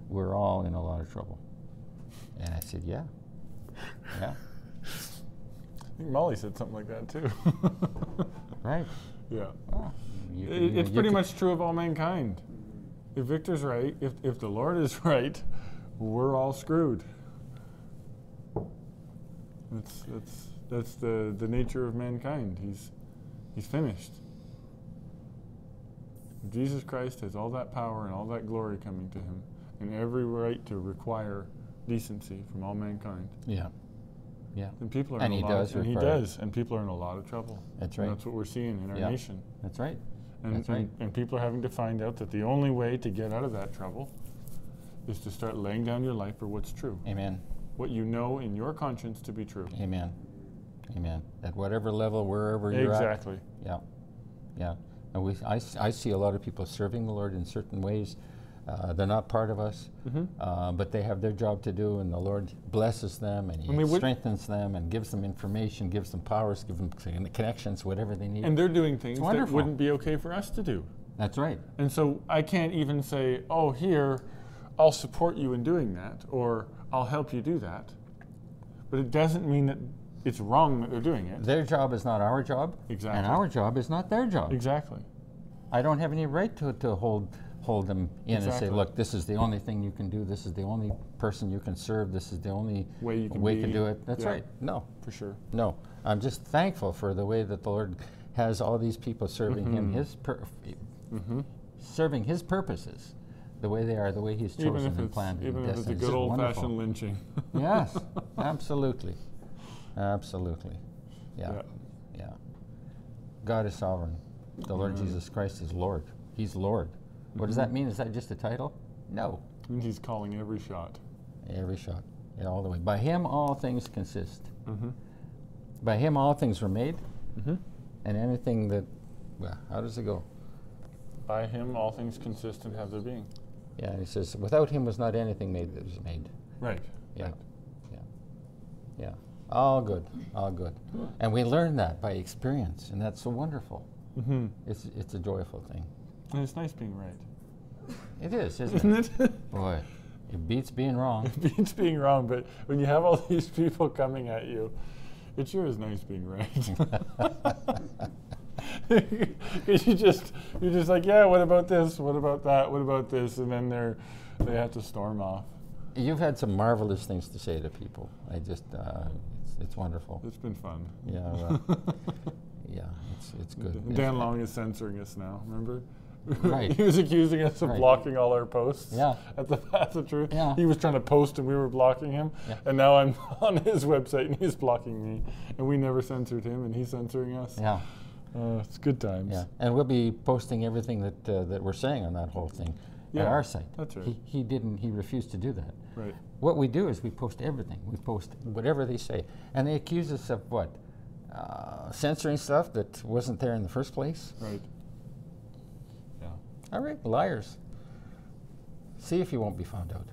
Speaker 1: we're all in a lot of trouble. And I said, yeah, yeah,
Speaker 2: I think Molly said something like that too.
Speaker 1: right.
Speaker 2: Yeah.
Speaker 1: Ah, you
Speaker 2: It-
Speaker 1: can- you-
Speaker 2: it's
Speaker 1: you
Speaker 2: pretty
Speaker 1: can-
Speaker 2: much true of all mankind. If Victor's right, if, if the Lord is right, we're all screwed. That's that's that's the, the nature of mankind. He's he's finished. Jesus Christ has all that power and all that glory coming to him, and every right to require decency from all mankind.
Speaker 1: Yeah, yeah,
Speaker 2: And people are
Speaker 1: And
Speaker 2: in
Speaker 1: he
Speaker 2: a lot
Speaker 1: does
Speaker 2: of, and he
Speaker 1: require-
Speaker 2: does, and people are in a lot of trouble.
Speaker 1: That's
Speaker 2: And
Speaker 1: right.
Speaker 2: that's what we're seeing in our
Speaker 1: Yeah.
Speaker 2: nation.
Speaker 1: that's right.
Speaker 2: And,
Speaker 1: That's right.
Speaker 2: and, and people are having to find out that the only way to get out of that trouble is to start laying down your life for what's true,
Speaker 1: Amen,
Speaker 2: what you know in your conscience to be true.
Speaker 1: amen, amen. At whatever level, wherever you're at.
Speaker 2: exactly.
Speaker 1: Yeah, yeah. And we, I, s- I see a lot of people serving the Lord in certain ways. Uh, they're not part of us,
Speaker 2: hmm
Speaker 1: uh, but they have their job to do, and the Lord blesses them and He
Speaker 2: I mean, what-
Speaker 1: strengthens them and gives them information, gives them powers, gives them con- connections, whatever they need.
Speaker 2: And they're doing things that
Speaker 1: wonderful.
Speaker 2: wouldn't be okay for us to do.
Speaker 1: That's right.
Speaker 2: And so I can't even say, oh, here, I'll support you in doing that, or I'll help you do that. But it doesn't mean that it's wrong that they're doing it.
Speaker 1: Their job is not our job,
Speaker 2: Exactly.
Speaker 1: and our job is not their job.
Speaker 2: Exactly.
Speaker 1: I don't have any right to, to hold hold them in
Speaker 2: Exactly.
Speaker 1: and say, look, this is the only thing you can do. This is the only person you can serve. This is the only
Speaker 2: Way you can be-
Speaker 1: do it. That's
Speaker 2: yeah.
Speaker 1: right. No,
Speaker 2: For sure.
Speaker 1: no. I'm just thankful for the way that the Lord has all these people serving Him,
Speaker 2: Mm-hmm.
Speaker 1: His pur- Mm-hmm.
Speaker 2: hmm
Speaker 1: serving His purposes, the way they are, the way He's chosen
Speaker 2: Even if
Speaker 1: and
Speaker 2: it's,
Speaker 1: planned
Speaker 2: even
Speaker 1: and
Speaker 2: if
Speaker 1: destined.
Speaker 2: it's a
Speaker 1: just
Speaker 2: good old
Speaker 1: wonderful.
Speaker 2: fashioned lynching.
Speaker 1: yes, absolutely, absolutely. yeah.
Speaker 2: Yeah.
Speaker 1: Yeah. God is sovereign. The Lord
Speaker 2: Amen.
Speaker 1: Jesus Christ is Lord. He's Lord. What does
Speaker 2: Mm-hmm.
Speaker 1: that mean? Is that just a title? No.
Speaker 2: Means he's calling every shot.
Speaker 1: Every shot, yeah, all the way. By Him, all things consist.
Speaker 2: Mm-hmm.
Speaker 1: By Him, all things were made,
Speaker 2: Mm-hmm.
Speaker 1: and anything that, well, how does it go?
Speaker 2: By him, all things consist and have their being.
Speaker 1: Yeah, and He says, without Him was not anything made that was made.
Speaker 2: Right.
Speaker 1: Yeah.
Speaker 2: Right.
Speaker 1: Yeah. Yeah. All good. All good. And we learn that by experience, and that's so wonderful.
Speaker 2: Mm-hmm.
Speaker 1: It's, it's a joyful thing.
Speaker 2: And it's nice being right,
Speaker 1: It is, isn't
Speaker 2: isn't
Speaker 1: it?
Speaker 2: it?
Speaker 1: Boy, it beats being wrong.
Speaker 2: it's being wrong, but when you have all these people coming at you, it sure is nice being right. Because you just you're just like, yeah, what about this? What about that? What about this? And then they're they have to storm off.
Speaker 1: You've had some marvelous things to say to people. I just, uh, it's, it's wonderful.
Speaker 2: It's been fun.
Speaker 1: Yeah, well, yeah, it's, it's good. It's-
Speaker 2: Dan Long is censoring us now. Remember?
Speaker 1: Right.
Speaker 2: he was accusing us of
Speaker 1: Right.
Speaker 2: blocking all our posts.
Speaker 1: Yeah.
Speaker 2: At the Path of Truth.
Speaker 1: Yeah.
Speaker 2: He was trying to post and we were blocking him.
Speaker 1: Yeah.
Speaker 2: And now I'm on his website and he's blocking me. And we never censored him and he's censoring us.
Speaker 1: Yeah,
Speaker 2: Uh, it's good times.
Speaker 1: yeah, and we'll be posting everything that uh, that we're saying on that whole thing
Speaker 2: Yeah,
Speaker 1: at our site.
Speaker 2: that's right.
Speaker 1: He, he didn't. He refused to do that.
Speaker 2: Right.
Speaker 1: What we do is we post everything. We post whatever they say, and they accuse us of what uh, censoring stuff that wasn't there in the first place.
Speaker 2: Right. Yeah.
Speaker 1: All right, liars. See if you won't be found out.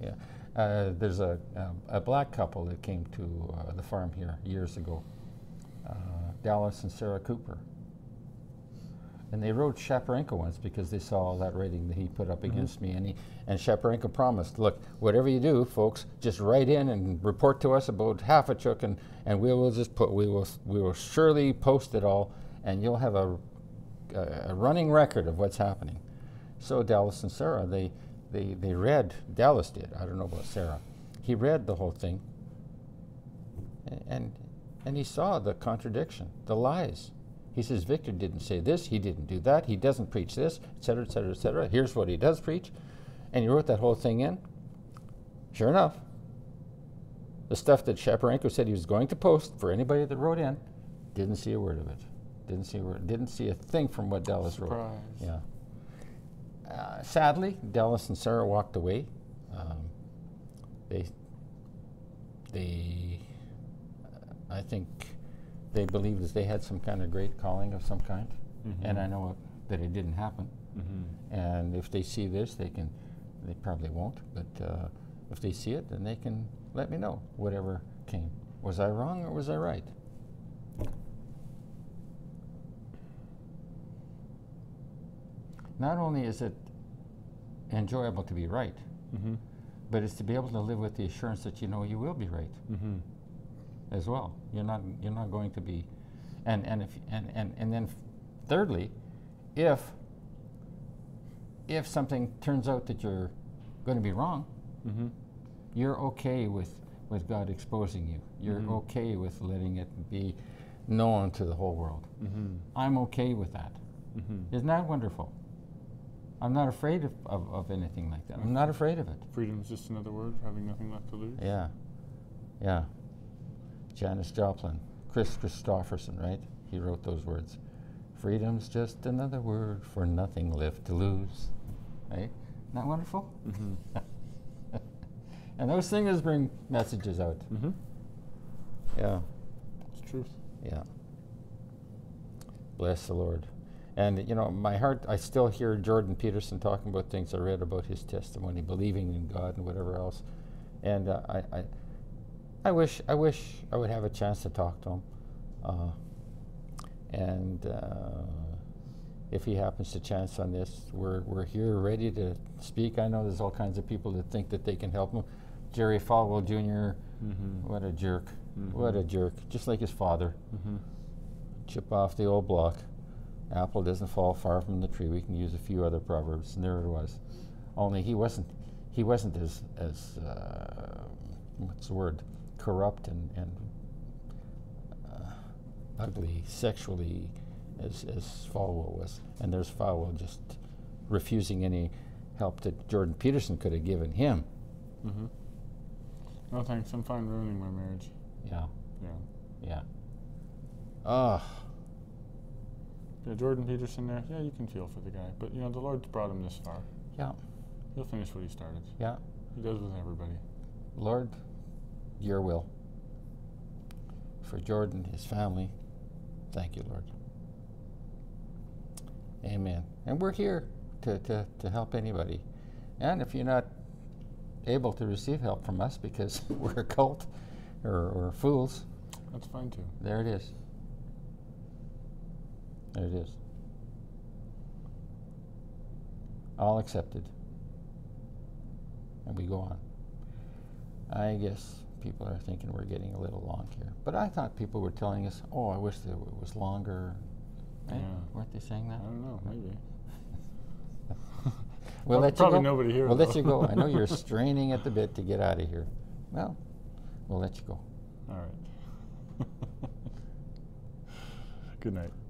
Speaker 1: Yeah. Uh, there's a, um, a black couple that came to uh, the farm here years ago, uh, Dallas and Sarah Cooper. And they wrote Shaparenko once because they saw all that writing that he put up against me. And, he, and Shaparenko promised, look, whatever you do, folks, just write in and report to us about Hafachuk, and, and we will just put, we will, we will surely post it all, and you'll have a, a, a running record of what's happening. So Dallas and Sarah, they, they, they read, Dallas did, I don't know about Sarah. He read the whole thing, a- and, and he saw the contradiction, the lies. He says, Victor didn't say this, he didn't do that, he doesn't preach this, et cetera, et cetera, et cetera. Here's what he does preach. And he wrote that whole thing in. Sure enough, the stuff that Shaparenko said he was going to post for anybody that wrote in, didn't see a word of it. Didn't see a word, didn't see a thing from what Dallas wrote.
Speaker 2: Surprise.
Speaker 1: Yeah. Uh, sadly, Dallas and Sarah walked away. Um, they, they, I think they believed that they had some kind of great calling of some kind,
Speaker 2: Mm-hmm.
Speaker 1: and I know it, that it didn't happen. And if they see this, they can, they probably won't, but uh, if they see it, then they can let me know whatever came. Was I wrong or was I right? Not only is it enjoyable to be right,
Speaker 2: Mm-hmm.
Speaker 1: but it's to be able to live with the assurance that you know you will be right
Speaker 2: Mm-hmm.
Speaker 1: as well. You're not you're not going to be, and and if and and and then, thirdly, if if something turns out that you're going to be wrong,
Speaker 2: Mm-hmm.
Speaker 1: you're okay with with God exposing you. You're
Speaker 2: Mhm.
Speaker 1: okay with letting it be known to the whole world.
Speaker 2: Mm-hmm.
Speaker 1: I'm okay with that.
Speaker 2: Mm-hmm.
Speaker 1: Isn't that wonderful? I'm not afraid of, of, of anything like that. I'm not afraid of it.
Speaker 2: Freedom's just another word for having nothing left to lose.
Speaker 1: Yeah, yeah. Janis Joplin, Chris Christopherson, right? He wrote those words. Freedom's just another word for nothing left to lose, right? Isn't that wonderful?
Speaker 2: Mm-hmm.
Speaker 1: And those singers bring messages out.
Speaker 2: Mm-hmm.
Speaker 1: Yeah,
Speaker 2: It's truth.
Speaker 1: yeah. Bless the Lord. And you know, my heart, I still hear Jordan Peterson talking about things I read about his testimony, believing in God and whatever else. And uh, I, I, I wish, I wish I would have a chance to talk to him. Uh, and uh, if he happens to chance on this, we're, we're here ready to speak. I know there's all kinds of people that think that they can help him. Jerry Falwell junior
Speaker 2: Mm-hmm.
Speaker 1: what a jerk. What a jerk. Just like his father.
Speaker 2: Mm-hmm.
Speaker 1: Chip off the old block. Apple doesn't fall far from the tree. We can use a few other proverbs. And there it was. Only he wasn't he wasn't as as uh, what's the word corrupt and and uh, ugly sexually as as Falwell was. And there's Falwell just refusing any help that Jordan Peterson could have given him.
Speaker 2: Mm-hmm. No thanks. I'm fine ruining my marriage.
Speaker 1: Yeah.
Speaker 2: Yeah.
Speaker 1: Yeah. Ah.
Speaker 2: Yeah, Jordan Peterson there. Yeah, you can feel for the guy, but you know the Lord brought him this far.
Speaker 1: yeah.
Speaker 2: He'll finish what he started.
Speaker 1: Yeah.
Speaker 2: He does with everybody.
Speaker 1: Lord, your will. For Jordan, his family, thank you, Lord. Amen. And we're here to, to, to help anybody. And if you're not able to receive help from us because we're a cult or, or fools,
Speaker 2: That's fine too.
Speaker 1: there it is. There it is. All accepted. And we go on. I guess people are thinking we're getting a little long here. But I thought people were telling us, oh, I wish that it was longer. Right?
Speaker 2: Yeah.
Speaker 1: Weren't they saying
Speaker 2: I
Speaker 1: that?
Speaker 2: don't know. Maybe.
Speaker 1: We'll let you
Speaker 2: Probably
Speaker 1: go.
Speaker 2: nobody here,
Speaker 1: We'll let
Speaker 2: though.
Speaker 1: you go. I know you're straining at the bit to get out of here. Well, we'll let you go.
Speaker 2: All right. Good night.